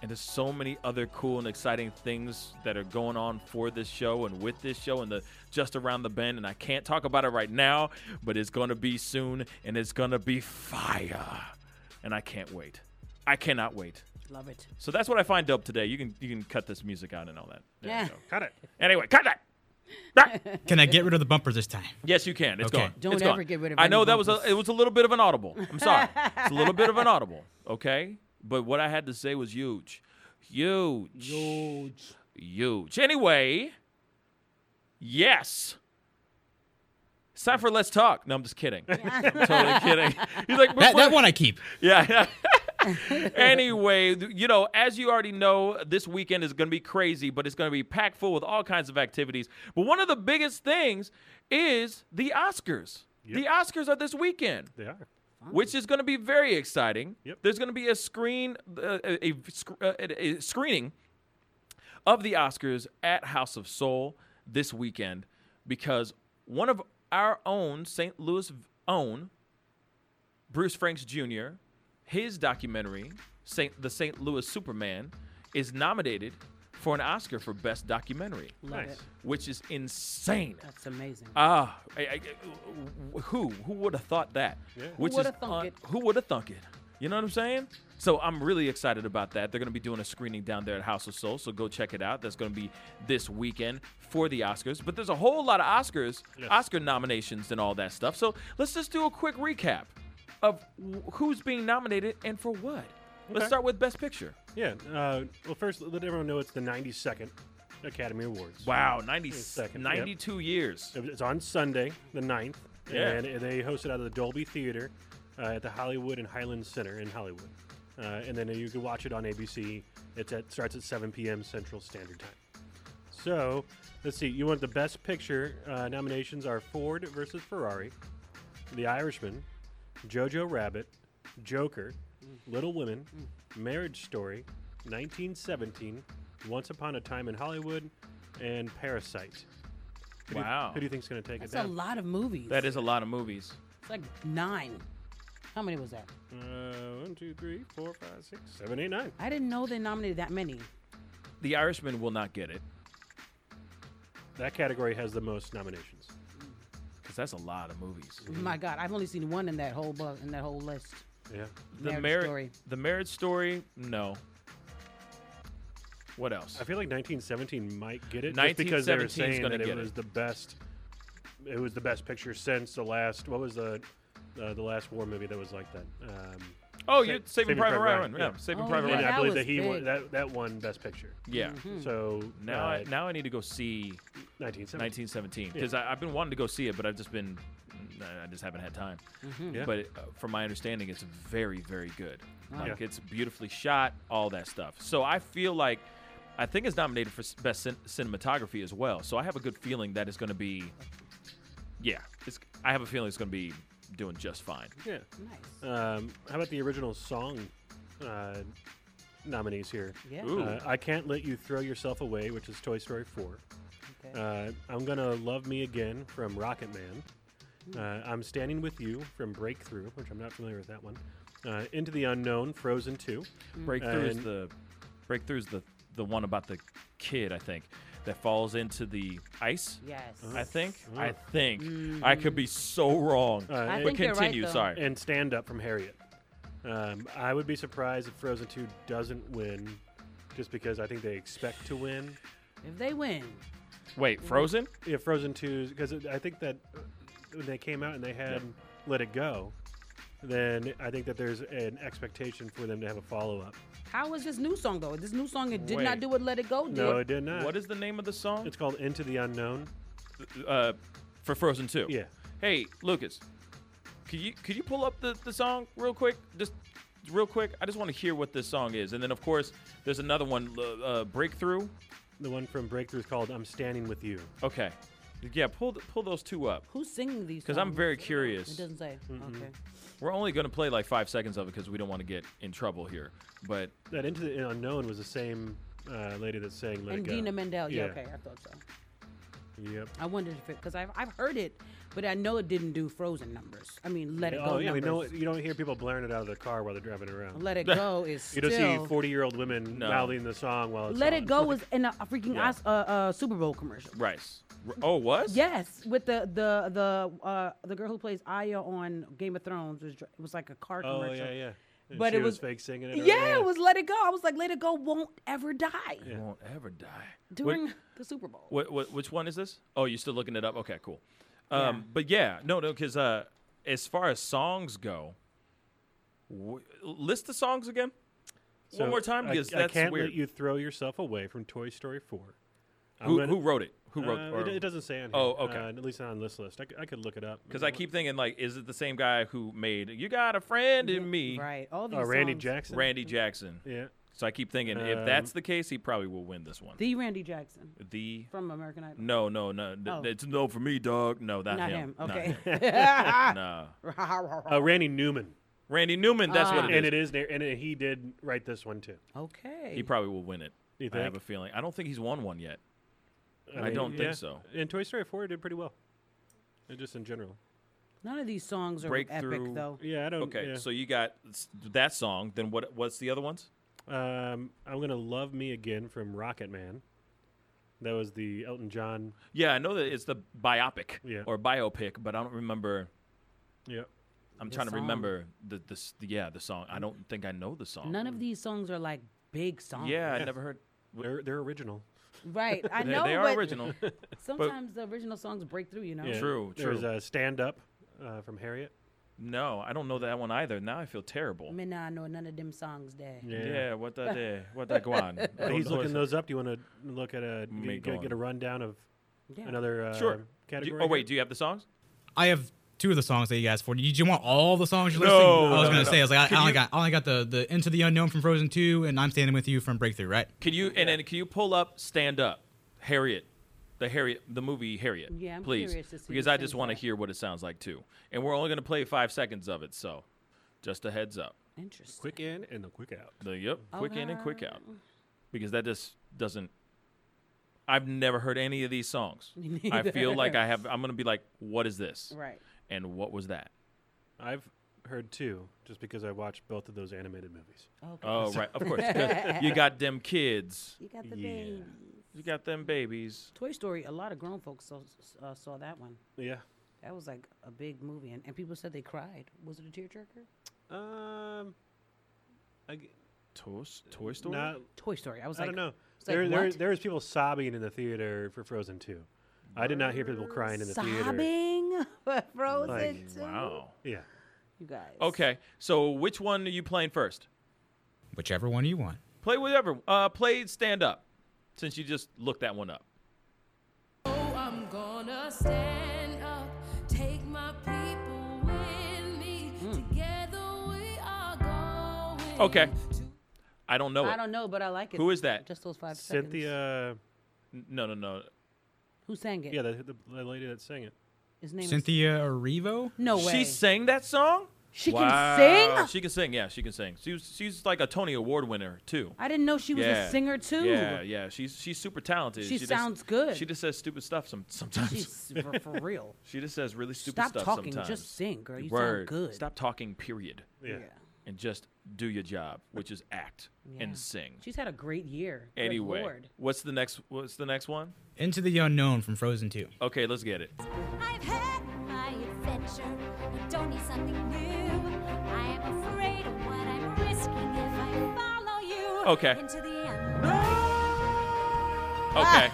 S2: And there's so many other cool and exciting things that are going on for this show and with this show and the just around the bend. And I can't talk about it right now, but it's gonna be soon and it's gonna be fire. And I can't wait. I cannot wait.
S3: Love it.
S2: So that's what I find dope today. You can you can cut this music out and all that. There you
S3: Yeah.
S2: go. Cut it. Anyway, cut that. Ah!
S4: Can I get rid of the bumper this time?
S2: Yes, you can. It's
S4: Okay.
S2: gone.
S4: Don't
S2: It's gone.
S4: ever get rid of
S2: I know
S4: any
S2: that was a
S4: bumpers.
S2: it was a little bit of an audible. I'm sorry. it's a little bit of an audible. Okay, but what I had to say was huge, huge, huge, huge. Anyway, yes. It's time for let's talk. No, I'm just kidding. I'm totally kidding. He's like
S4: That, that
S2: "What?"
S4: one I keep.
S2: Yeah. anyway, th- you know, as you already know, this weekend is going to be crazy, but it's going to be packed full with all kinds of activities. But one of the biggest things is the Oscars. The Oscars are this weekend.
S11: They are.
S2: Which is going to be very exciting. There's going to be a screen, uh, a, a, sc- uh, a- a screening of the Oscars at House of Soul this weekend because one of our own St. Louis own Bruce Franks Jr. His documentary, Saint, the St. Louis Superman, is nominated for an Oscar for Best Documentary,
S3: Love Nice. it.
S2: which is insane.
S3: That's amazing.
S2: Ah, I- I- wh- who who would have thought that?
S3: Yeah. Who
S2: Which is
S3: woulda thunk
S2: un-
S3: it?
S2: Who would have thunk it? You know what I'm saying? So I'm really excited about that. They're going to be doing a screening down there at House of Soul, so go check it out. That's going to be this weekend for the Oscars. But there's a whole lot of Oscars, Oscar nominations, and all that stuff. So let's just do a quick recap of wh- who's being nominated and for what. Let's
S11: Okay.
S2: start with Best Picture.
S11: Yeah. Uh, well, first, let everyone know it's the 92nd Academy Awards.
S2: Wow, 90
S11: yep.
S2: 92 years.
S11: It's on Sunday, the 9th.
S2: Yeah.
S11: And they host it out of the Dolby Theater uh, at the Hollywood and Highland Center in Hollywood. Uh, and then you can watch it on ABC. It's at, starts at 7 p.m. Central Standard Time. So, let's see. You want the best picture uh, nominations are Ford versus Ferrari, The Irishman, Jojo Rabbit, Joker, Little Women, Marriage Story, 1917, Once Upon a Time in Hollywood, and Parasite. Who do you-
S2: Wow.
S11: who do you think's going to take
S3: That's
S11: it
S3: a
S11: down?
S3: lot of movies.
S2: That is a lot of movies.
S3: It's like nine. How many was that?
S11: Uh, one, two, three, four, five, six, seven, eight, nine.
S3: I didn't know they nominated that many.
S2: Mm. The Irishman will not get it
S11: That category has the most nominations.
S2: because that's a lot of movies.
S3: My God, I've only seen one in that whole bu- in that whole list.
S11: Yeah.
S2: The
S3: Marriage
S2: marriage
S3: Story.
S2: The marriage story. No. What else?
S11: I feel like 1917 might get it just because they were
S2: 1917 is
S11: saying
S2: gonna
S11: that it
S2: get it.
S11: was the best. It was the best picture since the last. What was the uh, the last war movie that was like that? Um,
S2: Oh,
S11: Sa-
S2: you're Saving Private Ryan, yeah, Saving Oh, Private yeah,
S11: And
S2: that
S11: I believe
S2: was
S11: that he won,
S2: big.
S11: that that won best picture.
S2: Yeah. Mhm.
S11: So
S2: Now,
S11: uh,
S2: I, now I need to go see
S11: 1917.
S2: 1917 because I've been wanting to go see it, but I've just been, I just haven't had time.
S11: Mhm. Yeah.
S2: But uh, from my understanding, it's very, very good.
S11: Wow.
S2: Like
S11: Yeah.
S2: it's beautifully shot, all that stuff. So I feel like I think is nominated for s- best cin- cinematography as well. So I have a good feeling that it's going to be, yeah, it's, I have a feeling it's going to be doing just fine.
S11: Yeah. Um, how about the original song uh, nominees here?
S2: Yeah. Ooh.
S11: Uh, I Can't Let You Throw Yourself Away, which is Toy Story 4. Uh, I'm Gonna Love Me Again from Rocket Man.
S2: Hmm.
S11: Uh, I'm Standing With You from Breakthrough, which I'm not familiar with that one. Uh, Into the Unknown, Frozen 2.
S2: Breakthrough is
S11: Mm. And-
S2: the breakthrough is the the one about the kid I think that falls into the ice.
S11: Yes.
S2: Uh-huh. I think.
S11: Oh.
S2: I think. I could
S11: Mm.
S2: be so wrong.
S11: Uh,
S2: but
S11: and-
S2: continue. sorry.
S11: And stand up from Harriet. Um, I would be surprised if Frozen 2 doesn't win just because I think they expect to win.
S3: If they win,
S2: Wait, Frozen?
S11: Yeah, Frozen 2, because I think that uh, when they came out and they had
S2: Yep.
S11: Let It Go, then I think that there's an expectation for them to have a follow up.
S3: how is this new song though? This new song it did
S11: Wait.
S3: not do what Let It Go did.
S11: No, it did not.
S2: What is the name of the song?
S11: Uh, It's called Into the Unknown.
S2: Uh, for Frozen 2.
S11: Yeah.
S2: Hey, Lucas. Could you could you pull up the, the song real quick? Just real quick. I just want to hear what this song is. And then of course, there's another one uh, uh, Breakthrough.
S11: The one from Breakthrough is called I'm Standing With You.
S2: Okay. Yeah, pull th- pull those two up.
S3: Who's singing these?
S2: Because I'm
S3: songs?
S2: very curious.
S3: It doesn't say. Okay.
S2: We're only going to play like five seconds of it because we don't want to get in trouble here. But
S11: That Into the Unknown was the same uh, lady that sang Let
S3: and
S11: It Go.
S3: Dina Mendel. Yeah, okay, I thought so.
S11: Yep.
S3: I wondered if it because I've I've heard it, but I know it didn't do Frozen numbers. I mean, Let It Go
S11: oh, yeah, we
S3: numbers.
S11: know, you don't hear people blaring it out of the car while they're driving around.
S3: Let It Go is
S11: You don't see
S3: still-
S11: 40 year old women
S2: No.
S11: mouthing the song while it's
S3: Let
S11: on.
S3: It Go was in a freaking
S2: Yeah.
S3: Os- uh, uh, Super Bowl commercial.
S2: Rice. R- Oh, was?
S3: Yes, with the the the uh, the girl who plays Aya on Game of Thrones was dr- it was like a car
S11: Oh,
S3: commercial.
S11: yeah, yeah. And
S3: but
S11: she
S3: it was,
S11: was fake singing it or
S3: Yeah,
S11: whatever.
S3: it was Let It Go. I was like, Let It Go won't ever die
S2: It won't ever die. What-
S3: during the Super Bowl.
S2: What, what, which one is this? Oh, you're still looking it up. Okay, cool. Um, But yeah, no, no, because uh, as far as songs go, w- list the songs again one more time
S11: I,
S2: because
S11: I
S2: that's
S11: can't
S2: weird.
S11: let you throw yourself away from Toy Story 4. I'm
S2: Who-
S11: gonna-
S2: who wrote it? Who wrote-
S11: Uh,
S2: or-
S11: it? It doesn't say on here.
S2: Oh, okay.
S11: Uh, at least not on this list. I, c- I could look it up. Uh,
S2: Because I keep thinking like, is it the same guy who made "You Got a Friend in Me"?
S3: Right. All
S11: Oh, Randy Jackson?
S2: Randy Jackson.
S11: Yeah.
S2: So I keep thinking if
S11: Um,
S2: that's the case, he probably will win this one.
S3: The Randy Jackson
S2: The-
S3: from American Idol.
S2: no, no, no. th-
S3: Oh.
S2: It's no for me, dog. No, not,
S3: Not
S2: him.
S3: him,
S2: Not
S3: okay.
S2: him. no.
S11: Uh, Randy Newman.
S2: Randy Newman. That's what it
S11: Uh, And
S2: is.
S11: it is. near- And it- he did write this one, too.
S3: Okay.
S2: He probably will win it.
S11: You
S2: I have
S11: think?
S2: a feeling. I don't think he's won one yet. I,
S11: mean,
S2: don't
S11: Uh, yeah.
S2: think so.
S11: And Toy Story 4 did pretty well. Uh, just in general.
S3: None of these songs are epic though.
S11: Yeah, I don't.
S2: Okay,
S11: yeah.
S2: so you got s- that song. Then what? What's the other ones?
S11: Um, I'm gonna love me again from Rocket Man. That was the Elton John.
S2: Yeah, I know that it's the biopic
S11: Yeah.
S2: or biopic, but I don't remember.
S11: Yeah.
S2: I'm
S3: The
S2: trying to
S3: song.
S2: remember the, the s- yeah the song. I don't think I know the song.
S3: None of these songs are like big songs.
S2: Yeah, I never heard.
S11: They're, they're original.
S3: Right, I
S2: They-
S3: know.
S2: they are
S3: but
S2: original.
S3: Sometimes the original songs break through, you know.
S11: Yeah.
S2: Oh, True,
S11: There was
S2: true.
S11: a stand up uh, from Harriet.
S2: No, I don't know that one either. Now I feel terrible.
S3: Me nah know none of them songs there.
S2: Yeah, what that day, what that go on.
S11: But
S2: Don't
S11: he's
S2: know
S11: looking
S2: it.
S11: those up. Do you want to look at a
S2: Me
S11: get, get a
S2: gone.
S11: rundown of
S3: Yeah.
S11: another uh,
S2: Sure. Do you-
S11: category?
S2: oh wait, do you have the songs?
S4: I have two of the songs that you asked for. Did you want all the songs you're
S2: No,
S4: listing?
S2: no,
S4: I
S2: no,
S4: was gonna
S2: no.
S4: say I was like I,
S2: Can
S4: I only
S2: you-
S4: got I only got the the Into the Unknown from Frozen Two and I'm Standing With You from Breakthrough, right?
S2: Can you and then can you pull up Stand Up, Harriet, the Harriet, the movie Harriet?
S3: Yeah, I'm
S2: please,
S3: curious to see
S2: because
S3: who
S2: I just
S3: sings
S2: want to hear what it sounds like too. And we're only going to play five seconds of it, so just a heads up.
S3: Interesting.
S11: Quick in and the quick out.
S2: The yep, quick in and quick out,
S3: Alright.
S2: because that just doesn't. I've never heard any of these songs.
S3: Me
S2: I feel like
S3: neither.
S2: I have. I'm going to be like, what is this?
S3: Right.
S2: And what was that?
S11: I've heard two just because I watched both of those animated movies.
S3: Okay.
S2: Oh right, of course. 'cause you got them kids.
S3: You got the
S11: Yeah.
S3: babies.
S2: You got them babies.
S3: Toy Story. A lot of grown folks saw, uh, saw that one.
S11: Yeah.
S3: That was like a big movie, and, and people said they cried. Was it a tearjerker?
S11: Um, I, g-
S2: Toy, Toy Story.
S11: Not-
S3: Toy Story. I was
S11: I
S3: like,
S11: don't know.
S3: it's like,
S11: There, there,
S3: what?
S11: there was people sobbing in the theater for Frozen 2. I did not hear people crying in the theater.
S3: sobbing, Frozen.
S11: Like,
S3: too.
S2: Wow.
S11: Yeah.
S3: You guys.
S2: Okay, so which one are you playing first?
S4: Whichever one you want.
S2: Play whatever. Uh, play stand up, since you just looked that one up.
S25: Oh, I'm gonna stand up, take my people
S2: Hmm.
S25: with me. Together we are going.
S2: Okay. I don't know.
S3: I
S2: it.
S3: don't know, but I like it.
S2: Who is that?
S3: Just those five seconds.
S11: Cynthia.
S2: No, no, no.
S3: Who sang it?
S11: Yeah, the, the, the lady that sang it.
S3: His name is.
S4: Cynthia Erivo?
S3: No way.
S2: She sang that song.
S3: She can
S2: Wow.
S3: sing?
S2: She can sing. Yeah, she can sing. She was, she's like a Tony Award winner too.
S3: I didn't know she was
S2: Yeah.
S3: a singer too.
S2: Yeah, yeah. She's she's super talented.
S3: She
S2: just-
S3: sounds good.
S2: She just says stupid stuff some, sometimes.
S3: She's for- for real.
S2: she just says really stupid
S3: Stop
S2: stuff
S3: talking,
S2: sometimes.
S3: just sing, girl. You sound
S2: Word.
S3: good.
S2: Stop talking. Period.
S3: Yeah. Yeah.
S2: And just do your job, which is act
S3: Yeah.
S2: and sing.
S3: She's had a great year. Good
S2: Anyway,
S3: Lord.
S2: what's the next? What's the next one?
S4: Into the Unknown from Frozen 2.
S2: Okay, let's get it.
S26: I've had my adventure. I don't need something new. I am afraid of what I'm risking if I follow you
S2: Okay.
S26: into the end.
S2: Okay.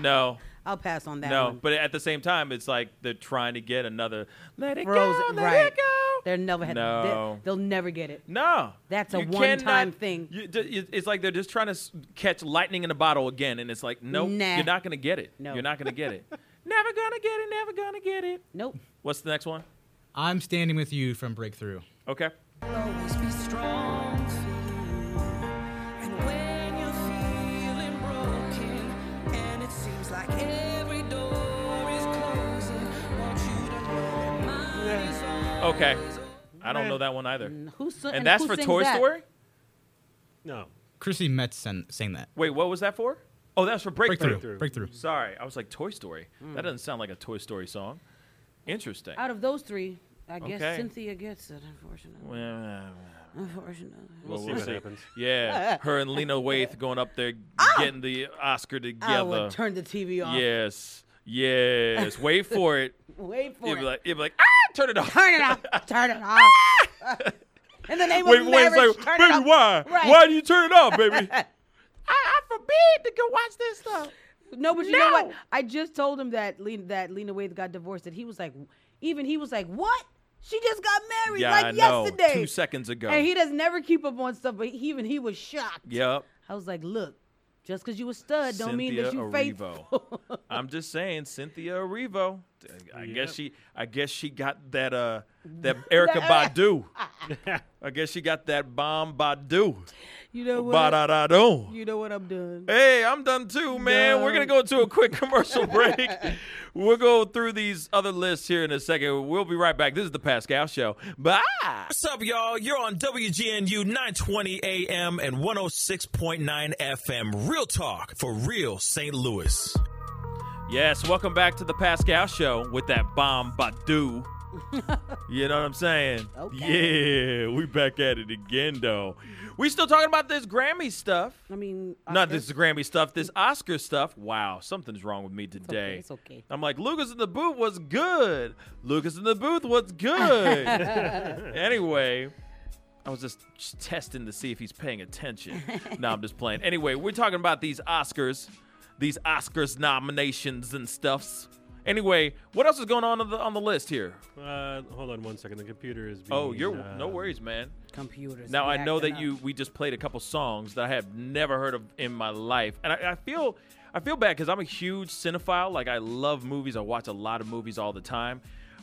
S2: no.
S3: I'll pass on Ah. that
S2: no,
S3: one.
S2: but at the same time, it's like they're trying to get another. Let it
S3: Frozen,
S2: go. Let
S3: right.
S2: it go.
S3: They're never had.
S2: No.
S3: They, will never get it.
S2: No.
S3: That's a
S2: You
S3: one-time
S2: cannot-
S3: thing.
S2: you- d- you- it's like they're just trying to s- catch lightning in a bottle again, and it's like, nope,
S3: Nah.
S2: you're not gonna get it.
S3: No.
S2: You're not gonna get it. Never gonna get it. Never gonna get it.
S3: Nope.
S2: What's the next one?
S4: I'm Standing With You from Breakthrough.
S2: Okay.
S27: Always be strong. And when you're feeling broken, and it seems like every door is closing, want you to know that mine is on.
S2: Okay. I don't
S27: Meh.
S2: know that one either.
S3: Who sung-
S2: and,
S3: and
S2: that's
S3: who
S2: for
S3: sings
S2: Toy
S3: that?
S2: Story.
S11: No.
S4: Chrissy Metz sang, sang that.
S2: Wait, what was that for? Oh, that was for breakthrough.
S4: Breakthrough. Breakthrough.
S2: Sorry, I was like Toy Story.
S11: Hmm.
S3: Mm.
S2: That doesn't sound like a Toy Story song. Interesting.
S3: Out of those three, I
S2: Okay.
S3: guess Cynthia gets it. Unfortunately.
S2: Well,
S3: Unfortunately.
S11: We'll see what happens.
S2: Yeah, her and Lena Waithe going up there getting the Oscar together.
S3: Ah! I would turn the TV off.
S2: Yes, yes. Wait for it.
S3: Wait for
S2: You'd
S3: it.
S2: be like, you'd be like, ah, turn it off.
S3: Turn it off. Turn it off. In the name
S2: Wait,
S3: of
S2: wait a
S3: marriage,
S2: second.
S3: turn
S2: Baby,
S3: it off.
S2: why?
S3: Right.
S2: Why do you turn it off, baby?
S3: I forbid to go watch this stuff. No, but you know what? I just told him that Lena, that Lena Waithe got divorced, and he was like, even he was like, what? She just got married
S2: Yeah,
S3: like
S2: I know.
S3: yesterday.
S2: Two seconds ago.
S3: And he does never keep up on stuff, but he, even he was shocked.
S2: Yep.
S3: I was like, look, just because you a stud don't mean that you
S2: Cynthia
S3: faithful.
S2: Erivo. I'm just saying, Cynthia Erivo. I guess she, I guess she got that, uh, that Erica Badu. I guess she got that bomb Badu.
S3: You know what?
S2: Ba-da-da-do.
S3: You know what I'm doing.
S2: Hey, I'm done too, man. We're gonna go to a quick commercial break. we'll go through these other lists here in a second. We'll be right back. This is the Pascal Show. Bye.
S21: What's up, y'all? You're on WGNU 920 AM and 106.9 FM. Real talk for real St. Louis.
S2: Yes, welcome back to the Pascal Show with that bomb Badu. you know what I'm saying? Yeah, we back at it again, though. We still talking about this Grammy stuff.
S3: I mean,
S2: Not this Grammy stuff, this Oscar stuff. Wow, something's wrong with me today.
S3: It's okay.
S2: I'm like, Lucas in the booth was good. Lucas in the booth was good. anyway, I was just just testing to see if he's paying attention. no, I'm just playing. Anyway, we're talking about these Oscars, these Oscars nominations and stuffs. Anyway, what else is going on on the, on the list here?
S11: Uh, hold on one second. The computer is. Being,
S2: Oh, you're no
S11: um,
S2: worries, man.
S3: Computers.
S2: Now I
S3: be
S2: know
S3: acting
S2: that
S3: up.
S2: you we just played a couple songs that I have never heard of in my life, and I, I feel I feel bad because I'm a huge cinephile. Like I love movies. I watch a lot of movies all the time,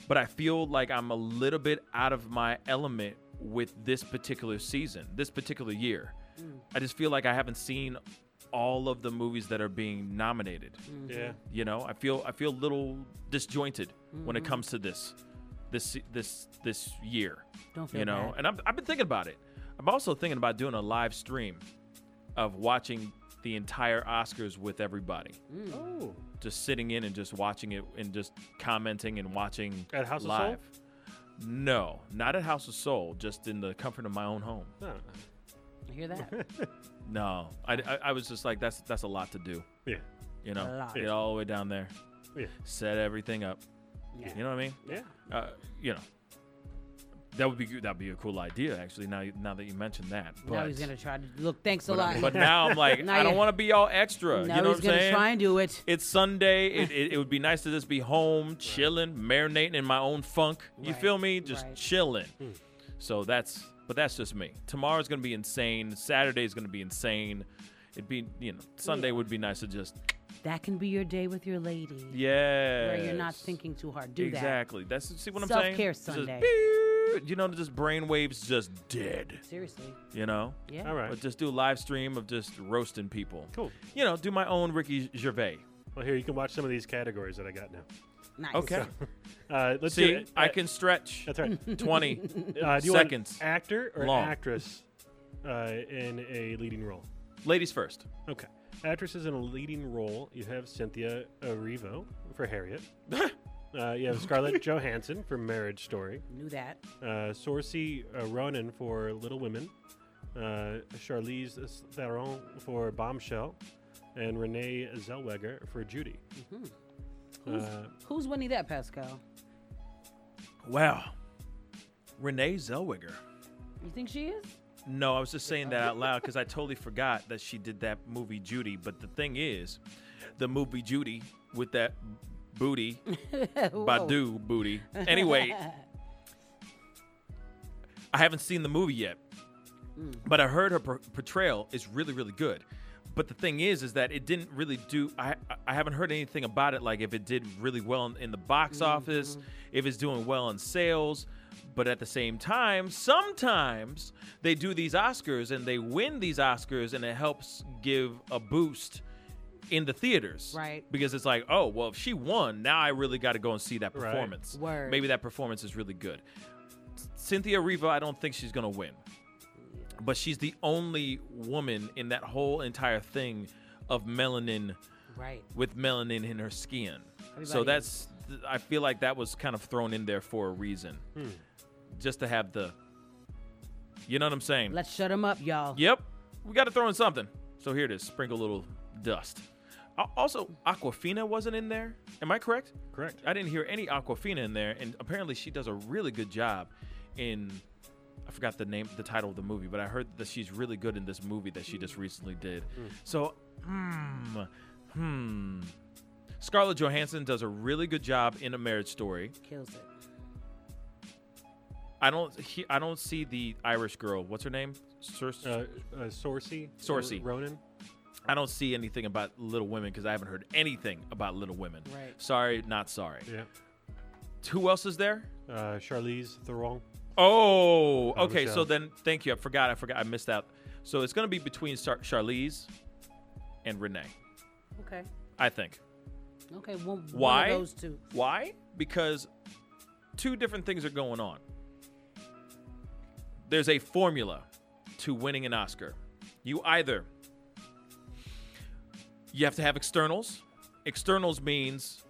S2: but I feel like I'm a little bit out of my element with this particular season, this particular year.
S11: Mm.
S2: I just feel like I haven't seen all of the movies that are being nominated.
S11: Mhm. Yeah.
S2: You know, I feel I feel a little disjointed when it
S11: Mhm.
S2: comes to this this this this year.
S11: Don't feel
S2: you know,
S11: bad.
S2: and I've, I've been thinking about it. I'm also thinking about doing a live stream of watching the entire Oscars with everybody.
S3: Hmm.
S11: Oh.
S2: Just sitting in and just watching it and just commenting and watching
S11: At House of Soul?
S2: live. No, not at House of Soul, just in the comfort of my own home.
S11: Oh.
S3: I hear that?
S2: No, I, I, I was just like that's that's a lot to do.
S11: Yeah.
S2: You know,
S3: A lot.
S2: get all the way down there.
S11: Yeah.
S2: Set everything up.
S3: Yeah.
S2: You know what I mean?
S11: Yeah.
S2: Uh, you know, that would be good. That'd be a cool idea actually. Now you- now that you mentioned that, but
S3: now he's gonna try to look. Thanks a
S2: but,
S3: lot.
S2: but now I'm like,
S3: Now
S2: I don't
S3: you-
S2: want to be all extra.
S3: Now
S2: you know
S3: he's
S2: what I'm
S3: gonna
S2: saying?
S3: try and do it.
S2: It's Sunday. It, it, it would be nice to just be home, chilling, marinating in my own funk. You feel me? Just chilling. So that's, but that's just me. Tomorrow's gonna be insane. Saturday's gonna be insane. It'd be, you know, Sunday would be nice to just,
S3: That can be your day with your lady.
S2: yeah.
S3: Where you're not thinking too hard. Do
S2: exactly. That's see what I'm
S3: Self-care
S2: saying. Just
S3: Sunday.
S2: beep, you know, just brainwaves just dead.
S3: Seriously.
S2: You know?
S3: Yeah. All right.
S2: But just do a live stream of just roasting people.
S11: Cool.
S2: You know, do my own Ricky Gervais.
S11: Well, here you can watch some of these categories that I got now.
S3: Nice.
S2: Okay.
S11: So, uh, let's
S2: See,
S11: do it.
S2: I
S11: Uh,
S2: can stretch.
S11: That's right.
S2: 20
S11: uh, do you
S2: seconds.
S11: Want actor or
S2: long.
S11: actress uh, in a leading role?
S2: Ladies first.
S11: Okay. Actresses in a leading role. You have Cynthia Erivo for Harriet. uh, you have Scarlett Johansson for Marriage Story.
S3: Knew that.
S11: Uh, Saoirse uh, Ronan for Little Women. Uh, Charlize Theron for Bombshell. And Renee Zellweger for Judy.
S3: Mhm. Who's,
S11: Uh,
S3: who's winning that, Pascal?
S2: Wow. Renee Zellweger.
S3: You think she is?
S2: No, I was just saying that out loud because I totally forgot that she did that movie Judy. But the thing is, the movie Judy with that booty, Badu booty. Anyway, I haven't seen the movie yet,
S3: Mm.
S2: but I heard her por- portrayal is really, really good. But the thing is, is that it didn't really do. I I- I haven't heard anything about it. Like if it did really well in, in the box office, if it's doing well in sales. But at the same time, sometimes they do these Oscars and they win these Oscars, and it helps give a boost in the theaters.
S3: Right.
S2: Because it's like, oh, well, if she won, now I really got to go and see that
S3: Right.
S2: performance.
S3: Word.
S2: Maybe that performance is really good. Cynthia Riva, I don't think she's going to win. But she's the only woman in that whole entire thing of melanin
S3: Right.
S2: with melanin in her skin. So
S3: Everybody-
S2: that's I feel like that was kind of thrown in there for a reason.
S3: Hmm.
S2: Just to have the You know what I'm saying?
S3: Let's shut him up, y'all.
S2: Yep. We got to throw in something. So here it is. Sprinkle a little dust. Al- Also, Aquafina wasn't in there. Am I correct?
S11: Correct.
S2: I didn't hear any Aquafina in there, and apparently she does a really good job in. I forgot the name, the title of the movie, but I heard that she's really good in this movie that she just recently did.
S11: Mm.
S2: So, hmm, hmm. Scarlett Johansson does a really good job in A Marriage Story.
S3: Kills it.
S2: I don't, he, I don't see the Irish girl. What's her name? Sor-
S11: Uh, uh, Saoirse
S2: Sourcey.
S11: Ronan.
S2: I don't see anything about Little Women because I haven't heard anything about Little Women.
S11: Right.
S2: Sorry, not sorry.
S11: Yeah.
S2: Who else is there?
S11: Uh, Charlize Theron.
S2: Oh,
S11: Uh,
S2: okay. So
S11: Michelle.
S2: then, thank you. I forgot. I forgot. I missed out. So it's going to be between Char- Charlize and Renee,
S3: Okay.
S2: I think.
S3: Okay. One,
S2: Why?
S3: One of those two.
S2: Why? Because two different things are going on. There's a formula to winning an Oscar. You either you have to have externals. Externals means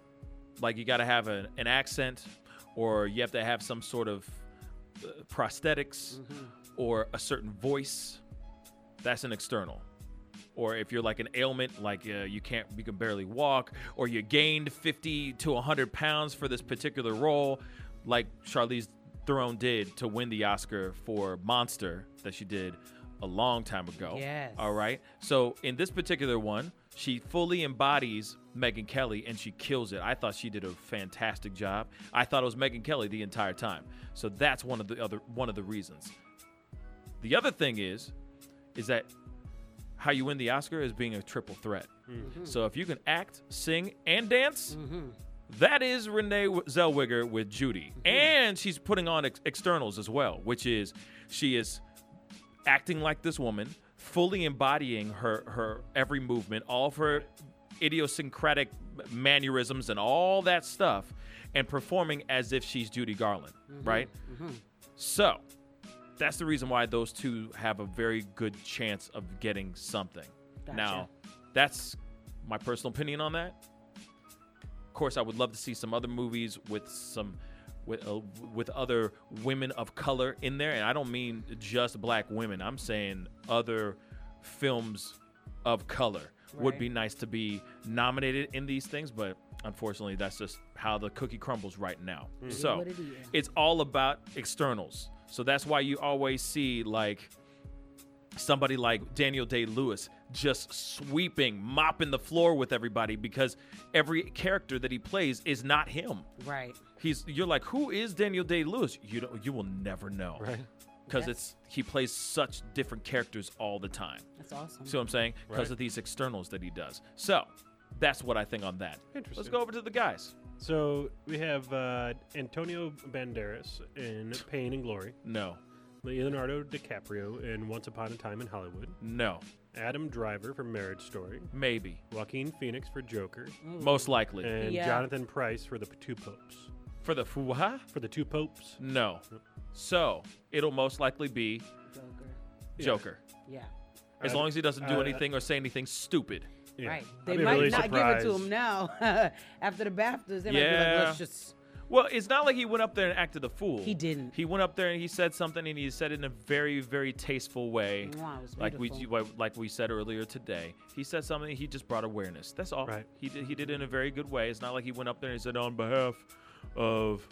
S2: like you got to have an, an accent or you have to have some sort of uh, prosthetics
S3: Mm-hmm.
S2: or a certain voice. That's an external. Or if you're like an ailment, like uh, you can't, you can barely walk, or you gained 50 to 100 pounds for this particular role, like Charlize Theron did to win the Oscar for Monster that she did a long time ago.
S3: Yes.
S2: All right. So in this particular one, she fully embodies Megan Kelly and she kills it. I thought she did a fantastic job. I thought it was Megan Kelly the entire time. So that's one of the other one of the reasons. The other thing is, is that how you win the Oscar is being a triple threat.
S11: Mhm.
S2: So if you can act, sing, and dance, that is Renee W- Zellweger with Judy, and she's putting on ex- externals as well, which is she is acting like this woman, fully embodying her her every movement, all of her idiosyncratic mannerisms and all that stuff, and performing as if she's Judy Garland, right? So that's the reason why those two have a very good chance of getting something.
S3: Gotcha.
S2: Now, that's my personal opinion on that. Of course, I would love to see some other movies with some with uh, with other women of color in there, and I don't mean just black women. I'm saying other films of color would be
S11: Right.
S2: nice to be nominated in these things, but unfortunately, that's just how the cookie crumbles right now.
S11: It is
S2: So
S11: what it is.
S2: it's all about externals. So that's why you always see like somebody like Daniel Day Lewis just sweeping, mopping the floor with everybody because every character that he plays is not him.
S3: Right.
S2: He's you're like, who is Daniel Day Lewis? You don't, you will never know, right? Because
S3: Yeah.
S2: it's he plays such different characters all the time.
S3: That's awesome.
S2: See what I'm saying? Because
S3: Right.
S2: of these externals that he does. So that's what I think on that. Let's
S11: Interesting.
S2: go over to the guys.
S11: So we have uh, Antonio Banderas in Pain and Glory.
S2: No.
S11: Leonardo DiCaprio in Once Upon a Time in Hollywood.
S2: No.
S11: Adam Driver for Marriage Story.
S2: Maybe.
S11: Joaquin Phoenix for Joker.
S3: Mm,
S2: Ooh. Most likely.
S11: And
S2: Yeah.
S11: Jonathan Price for the two popes.
S2: For the fuha?
S11: For the two popes.
S2: No. So it'll most likely be
S11: Yeah.
S2: Joker.
S3: Yeah.
S2: As
S11: I-
S2: long as he doesn't do
S11: I-
S2: anything or say anything stupid.
S3: Right. They might not give it to him now. After the BAFTAs, they might be like, let's just.
S2: Well, it's not like he went up there and acted a fool.
S3: He didn't.
S2: He went up there and he said something, and he said it in a very, very tasteful way,
S3: Mwah, it was
S2: like we
S3: beautiful.
S2: like we said earlier today. He said something. He just brought awareness. That's all. Right. He did. He did it in a very good way. It's not like he went up there and he said on behalf of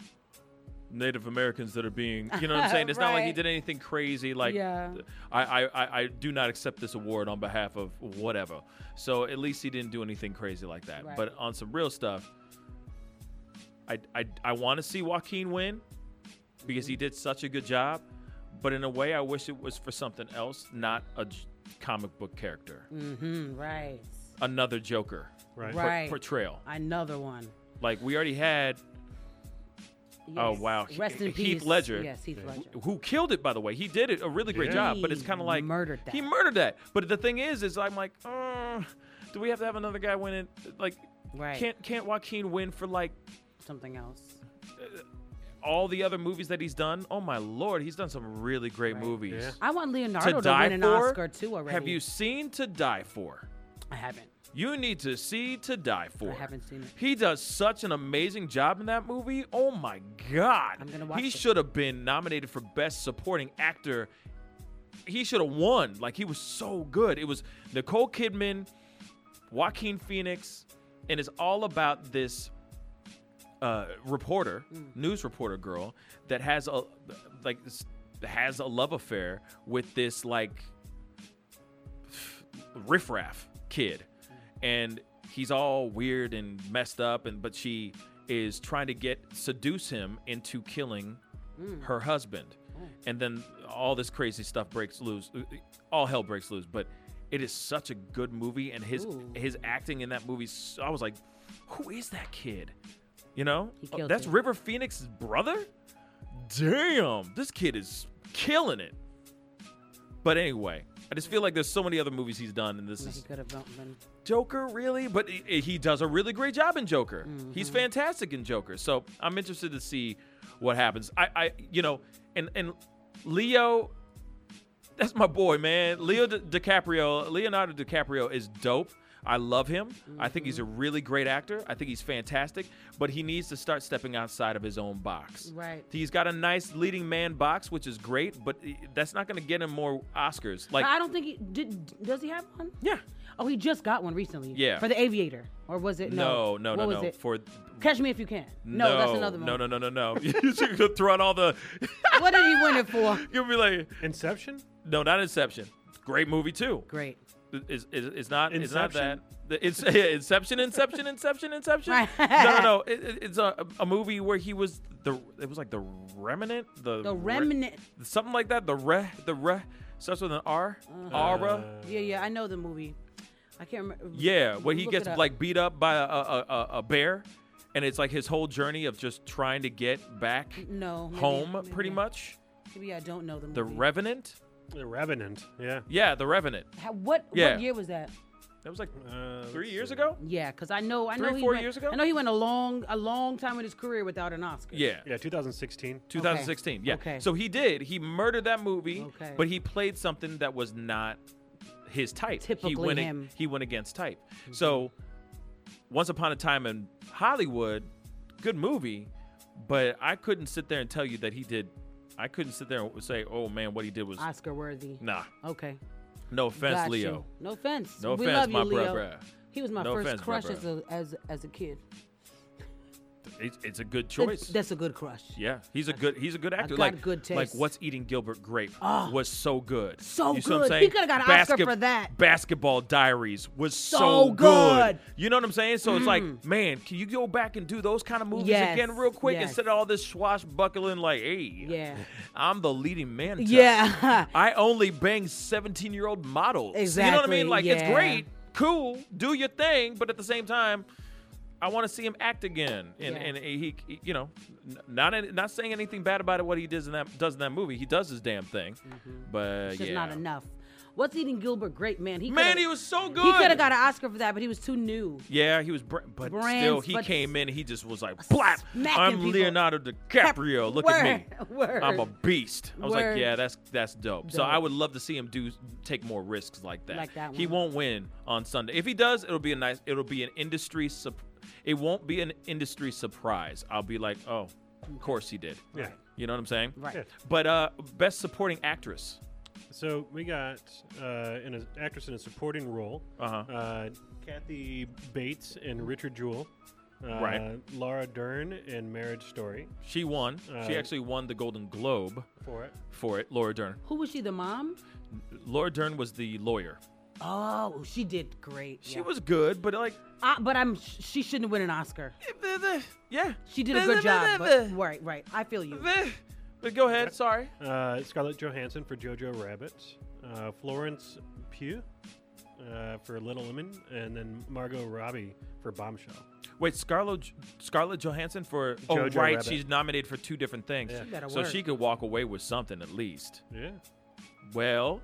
S2: Native Americans that are being. You know what I'm saying? It's not like he
S3: Right.
S2: did anything crazy. Like
S3: Yeah.
S2: I, I, I, I do not accept this award on behalf of whatever. So at least he didn't do anything crazy like that.
S3: Right.
S2: But on some real stuff, I, I, I want to see Joaquin win because he did such a good job. But in a way, I wish it was for something else, not a j- comic book character,
S3: Mm-hmm. Right.
S2: another Joker
S3: Right.
S2: por- portrayal.
S3: Another one.
S2: Like we already had. Oh
S3: Yes.
S2: wow!
S3: Rest in
S2: Heath
S3: peace.
S2: Ledger.
S3: Yes, Heath Ledger.
S2: wh- Who killed it, by the way? He did it a really great
S3: Yeah.
S2: job, but
S3: He
S2: it's kind of like murdered that. He murdered that. But the thing is, is I'm like, "Mm, do we have to have another guy win it? Like,
S3: Right.
S2: can't can't Joaquin win for like
S3: Something else.
S2: all the other movies that he's done? Oh my lord, he's done some really great movies.
S3: I want Leonardo to,
S2: Die
S3: win an
S2: For?
S3: Oscar too already.
S2: Have you seen To Die For?
S3: I haven't.
S2: You need to see To Die For.
S3: I haven't seen it.
S2: He does such an amazing job in that movie. Oh my god.
S3: I'm gonna watch
S2: he
S3: it.
S2: should have been nominated for best supporting actor. He should have won. Like he was so good. It was Nicole Kidman, Joaquin Phoenix, and it's all about this uh, reporter,
S3: Mm.
S2: news reporter girl that has a like this- has a love affair with this like riffraff kid and he's all weird and messed up and but she is trying to get seduce him into killing
S28: Mm.
S2: her husband and then all this crazy stuff breaks loose all hell breaks loose but it is such a good movie and his
S28: Ooh.
S2: his acting in that movie s- i was like who is that kid you know
S28: He
S2: Oh,
S28: killed
S2: that's
S28: it.
S2: river phoenix's brother damn this kid is killing it but anyway i just feel like there's so many other movies he's done and this
S3: He
S2: is
S3: could have not been.
S2: Joker, really? But he- eh, he does a really great job in Joker.
S3: Mm-hmm.
S2: He's fantastic in Joker. So I'm interested to see what happens. I, I you know, and and Leo, that's my boy, man. Leo Di- DiCaprio, Leonardo DiCaprio is dope. I love him. I think
S3: Mm-hmm.
S2: he's a really great actor. I think he's fantastic. But he needs to start stepping outside of his own box.
S3: Right.
S2: He's got a nice leading man box, which is great, but eh, that's not going to get him more Oscars. Like
S3: I don't think he did. Does he have one?
S2: Yeah.
S3: Oh, he just got one recently.
S2: Yeah.
S3: For the Aviator, or was it? No,
S2: no, no,
S3: What
S2: no,
S3: was
S2: no.
S3: It?
S2: For
S3: Catch Me If You Can. No, that's another one.
S2: No, no, no, no, no. you should go throw out all the.
S3: what did he win it for?
S2: You'll be like
S11: Inception.
S2: No, not Inception. Great movie too.
S3: Great.
S2: It's, it's, it's not. It's not that.
S11: Inception.
S2: The- It's yeah, Inception, Inception, Inception, Inception. no, no, no. It, it- it's a, a movie where he was the. It was like the remnant. The,
S3: The
S2: re-
S3: Remnant.
S2: something like that. The re. The re. Starts with an R. Aura.
S3: Yeah, yeah. I know the movie. I can't remember.
S2: Yeah, where he
S3: Look
S2: gets
S3: it up.
S2: like beat up by a, a, a, a bear, and it's like his whole journey of just trying to get back
S3: No. maybe-
S2: home,
S3: maybe
S2: pretty
S3: I-
S2: much.
S3: Maybe I don't know the movie.
S2: The Revenant.
S11: The Revenant. Yeah.
S2: Yeah, The Revenant.
S3: How, what
S2: Yeah.
S3: what year was that?
S2: That was like
S11: Uh,
S2: three years ago.
S3: Yeah, because I know I know
S2: Three,
S3: he
S2: four
S3: went,
S2: years ago?
S3: I know he went a long a long time in his career without an Oscar.
S2: Yeah.
S11: Yeah, 2016.
S2: 2016. Yeah.
S3: Okay.
S2: So he did. He murdered that movie,
S3: Okay.
S2: but he played something that was not his type.
S3: Typically
S2: he went, ag-
S3: him. Mm-hmm.
S2: He went against type. So, Once Upon a Time in Hollywood, good movie, but I couldn't sit there and tell you that he did. I couldn't sit there and say, "Oh man, what he did was."
S3: Oscar worthy.
S2: Nah.
S3: Okay.
S2: No offense,
S3: Got you.
S2: Leo.
S3: No offense.
S2: No
S3: we
S2: offense,
S3: love you,
S2: my
S3: Leo.
S2: bruh-bruh.
S3: He was my
S2: No
S3: first
S2: offense, my
S3: crush
S2: bruh.
S3: as a as as a kid.
S2: It's, it's a good
S3: That's-
S2: choice.
S3: That's a good crush.
S2: Yeah, he's a good he's a good actor.
S3: got
S2: like
S3: good
S2: Like
S3: taste.
S2: what's eating Gilbert Grape
S3: Oh.
S2: was so good.
S3: So
S2: you see What I'm
S3: good.
S2: saying?
S3: He coulda got an Oscar for that.
S2: Basketball Diaries was so,
S3: So
S2: good.
S3: good.
S2: You know what I'm saying? So it's
S3: Mm.
S2: like, man, can you go back and do those kind of movies
S3: Yes,
S2: again real quick
S3: yes.
S2: instead of all this swashbuckling? Like, hey,
S3: Yeah.
S2: I'm the leading man. type.
S3: Yeah.
S2: I only bang 17 year old models. You know what I
S3: Exactly,
S2: mean? Like it's
S3: yeah.
S2: great, cool, do your thing, but at the same time. I want to see him act again. And
S22: Yeah.
S2: and he, he- you know, n- not any- not saying anything bad about it, what he does in that does in that movie. He does his damn thing, but
S3: Mm-hmm. It's just
S2: yeah.
S3: not enough. What's eating Gilbert? Great man. He
S2: Man,
S3: coulda-
S2: he was so
S3: He
S2: good.
S3: could have got an Oscar for that, but he was too new.
S2: yeah, he was, br- but
S3: Brands,
S2: still, he
S3: but
S2: came in. He just was like, "Blap!
S3: smacking
S2: I'm
S3: people.
S2: Leonardo DiCaprio. Look at me.
S3: Word,
S2: I'm a
S3: word.
S2: beast." I was
S3: Word.
S2: like, "Yeah, that's that's dope. So
S3: Dope.
S2: I would love to see him do take more risks like that.
S3: Like that
S2: He
S3: one.
S2: won't win on Sunday. If he does, it'll be a nice. It'll be an industry. Su- it won't be an industry surprise. I'll be like, "Oh, of course he did.
S11: Yeah.
S2: You know what I'm saying?
S11: Right. Yeah.
S2: But uh, best supporting actress.
S11: So we got uh, an actress in a supporting role.
S2: Uh-huh.
S11: Uh, Kathy Bates and Richard Jewell. Uh,
S2: Right.
S11: Laura Dern in Marriage Story.
S2: She won. she
S11: Uh,
S2: actually won the Golden Globe
S11: For it.
S2: For it, Laura Dern.
S3: Who was she? The mom?
S2: Laura Dern was the lawyer.
S3: Oh, she did great.
S2: She was good, but like, eh,
S3: Uh, but I'm. She shouldn't win an Oscar.
S2: Yeah. Eh,
S3: She did a good job. But, right, right. I feel you.
S2: But go ahead. Sorry.
S11: Uh, Scarlett Johansson for Jojo Rabbit. Uh, Florence Pugh uh, for Little Women, and then Margot Robbie for Bombshell.
S2: Wait, Scarlett Scarlett Johansson for oh
S11: Jojo
S2: right,
S11: Rabbit.
S2: she's nominated for two different things,
S11: Yeah. She better
S2: so
S11: work.
S2: she could walk away with something at least.
S11: Yeah.
S2: Well,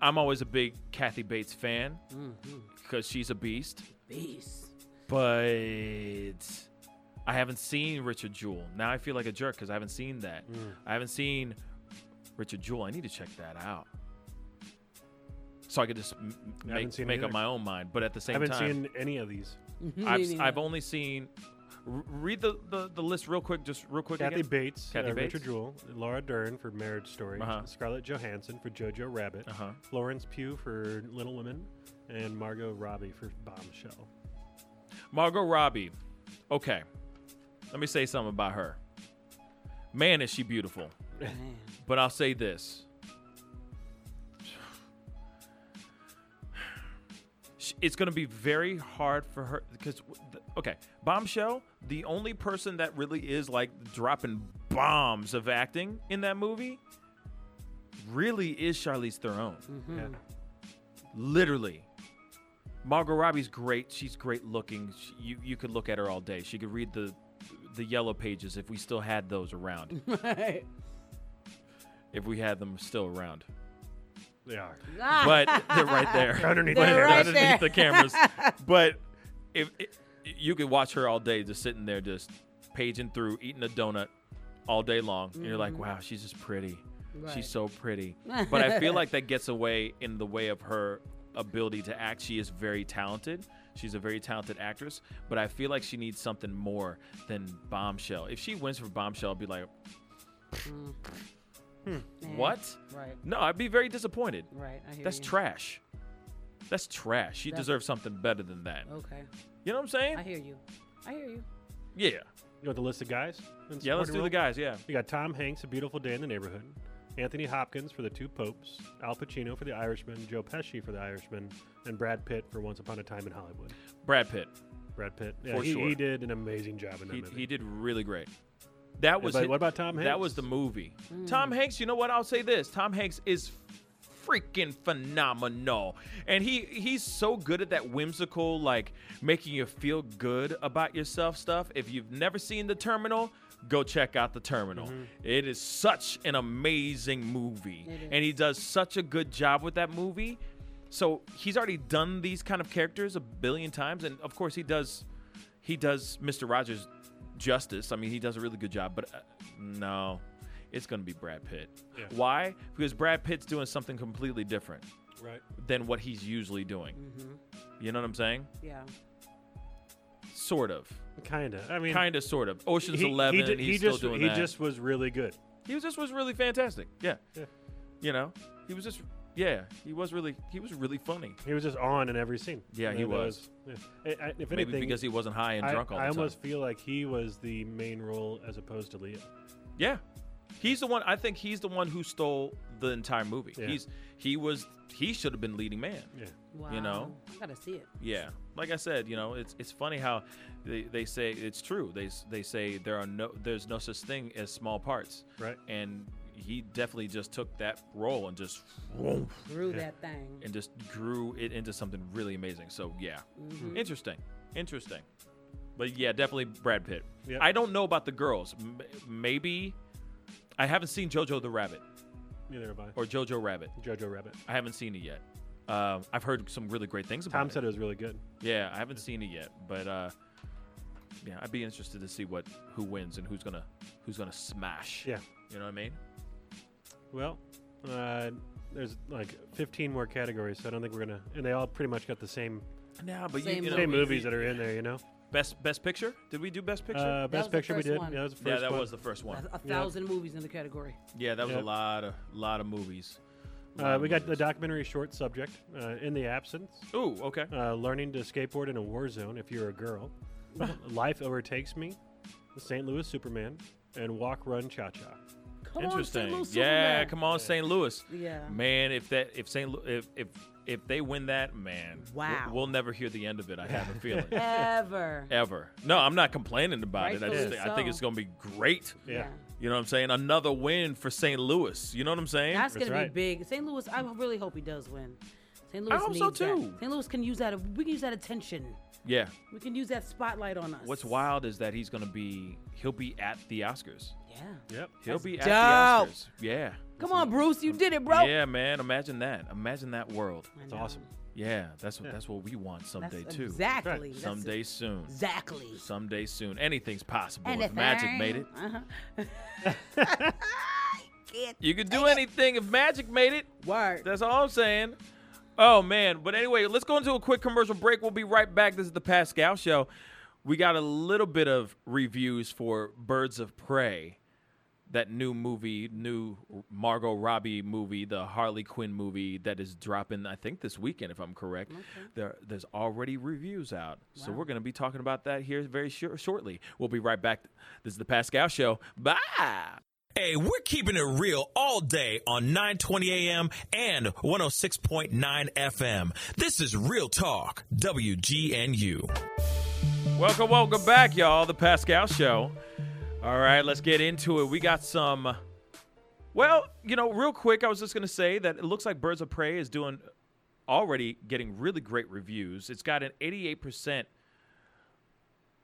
S2: I'm always a big Kathy Bates fan
S11: Mm-hmm.
S3: Mhm.
S2: because she's a beast.
S3: Beast.
S2: But I haven't seen Richard Jewell. Now I feel like a jerk because I haven't seen that.
S11: Mm.
S2: I haven't seen Richard Jewell. I need to check that out. So I could just m- m-
S11: I haven't
S2: make,
S11: seen
S2: make
S11: either.
S2: up my own mind. But at the
S11: I
S2: same
S11: haven't
S2: time,
S11: seen any of these. Me
S2: I've,
S11: neither.
S2: I've only seen. r- Read the, the, the list real quick, just real quick.
S11: Kathy
S2: again.
S11: Bates,
S2: Kathy
S11: uh,
S2: Bates.
S11: Richard Jewell, Laura Dern for Marriage Story,
S2: Uh-huh.
S11: Scarlett Johansson for Jojo Rabbit,
S2: Uh-huh.
S11: Florence Pugh for Little Women, and Margot Robbie for Bombshell.
S2: Margot Robbie. Okay. Let me say something about her. Man, is she beautiful.
S11: Man.
S2: But I'll say this. Sh- It's going to be very hard for her because, okay, Bombshell, the only person that really is like dropping bombs of acting in that movie really is Charlize Theron.
S11: Yeah.
S2: Literally. Margot Robbie's great. She's great looking. She, you you could look at her all day. She could read the the yellow pages if we still had those around.
S3: Right.
S2: if we had them still around.
S11: They are.
S2: But they're right there.
S11: Underneath They're the cameras. right
S2: underneath the
S11: there.
S2: cameras. But if it, you could watch her all day just sitting there just paging through eating a donut all day long and you're
S11: Mm-hmm.
S2: like,
S22: Mhm.
S2: "Wow, she's just pretty.
S22: Right.
S2: She's so pretty." but I feel like that gets away in the way of her ability to act. She is very talented. She's a very talented actress, but I feel like she needs something more than Bombshell. If she wins for Bombshell, I'd be like,
S11: Mm.
S2: what?
S3: Right.
S2: No, I'd be very disappointed.
S3: Right, I hear
S2: That's
S3: you.
S2: trash. That's trash. She
S3: That's-
S2: deserves something better than that.
S11: Oh.
S3: Okay.
S2: You know what I'm saying?
S3: I hear you. I hear you.
S2: Yeah.
S11: You want the list of guys? in
S2: Yeah, let's do
S11: supporting
S2: the
S11: role?
S2: guys, yeah.
S11: You got Tom Hanks, A Beautiful Day in the Neighborhood, Anthony Hopkins for The Two Popes, Al Pacino for The Irishman, Joe Pesci for The Irishman, and Brad Pitt for Once Upon a Time in Hollywood.
S2: Brad Pitt.
S11: Brad Pitt. Yeah,
S2: For
S11: he,
S2: sure.
S11: he did an amazing job in that
S2: He,
S11: movie.
S2: he did really great. That was
S11: but
S2: hi-
S11: what about Tom
S2: That
S11: Hanks?
S2: was the movie.
S22: Mm.
S2: Tom Hanks, you know what? I'll say this. Tom Hanks is freaking phenomenal. And he he's so good at that whimsical like making you feel good about yourself stuff. If you've never seen The Terminal, go check out The Terminal.
S11: Mm-hmm.
S2: It is such an amazing movie.
S22: It is.
S2: And he does such a good job with that movie. So he's already done these kind of characters a billion times and of course he does he does Mr. Rogers justice. I mean, he does a really good job, but uh, no, it's going to be Brad Pitt.
S11: Yeah.
S2: Why? Because Brad Pitt's doing something completely different
S11: Right.
S2: than what he's usually doing.
S11: Mm-hmm.
S2: You know what I'm saying?
S3: Yeah.
S2: Sort of.
S11: Kinda. I mean,
S2: kind of, sort of. Ocean's
S11: he- he
S2: Eleven.
S11: did-
S2: he's
S11: he
S2: still
S11: just-
S2: doing
S11: he
S2: that.
S11: just was really good.
S2: He was just was really fantastic. Yeah.
S11: Yeah.
S2: You know, he was just. Yeah, he was really. He was really funny.
S11: He was just on in every scene.
S2: Yeah, he
S11: That
S2: was.
S11: yeah. I- I- if
S2: Maybe
S11: anything,
S2: because he wasn't high and
S11: I-
S2: drunk all
S11: I
S2: the time.
S11: almost feel like he was the main role as opposed to Leah.
S2: Yeah. He's the one I think he's the one who stole the entire movie.
S11: Yeah.
S2: He's he was he should have been leading man.
S11: Yeah.
S2: You know?
S3: Wow. I gotta see it.
S2: Yeah. Like I said, you know, it's it's funny how they, they say it's true. They s- they say there are no there's no such thing as small parts.
S11: Right.
S2: And he definitely just took that role and just
S3: Grew that thing.
S2: and just grew it into something really amazing. So yeah,
S3: Mhm.
S2: interesting, interesting. But yeah, definitely Brad Pitt. I don't know about the girls. M- maybe I haven't seen Jojo the Rabbit
S11: Neither have I.
S2: or Jojo Rabbit.
S11: Jojo Rabbit.
S2: I haven't seen it yet. Um, I've heard some really great things about
S11: Tom
S2: it.
S11: said it was really good.
S2: Yeah, I haven't seen it yet, but uh, yeah, I'd be interested to see what who wins and who's gonna who's gonna smash.
S11: Yeah.
S2: you know what I mean.
S11: Well, uh, there's like 15 more categories, so I don't think we're gonna. And they all pretty much got the same.
S2: No, but you- Same you know-
S11: same movies that are in there, you know.
S2: Best Best Picture? Did we do Best Picture?
S11: Uh, That Best was the Picture we first did. one.
S2: Yeah,
S11: Yeah,
S2: that
S11: that
S2: was
S11: was
S2: the
S11: the
S2: first one.
S11: first one.
S3: A thousand movies in the category.
S2: Yeah, that was
S11: Yep.
S2: a lot of lot of movies.
S11: Uh, we got the documentary short subject, uh, In the Absence.
S2: Ooh, okay.
S11: Uh, learning to skateboard in a war zone if you're a girl. Life Overtakes Me, The St. Louis Superman, and Walk, Run, Cha Cha.
S3: Come
S2: Interesting.
S3: On, St. Louis
S2: yeah,
S3: Superman.
S2: come on, St. Louis.
S3: Yeah.
S2: Man, if that if St. Lu- if if if they win that, man, we'll-
S3: Wow.
S2: we'll, never hear the end of it. I have a feeling.
S3: Ever.
S2: Ever. No, I'm not complaining about it. I just
S3: Rightfully
S2: think, I think
S3: so.
S2: it's going to be great.
S3: Yeah.
S2: You know what I'm saying? Another win for St. Louis. You know what I'm saying?
S3: That's, gonna be big. St. Louis, I really hope he does win. St. Louis
S2: I hope
S3: needs
S2: so, too.
S3: that. St. Louis can use that. We can use that attention.
S2: Yeah.
S3: We can use that spotlight on us.
S2: What's wild is that he's going to be he'll be at the Oscars.
S3: Yeah.
S11: Yep.
S2: He'll
S3: That's
S2: be at
S3: dope.
S2: the Oscars. Yeah.
S3: Come on, Bruce, you did it, bro.
S2: Yeah, man. Imagine that. Imagine that world.
S3: That's know. awesome.
S2: Yeah, that's what that's what we want someday too.
S3: exactly. That's
S2: Someday soon.
S3: exactly.
S2: Someday soon. Anything's possible.
S3: And
S2: If magic made it.
S3: Uh-huh.
S2: You could do anything if magic made it. Word. That's all I'm saying. Oh man. But anyway, let's go into a quick commercial break. We'll be right back. This is the Pascal show. We got a little bit of reviews for Birds of Prey, that new movie, new Margot Robbie movie, the Harley Quinn movie that is dropping, I think, this weekend, if I'm correct. There, there's already reviews out. So we're going to be talking about that here very shor- shortly. We'll be right back. This is the Pascal show. Bye.
S21: Hey, we're keeping it real all day on 920 AM and 106.9 FM. This is Real Talk, WGNU.
S2: Welcome, welcome back, y'all. The Pascal Show. All right, let's get into it. We got some. Well, you know, real quick, I was just going to say that it looks like Birds of Prey is doing already getting really great reviews. It's got an 88%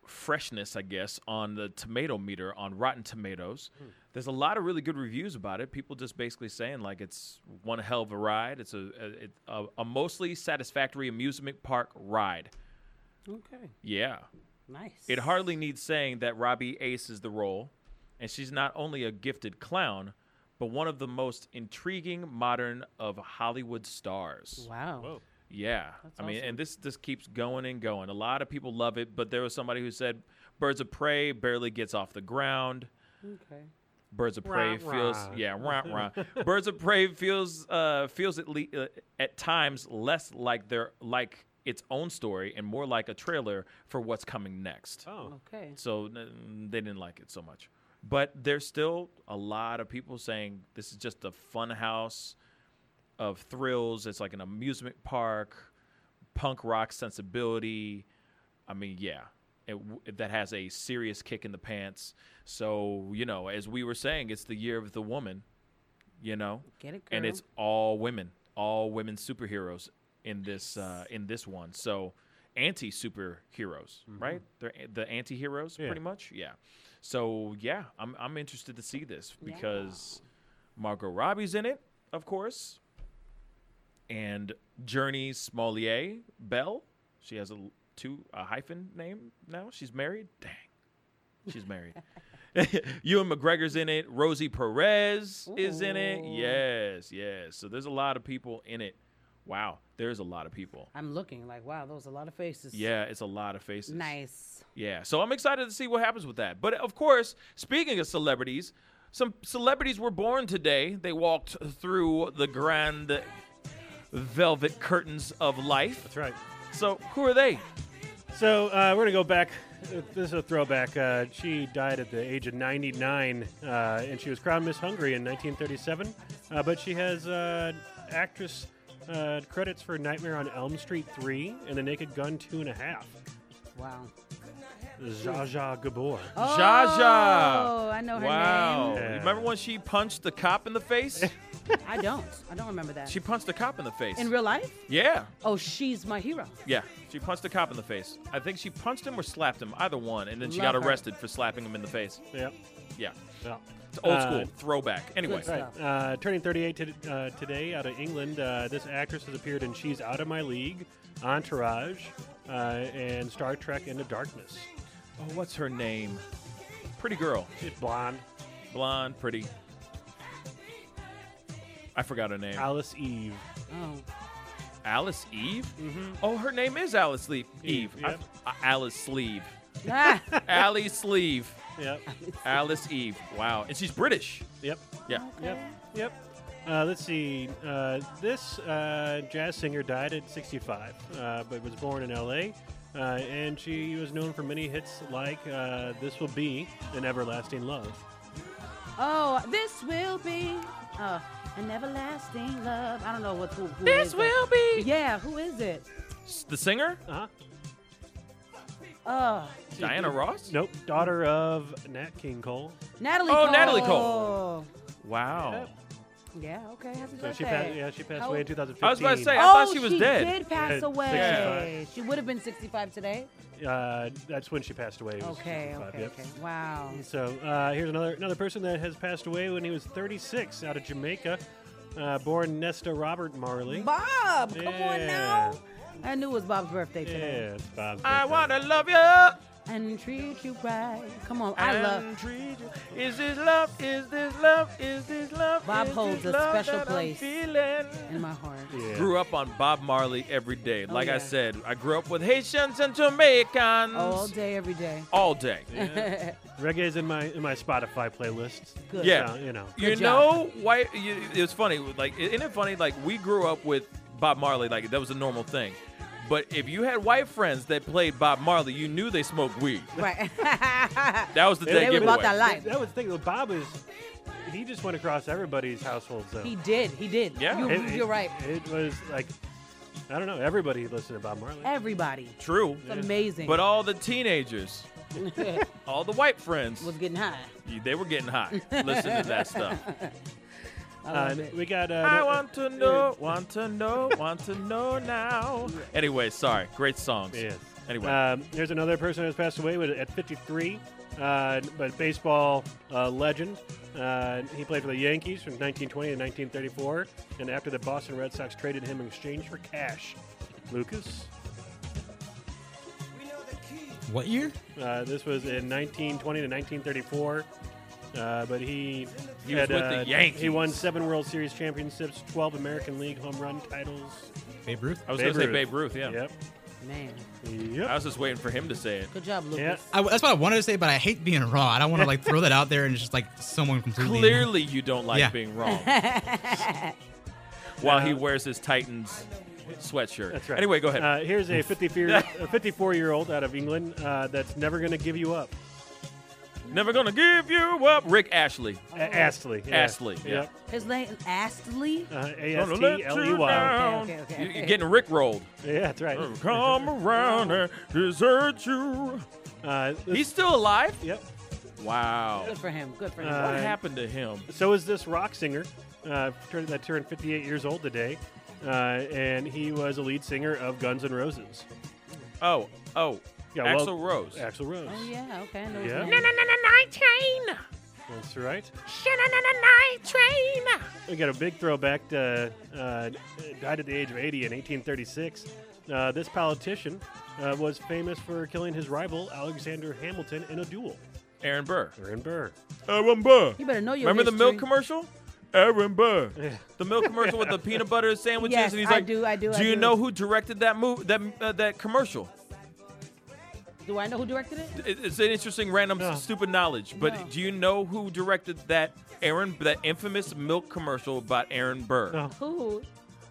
S2: freshness, I guess, on the tomato meter on Rotten Tomatoes. There's a lot of really good reviews about it. People just basically saying like it's one hell of a ride. It's a a, it- a, a mostly satisfactory amusement park ride.
S3: Okay.
S2: Yeah.
S3: Nice.
S2: It hardly needs saying that Robbie aces the role, and she's not only a gifted clown, but one of the most intriguing modern of Hollywood stars.
S3: Wow.
S2: Yeah.
S3: That's
S2: I mean,
S3: awesome.
S2: and this just keeps going and going. A lot of people love it, but there was somebody who said Birds of Prey barely gets off the ground.
S3: Okay.
S2: Birds of Prey
S3: Rah,
S2: feels
S3: rah.
S2: yeah, rah, rah. Birds of Prey feels uh, feels at le- uh, at times less like their like its own story and more like a trailer for what's coming next.
S11: Oh,
S3: okay.
S2: So n- they didn't like it so much, but there's still a lot of people saying this is just a fun house of thrills. It's like an amusement park, punk rock sensibility. I mean, yeah, it, w- that has a serious kick in the pants. So you know, as we were saying, it's the year of the woman. You know,
S3: Get it,
S2: and
S3: girl.
S2: it's all women, all women superheroes in this uh, in this one. So anti superheroes,
S3: Mm-hmm.
S2: right? They're a- the anti heroes,
S11: Yeah.
S2: pretty much. Yeah. So yeah, I'm I'm interested to see this
S11: Yeah.
S2: because Margot Robbie's in it, of course, and Journey Smollier Bell. She has a l- two a hyphen name now. She's married. Dang, she's married. Ewan McGregor's in it. Rosie Perez is in it.
S3: Ooh.
S2: Yes, yes. So there's a lot of people in it. Wow, there's a lot of people.
S3: I'm looking like, wow, those a lot of faces.
S2: Yeah, it's a lot of faces.
S3: Nice.
S2: Yeah, so I'm excited to see what happens with that. But of course, speaking of celebrities, some celebrities were born today. They walked through the grand velvet curtains of life. That's
S11: right.
S2: So who are they?
S11: So uh, we're gonna go back. This is a throwback. Uh, she died at the age of 99, uh, and she was crowned Miss Hungary in 1937. Uh, but she has uh, actress uh, credits for Nightmare on Elm Street 3 and The Naked Gun Two and a Half.
S3: Wow.
S11: Zsa Zsa Gabor.
S2: Zsa Zsa.
S3: Oh, I know her
S2: wow.
S3: name.
S2: You Remember when she punched the cop in the face?
S3: I don't. I don't remember that.
S2: she punched the cop in the face.
S3: in real life?
S2: Yeah.
S3: Oh, she's my hero.
S2: Yeah. She punched the cop in the face. I think she punched him or slapped him, either one, and then she
S3: Love
S2: got
S3: her.
S2: arrested for slapping him in the face.
S11: Yep.
S2: Yeah.
S11: Yeah.
S2: It's old school
S11: Uh,
S2: throwback. Anyway.
S11: Right. Uh, turning 38 to, uh, today out of England, uh, this actress has appeared in She's Out of My League, Entourage, uh, and Star Trek Into Darkness.
S2: Oh, what's her name? Pretty girl.
S11: She's blonde.
S2: Blonde, pretty. I forgot her name.
S11: Alice Eve.
S3: Oh.
S2: Alice Eve? Mm-hmm. Oh, her name is Alice Lee- Eve. I-
S11: yep.
S2: uh, Alice Sleeve.
S3: Ah.
S2: Alice Sleeve.
S11: Yep.
S2: Alice Eve. Wow. And she's British.
S11: Yep.
S2: Yeah.
S11: Yep. Yep. Uh, let's see. Uh, this uh, jazz singer died at 65, uh, but was born in L.A. Uh, and she was known for many hits like uh, "This Will Be" and "Everlasting Love."
S3: Oh, this will be uh, an everlasting love. I don't know what who, who
S2: This
S3: is
S2: will
S3: it. be. Yeah, who is it?
S2: S- The singer?
S11: Uh-huh.
S3: Uh,
S2: Diana Ross?
S11: Nope. Daughter of Nat King Cole.
S3: Natalie.
S2: Oh,
S3: Cole.
S2: Natalie Cole. Wow.
S3: Yeah, okay. Happy
S11: So
S3: birthday.
S11: she passed. Yeah, she passed
S3: How-
S11: away in 2015.
S2: I was about to say, I
S3: oh,
S2: thought she was
S3: she
S2: dead.
S3: did pass
S11: Yeah,
S3: away.
S11: 65.
S3: She would have been 65 today.
S11: Uh, that's when she passed away. was
S3: Okay,
S11: 65,
S3: okay,
S11: yep.
S3: okay. Wow.
S11: So uh, here's another another person that has passed away when he was 36, out of Jamaica, uh, born Nesta Robert Marley.
S3: Bob, come on now.
S11: Yeah.
S3: I knew it was Bob's birthday
S11: Yeah,
S3: today.
S11: it's Bob.
S2: I want to love you.
S3: And treat you right. Come on, I love.
S2: And treat you- Is this love? Is this love? Is this love?
S3: Bob
S2: Is
S3: holds
S2: this
S3: a
S2: love
S3: special
S2: that I'm
S3: place
S2: feeling?
S3: in my heart.
S2: Grew up on Bob Marley every day.
S3: Oh,
S2: like
S3: yeah.
S2: I said, I grew up with Haitians and Jamaicans
S3: All day, every day.
S2: All day.
S11: Yeah. Reggae's in my in my Spotify playlist.
S3: Good.
S2: Yeah,
S11: So, you know.
S2: you know why? You, it was funny. Like, isn't it funny? Like, we grew up with Bob Marley. Like, that was a normal thing. But if you had white friends that played Bob Marley, you knew they smoked weed.
S3: Right.
S2: That was the dead giveaway.
S11: That was the thing. though, Bob is. He just went across everybody's household zone.
S3: He did. He did.
S11: Yeah.
S3: You,
S11: It-
S3: you're right.
S11: It was like, I don't know. Everybody listened to Bob Marley.
S3: Everybody.
S2: True.
S3: It's amazing.
S2: But all the teenagers, all the white friends,
S3: was getting high.
S2: they were getting high. Listen to that stuff.
S3: I love
S11: Uh,
S3: it.
S11: we got. Uh,
S2: I
S11: no-
S2: want to know, want to know, want to know now. Anyway, sorry. Great songs.
S11: Yes.
S2: Anyway.
S11: Um, there's another person who's passed away with, at 53, uh, but baseball uh, legend. Uh, he played for the Yankees from 1920 to 1934, and after the Boston Red Sox traded him in exchange for cash. Lucas,
S4: What year?
S11: uh, this was in 1920 to 1934. Uh, but he uh,
S2: He was with the Yankees.
S11: He won seven World Series championships, twelve American League home run titles.
S4: Babe Ruth.
S2: I was going to say Babe Ruth, yeah.
S11: Yep.
S3: Man.
S11: Yep.
S2: I was just waiting for him to say it.
S3: Good job, Lucas.
S4: I, that's what I wanted to say, but I hate being wrong. I don't want to like throw that out there and just like someone completely.
S2: Clearly, you don't like
S4: Yeah.
S2: being wrong. While he wears his Titans sweatshirt.
S11: That's right.
S2: Anyway, go ahead.
S11: Uh, here's a 54 a 54 year old out of England uh, that's never going to give you up.
S2: Never gonna give you up. Rick Ashley.
S3: Oh.
S11: A- Astley. Yeah.
S2: Astley. Yeah.
S11: Yep.
S3: His name Astley.
S11: Uh,
S2: Gonna let you down.
S3: Okay, okay, okay,
S2: You-
S3: okay.
S2: You're getting Rick rolled.
S11: Yeah, that's right.
S2: Come around and desert you. He's still alive?
S11: Uh, Yep.
S2: Wow.
S3: Good for him. Good for him.
S11: Uh,
S2: what happened to him?
S11: So is this rock singer uh, turned- that turned 58 years old today, uh, and he was a lead singer of Guns N' Roses.
S2: Oh, oh.
S11: Yeah, well, uh,
S2: Axl Rose.
S11: Axl Rose.
S3: oh yeah. Okay. I know
S11: Yeah.
S3: his
S11: No,
S3: name.
S11: no,
S2: Nineteen.
S11: That's right.
S2: Night train.
S11: We got a big throwback to uh, died at the age of 80 in 1836. Uh, this politician uh, was famous for killing his rival Alexander Hamilton in a duel.
S2: Aaron Burr.
S11: Aaron Burr.
S2: Aaron Burr.
S3: You better know your
S2: Remember the milk
S3: history.
S2: commercial? Aaron Burr. The milk commercial with the peanut butter sandwiches,
S3: Yes,
S2: and he's
S3: I
S2: like,
S3: do, I do, I
S2: you
S3: do."
S2: know who directed that move? That uh, that commercial?
S3: Do I know who directed it?
S2: It- It's an interesting, random, s- stupid knowledge. But
S3: No.
S2: do you know who directed that Aaron that infamous milk commercial about Aaron Burr?
S3: Who?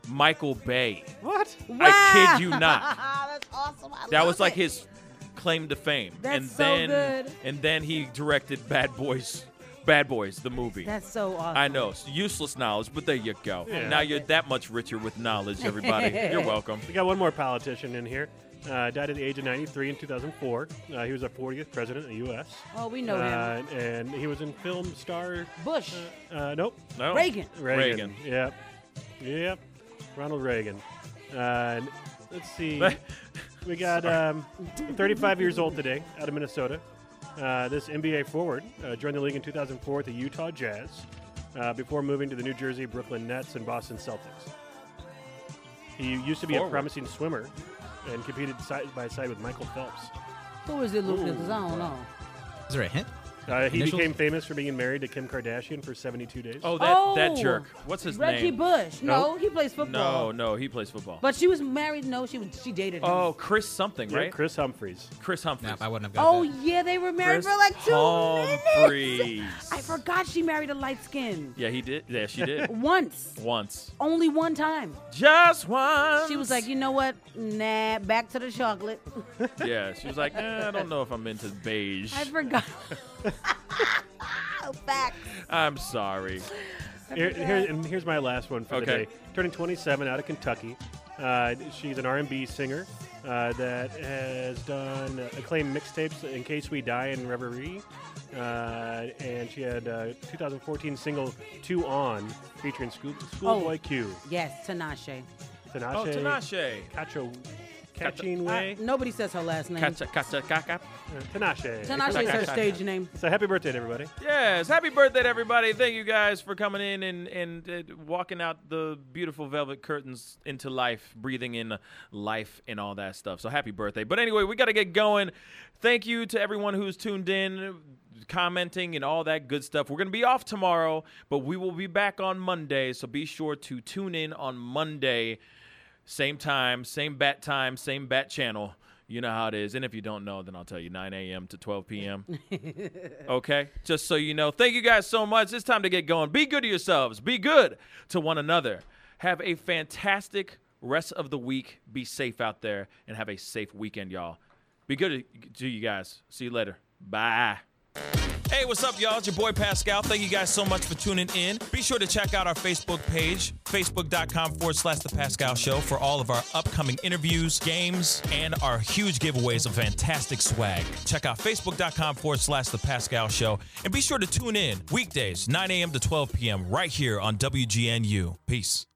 S2: Michael Bay.
S11: What?
S2: I kid you not.
S3: That's awesome. I
S2: That
S3: love
S2: was like
S3: it.
S2: his claim to fame.
S3: That's
S2: and
S3: so
S2: then
S3: good.
S2: and then he directed Bad Boys Bad Boys, the movie.
S3: That's so awesome.
S2: I know, it's useless knowledge, but there you go.
S11: Yeah.
S2: Now you're that much richer with knowledge, everybody. You're welcome.
S11: We got one more politician in here. Uh, died at the age of 93 in 2004. Uh, he was the 40th president of the U.S.
S3: Oh, we know him.
S11: Uh, And he was in film star.
S3: Bush.
S11: Uh, uh, nope.
S3: No. Reagan.
S11: Reagan. Yep. Yep. Ronald Reagan. Uh, and let's see. we got um, 35 years old today out of Minnesota. Uh, this NBA forward uh, joined the league in 2004 at the Utah Jazz uh, before moving to the New Jersey Brooklyn Nets and Boston Celtics. He used to be a
S3: Forward.
S11: promising swimmer and competed side by side with Michael Phelps.
S3: Who is it, Lucas? I don't know.
S4: Is there a hint?
S11: Uh, he
S4: Initials?
S11: became famous for being married to Kim Kardashian for 72 days.
S2: Oh, that, that jerk. What's his
S3: Reggie
S2: name?
S3: Bush. No, he plays
S2: No,
S3: football.
S2: no, he plays football.
S3: But she was married. No, she was. She dated him.
S2: oh, Chris something,
S11: Yeah,
S2: right?
S11: Chris Humphreys.
S2: Chris Humphreys. I
S4: wouldn't have
S3: Oh yeah, they were married
S2: Chris
S3: for like two
S2: Humphries.
S3: minutes. I forgot she married a light skin.
S2: Yeah, he did. Yeah, she did.
S3: Once.
S2: Once.
S3: Only one time.
S2: Just once.
S3: She was like, you know what? Nah, back to the chocolate.
S2: Yeah, she was like, eh, I don't know if I'm into beige.
S3: I forgot.
S2: I'm sorry.
S11: Here, here- and here's my last one for
S2: Okay.
S11: the day. Turning 27 out of Kentucky. Uh, she's an R&B singer uh, that has done acclaimed mixtapes In Case We Die and Reverie. Uh, and she had uh, 2014 single Two On featuring School,
S3: Oh.
S11: Schoolboy Q.
S3: Yes, Tanache.
S11: Tinashe.
S2: Oh,
S11: Cacho. Catching Way.
S3: Uh, nobody says her last name.
S2: Kacha, kacha, kaka.
S11: Tinashe.
S3: Tinashe is her stage name.
S11: So happy birthday to everybody.
S2: Yes, happy birthday to everybody. Thank you guys for coming in and, and uh, walking out the beautiful velvet curtains into life, breathing in life and all that stuff. So happy birthday. But anyway, we got to get going. Thank you to everyone who's tuned in, commenting, and all that good stuff. We're going to be off tomorrow, but we will be back on Monday. So be sure to tune in on Monday. Same time, same bat time, same bat channel. You know how it is. And if you don't know, then I'll tell you 9 a.m. to 12 p.m. okay? Just so you know. Thank you guys so much. It's time to get going. Be good to yourselves. Be good to one another. Have a fantastic rest of the week. Be safe out there and have a safe weekend, y'all. Be good to- to you guys. See you later. Bye.
S21: Hey, what's up, y'all? It's your boy Pascal. Thank you guys so much for tuning in. Be sure to check out our Facebook page, facebook.com forward slash The Pascal Show, for all of our upcoming interviews, games, and our huge giveaways of fantastic swag. Check out facebook.com forward slash The Pascal Show. And be sure to tune in weekdays, 9 a.m. to 12 p.m., right here on WGNU. Peace.